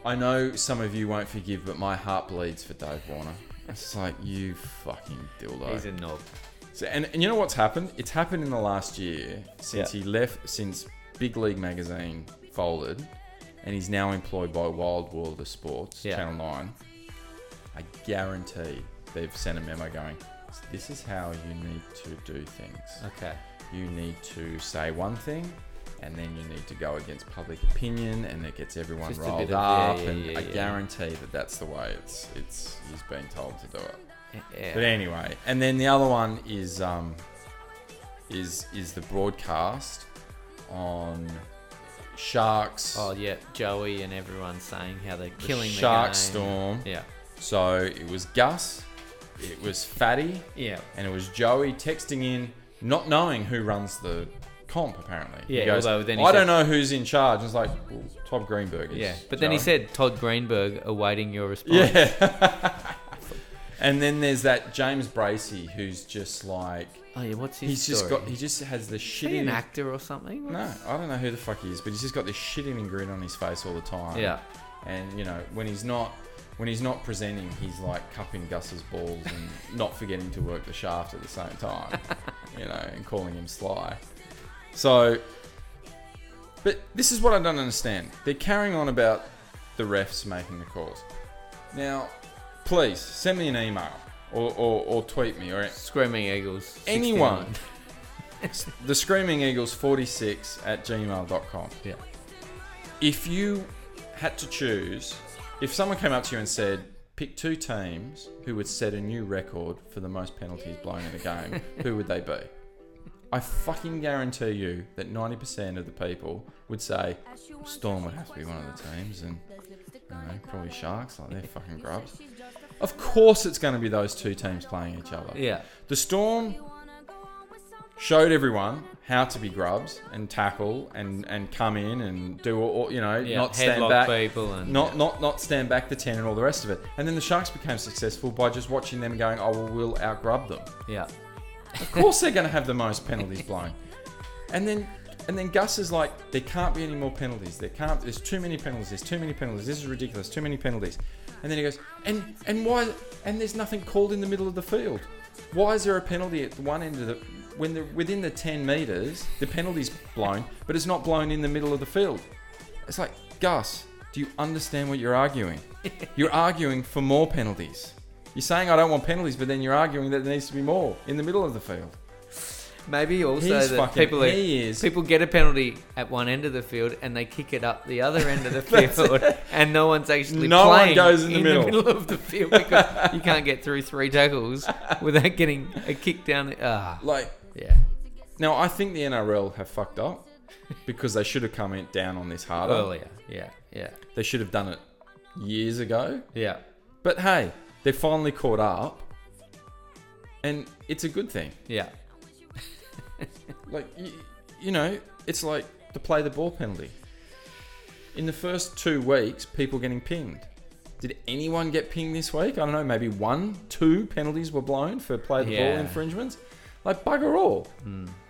S4: I know some of you won't forgive, but my heart bleeds for Dave Warner. It's like you fucking dildo.
S5: he's a knob.
S4: So, and, and you know what's happened? It's happened in the last year since
S5: Yeah.
S4: he left, since Big League Magazine folded, and he's now employed by Wild World of Sports,
S5: Yeah.
S4: Channel 9. I guarantee they've sent a memo going, this is how you need to do things.
S5: Okay.
S4: You need to say one thing. And then you need to go against public opinion, and it gets everyone
S5: Just a bit
S4: rolled
S5: of- yeah,
S4: up.
S5: yeah,
S4: and
S5: yeah,
S4: I
S5: yeah.
S4: guarantee that that's the way it's it's he's been told to do it.
S5: Yeah.
S4: But anyway, and then the other one is um, is is the broadcast on sharks.
S5: Oh yeah, Joey and everyone saying how they're killing
S4: Shark
S5: the game.
S4: Storm.
S5: Yeah.
S4: So it was Gus, it was Fatty,
S5: Yeah.
S4: and it was Joey texting in, not knowing who runs the comp. Apparently, He
S5: Yeah,
S4: goes,
S5: although then he
S4: I
S5: said-
S4: don't know who's in charge. It's like well, Todd Greenberg. Is
S5: Yeah. But then he
S4: Joey.
S5: said Todd Greenberg awaiting your response.
S4: yeah. and then there's that James Bracey who's just like.
S5: Oh yeah, what's his
S4: He's just
S5: story?
S4: got. He just has the shitty.
S5: Is he an actor or something?
S4: No, I don't know who the fuck he is, but he's just got this shit eating grin on his face all the time.
S5: Yeah.
S4: And you know, when he's not when he's not presenting, he's like cupping Gus's balls and not forgetting to work the shaft at the same time. you know, and calling him sly. So but this is what I don't understand. They're carrying on about the refs making the calls. Now, please send me an email or, or, or tweet me or
S5: Screaming Eagles. 69.
S4: anyone. the Screaming Eagles 46 at gmail.com.
S5: Yeah.
S4: If you had to choose, if someone came up to you and said, pick two teams who would set a new record for the most penalties blown in a game, who would they be? I fucking guarantee you that 90% of the people would say Storm would have to be one of the teams and you know, probably Sharks, like they're fucking grubs. Of course it's going to be those two teams playing each other.
S5: Yeah.
S4: The Storm showed everyone how to be grubs and tackle and, and come in and do all, all- you know
S5: Yeah.
S4: not stand
S5: Headlock
S4: back
S5: people and
S4: not not not stand back the ten and all the rest of it. And then the Sharks became successful by just watching them going, oh well, we'll outgrub them.
S5: yeah.
S4: Of course they're going to have the most penalties blown. And then and then Gus is like, there can't be any more penalties. There can't. There's too many penalties. There's too many penalties. This is ridiculous. Too many penalties. And then he goes, and and why? And there's nothing called in the middle of the field. Why is there a penalty at the one end of the when they're within the 10 metres, the penalty's blown, but it's not blown in the middle of the field. It's like, Gus, do you understand what you're arguing? You're arguing for more penalties. You're saying I don't want penalties, but then you're arguing that there needs to be more in the middle of the field.
S5: Maybe also
S4: He's
S5: that
S4: fucking-
S5: people are-
S4: he is-
S5: people get a penalty at one end of the field and they kick it up the other end of the field, and no one's actually
S4: No one
S5: playing
S4: goes in the middle.
S5: of the field because you can't get through three tackles without getting a kick down. The, ah,
S4: Like,
S5: yeah.
S4: now I think the NRL have fucked up because they should have come in- down on this harder.
S5: Earlier, yeah, yeah,
S4: They should have done it years ago.
S5: yeah.
S4: But hey, they're finally caught up, and it's a good thing.
S5: Yeah,
S4: Like you, you know, it's like the play the ball penalty. In the first two weeks, people getting pinged. Did anyone get pinged this week? I don't know. Maybe one, two penalties were blown for play the
S5: Yeah. Hmm.
S4: ball infringements. Like bugger all.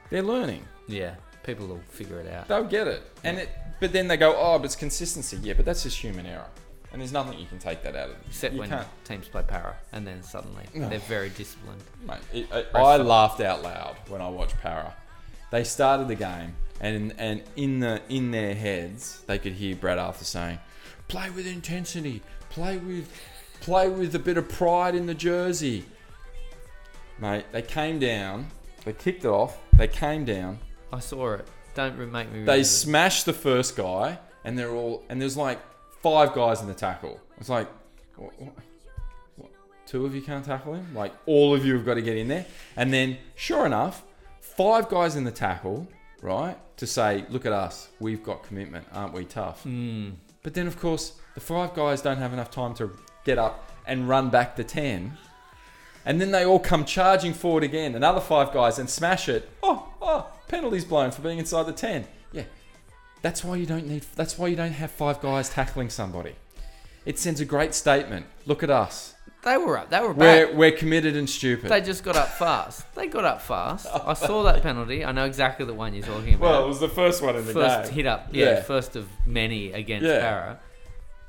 S4: They're learning.
S5: yeah. People will figure it out.
S4: They'll get it. And it, but then they go, oh, but it's consistency. Yeah, but that's just human error. And there's nothing you can take that out of.
S5: Except
S4: you
S5: when
S4: can't.
S5: teams play para, and then suddenly they're very disciplined.
S4: Mate, it, I, I laughed out loud when I watched Para. They started the game, and and in the in their heads, they could hear Brad Arthur saying, "Play with intensity. Play with, play with a bit of pride in the jersey." Mate, they came down. They kicked it off. They came down.
S5: I saw it. Don't re- make
S4: They
S5: me. remember.
S4: smashed the first guy, and they're all and there's like five guys in the tackle. It's like, what, what, what, two of you can't tackle him. Like all of you have got to get in there. And then, sure enough, five guys in the tackle, right? To say, look at us, we've got commitment, aren't we tough? But then, of course, the five guys don't have enough time to get up and run back the ten. And then they all come charging forward again, another five guys, and smash it. Oh, oh, penalty's blown for being inside the 10. Yeah. That's why you don't need that's why you don't have five guys tackling somebody. It sends a great statement. Look at us.
S5: they were up. They were back.
S4: We're we're committed and stupid.
S5: They just got up fast. They got up fast. I saw that penalty. I know exactly the one you're talking about.
S4: well, it was the first one in the
S5: first
S4: game.
S5: hit up. Yeah,
S4: Yeah.
S5: first of many against
S4: Yeah.
S5: Para.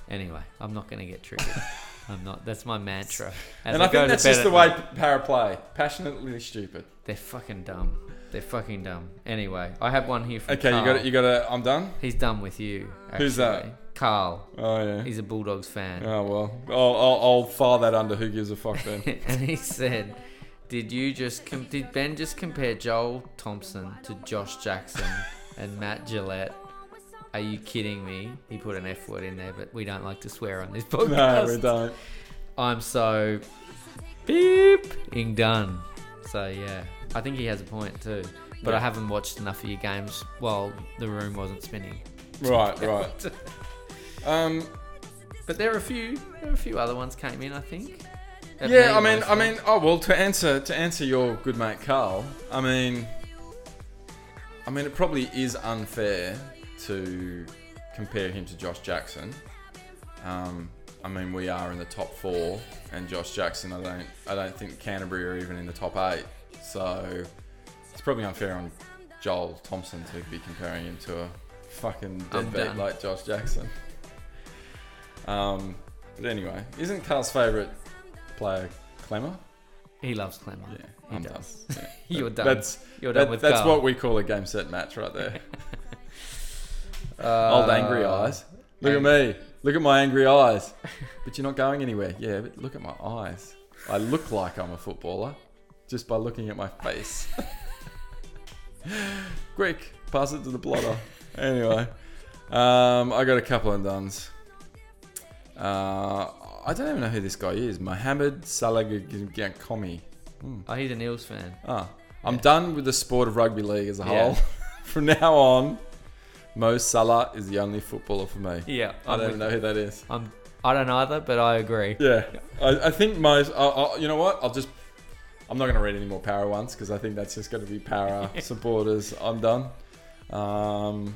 S5: Anyway, I'm not going to get triggered. I'm not. That's my mantra. As
S4: and I think
S5: go to
S4: that's
S5: bed
S4: just
S5: at
S4: the
S5: night.
S4: way para play. Passionately stupid.
S5: They're fucking dumb. They're fucking dumb. Anyway, I have one here from
S4: Okay, you
S5: Carl.
S4: got it you got it I'm done?
S5: He's done with you.
S4: Who's that?
S5: actually. Carl.
S4: Oh yeah.
S5: He's a Bulldogs fan.
S4: Oh well. I'll, I'll I'll file that under who gives a fuck then.
S5: and he said, "Did you just com- did Ben just compare Joel Thompson to Josh Jackson and Matt Gillette? Are you kidding me?" He put an F word in there, but we don't like to swear on this
S4: no,
S5: podcast.
S4: we don't.
S5: I'm so beep ing done. So yeah, I think he has a point too. But I
S4: Yeah.
S5: haven't watched enough of your games while the room wasn't spinning.
S4: Right, right. Um
S5: But there are a few, there are a few other ones came in. I think. At
S4: Yeah, I
S5: me,
S4: mean, I
S5: mostly.
S4: mean, oh well. To answer, to answer your good mate Carl, I mean, I mean, it probably is unfair to compare him to Josh Jackson. Um, I mean, we are in the top four, and Josh Jackson, I don't, I don't think Canterbury are even in the top eight. So it's probably unfair on Joel Thompson to be comparing him to a fucking
S5: I'm
S4: deadbeat
S5: done.
S4: like Josh Jackson. Um, but anyway, isn't Carl's favourite player Clemmer?
S5: he loves Clemmer.
S4: Yeah,
S5: he
S4: I'm
S5: does.
S4: done. Yeah.
S5: You're done.
S4: That's
S5: You're done
S4: that-
S5: with
S4: that's
S5: Carl.
S4: what we call a game set match right there.
S5: Uh,
S4: Old angry eyes. Look at me. Look at my angry eyes. But you're not going anywhere. Yeah, but look at my eyes. I look like I'm a footballer just by looking at my face. Quick, pass it to the blotter. Anyway, um, I got a couple of duns. Uh, I don't even know who this guy is. Mohammed Salagakomi.
S5: Oh, he's an Eels fan.
S4: Ah, I'm done with the sport of rugby league as a
S5: Yeah.
S4: whole. From now on, Mo Salah is the only footballer for me.
S5: Yeah,
S4: I don't
S5: I'm with
S4: even know who that is.
S5: I'm, I don't either, but I agree.
S4: Yeah, I, I think most. I, I, you know what? I'll just. I'm not going to read any more para ones because I think that's just going to be para supporters. I'm done. Um,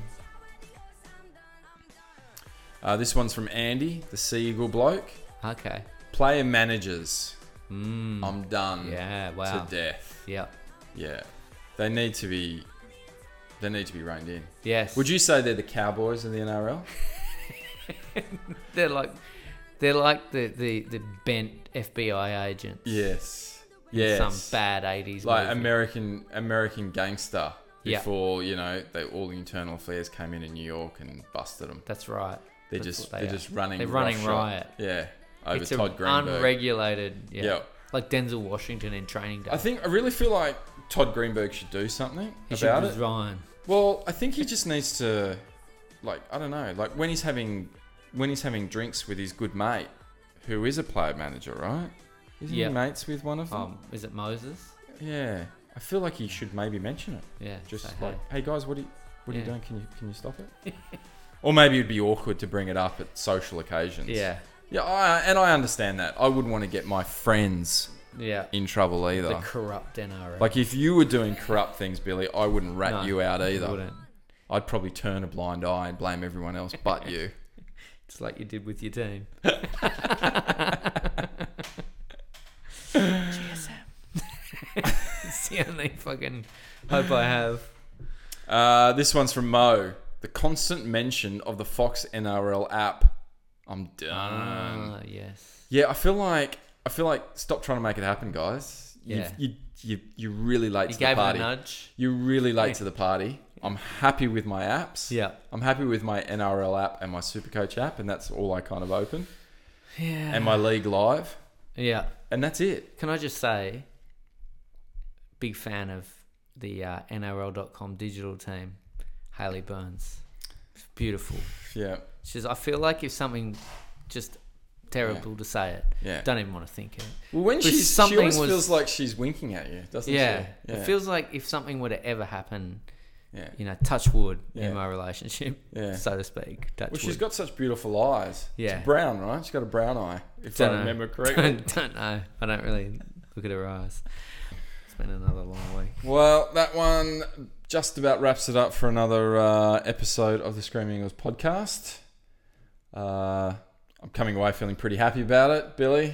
S4: uh, this one's from Andy, the Seagull bloke.
S5: Okay.
S4: Player managers.
S5: Mm.
S4: I'm done
S5: Yeah. Wow.
S4: to death.
S5: Yeah.
S4: Yeah, they need to be. They need to be reined in.
S5: Yes.
S4: Would you say they're the Cowboys in the NRL?
S5: They're like, they're like the the the bent FBI agents.
S4: Yes.
S5: in
S4: Yes.
S5: some bad 80s
S4: like
S5: movie.
S4: American American gangster
S5: Yeah.
S4: before you know they all the internal affairs came into New York and busted them.
S5: That's right.
S4: They're
S5: That's
S4: just
S5: what
S4: they are
S5: are.
S4: just running
S5: They're running
S4: roughshod.
S5: riot.
S4: Yeah, over
S5: it's
S4: Todd
S5: a
S4: Greenberg.
S5: unregulated. Yeah.
S4: Yeah.
S5: Like Denzel Washington in Training Day.
S4: I think I really feel like Todd Greenberg should do something
S5: he should
S4: about it.
S5: resign.
S4: Well, I think he just needs to, like, I don't know, like when he's having, when he's having drinks with his good mate, who is a player manager, right? Isn't
S5: Yeah.
S4: he mates with one of them?
S5: Um, is it Moses?
S4: yeah, I feel like he should maybe mention it.
S5: Yeah.
S4: Just
S5: say,
S4: like, hey guys, what are you, what are
S5: Yeah.
S4: you doing? Can you can you stop it? or maybe it'd be awkward to bring it up at social occasions.
S5: hey. Yeah.
S4: yeah, I, and I understand that. I wouldn't want to get my friends
S5: Yeah.
S4: in trouble
S5: the
S4: either.
S5: corrupt NRL.
S4: like if you were doing corrupt things, Billy, I wouldn't rat
S5: No,
S4: you out
S5: you
S4: either.
S5: wouldn't.
S4: I'd probably turn a blind eye and blame everyone else but you.
S5: It's like you did with your team. GSM. it's the only fucking hope I have.
S4: Uh, this one's from Mo. The constant mention of the Fox NRL app. I'm done.
S5: Ah, yes.
S4: Yeah, I feel like I feel like stop trying to make it happen, guys.
S5: Yeah.
S4: You you you you're really late
S5: You
S4: to the
S5: gave it a
S4: party.
S5: nudge.
S4: You're really late to the party. I'm happy with my apps.
S5: Yeah.
S4: I'm happy with my NRL app and my Supercoach app, and that's all I kind of open.
S5: Yeah.
S4: And my League Live,
S5: Yeah.
S4: and that's it.
S5: Can I just say, big fan of the uh, NRL.com digital team, Haley Burns. It's beautiful.
S4: Yeah.
S5: She says, I feel like if something just terrible to say it,
S4: Yeah.
S5: don't even want to think it.
S4: Well, when
S5: But
S4: she's something
S5: something
S4: she always
S5: was-
S4: feels like she's winking at you, doesn't
S5: Yeah.
S4: she?
S5: It feels like if something were to ever happen,
S4: Yeah.
S5: you know, touch wood
S4: Yeah.
S5: in my relationship,
S4: Yeah.
S5: so to speak. Touch
S4: Well, she's
S5: wood.
S4: got such beautiful eyes.
S5: Yeah.
S4: It's brown, right? She's got a brown eye, if I
S5: Dunno.
S4: remember correctly.
S5: don't know. I don't really look at her eyes. It's been another long week.
S4: well, that one just about wraps it up for another uh, episode of the Screaming Eagles podcast. Uh, I'm coming away feeling pretty happy about it, Billy.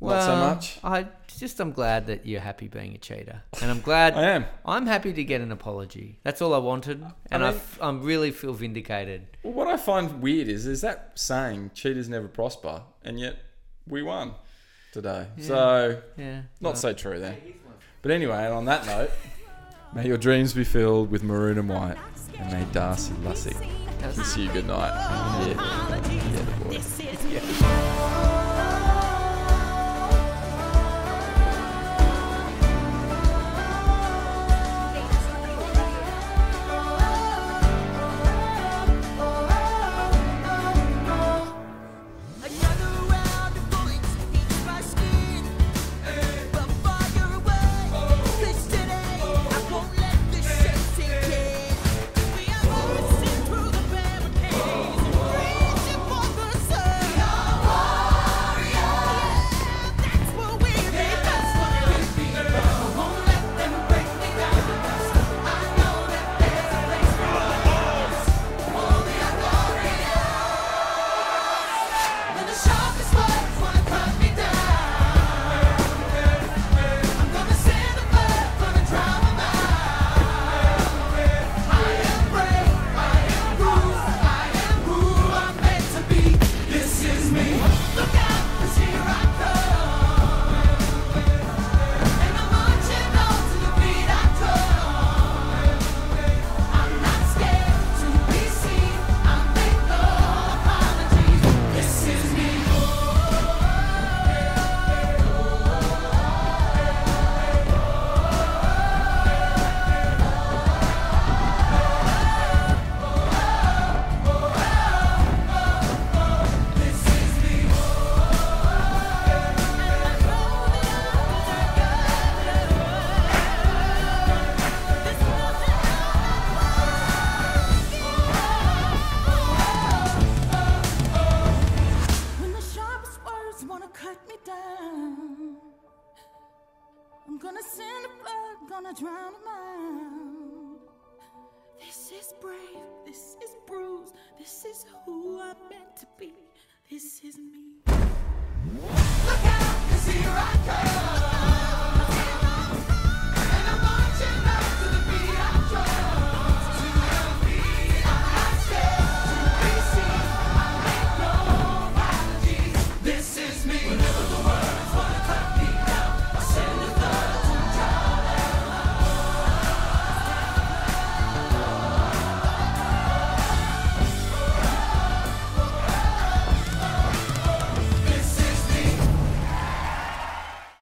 S4: Not so much.
S5: I just I'm glad that you're happy being a cheater, and I'm glad
S4: I am.
S5: I'm happy to get an apology. That's all I wanted, and I,
S4: mean-
S5: f- I'm really feel vindicated.
S4: Well, what I find weird is is that saying cheaters never prosper, and yet we won today. So
S5: Yeah.
S4: Not so true then. But anyway, and on that note, may your dreams be filled with maroon and white, and may Darcy Lussick kiss you good night. Yeah, yeah, boy.
S7: Another round of bullets against my skin. But fire away, 'cause today I won't let this shit sink in. We are racing through the barricades, reaching for the sun. Yeah, that's what we're about. I won't let them break me down. I know that there's a place for us. Only our warriors. When the sharpest words wanna cut me down, I'm gonna send a bird, gonna drown them I am brave, I am bruised, I am who I'm meant to be. This is me. Look out, 'cause here I come, and I'm marching on to the beat I drum. I'm not scared to be seen. I make no apologies. This is me.
S6: When the sharpest words wanna cut me down, I'm gonna send a blood, gonna drown them out. This is brave, this is bruised, this is who I'm meant to be, this is me.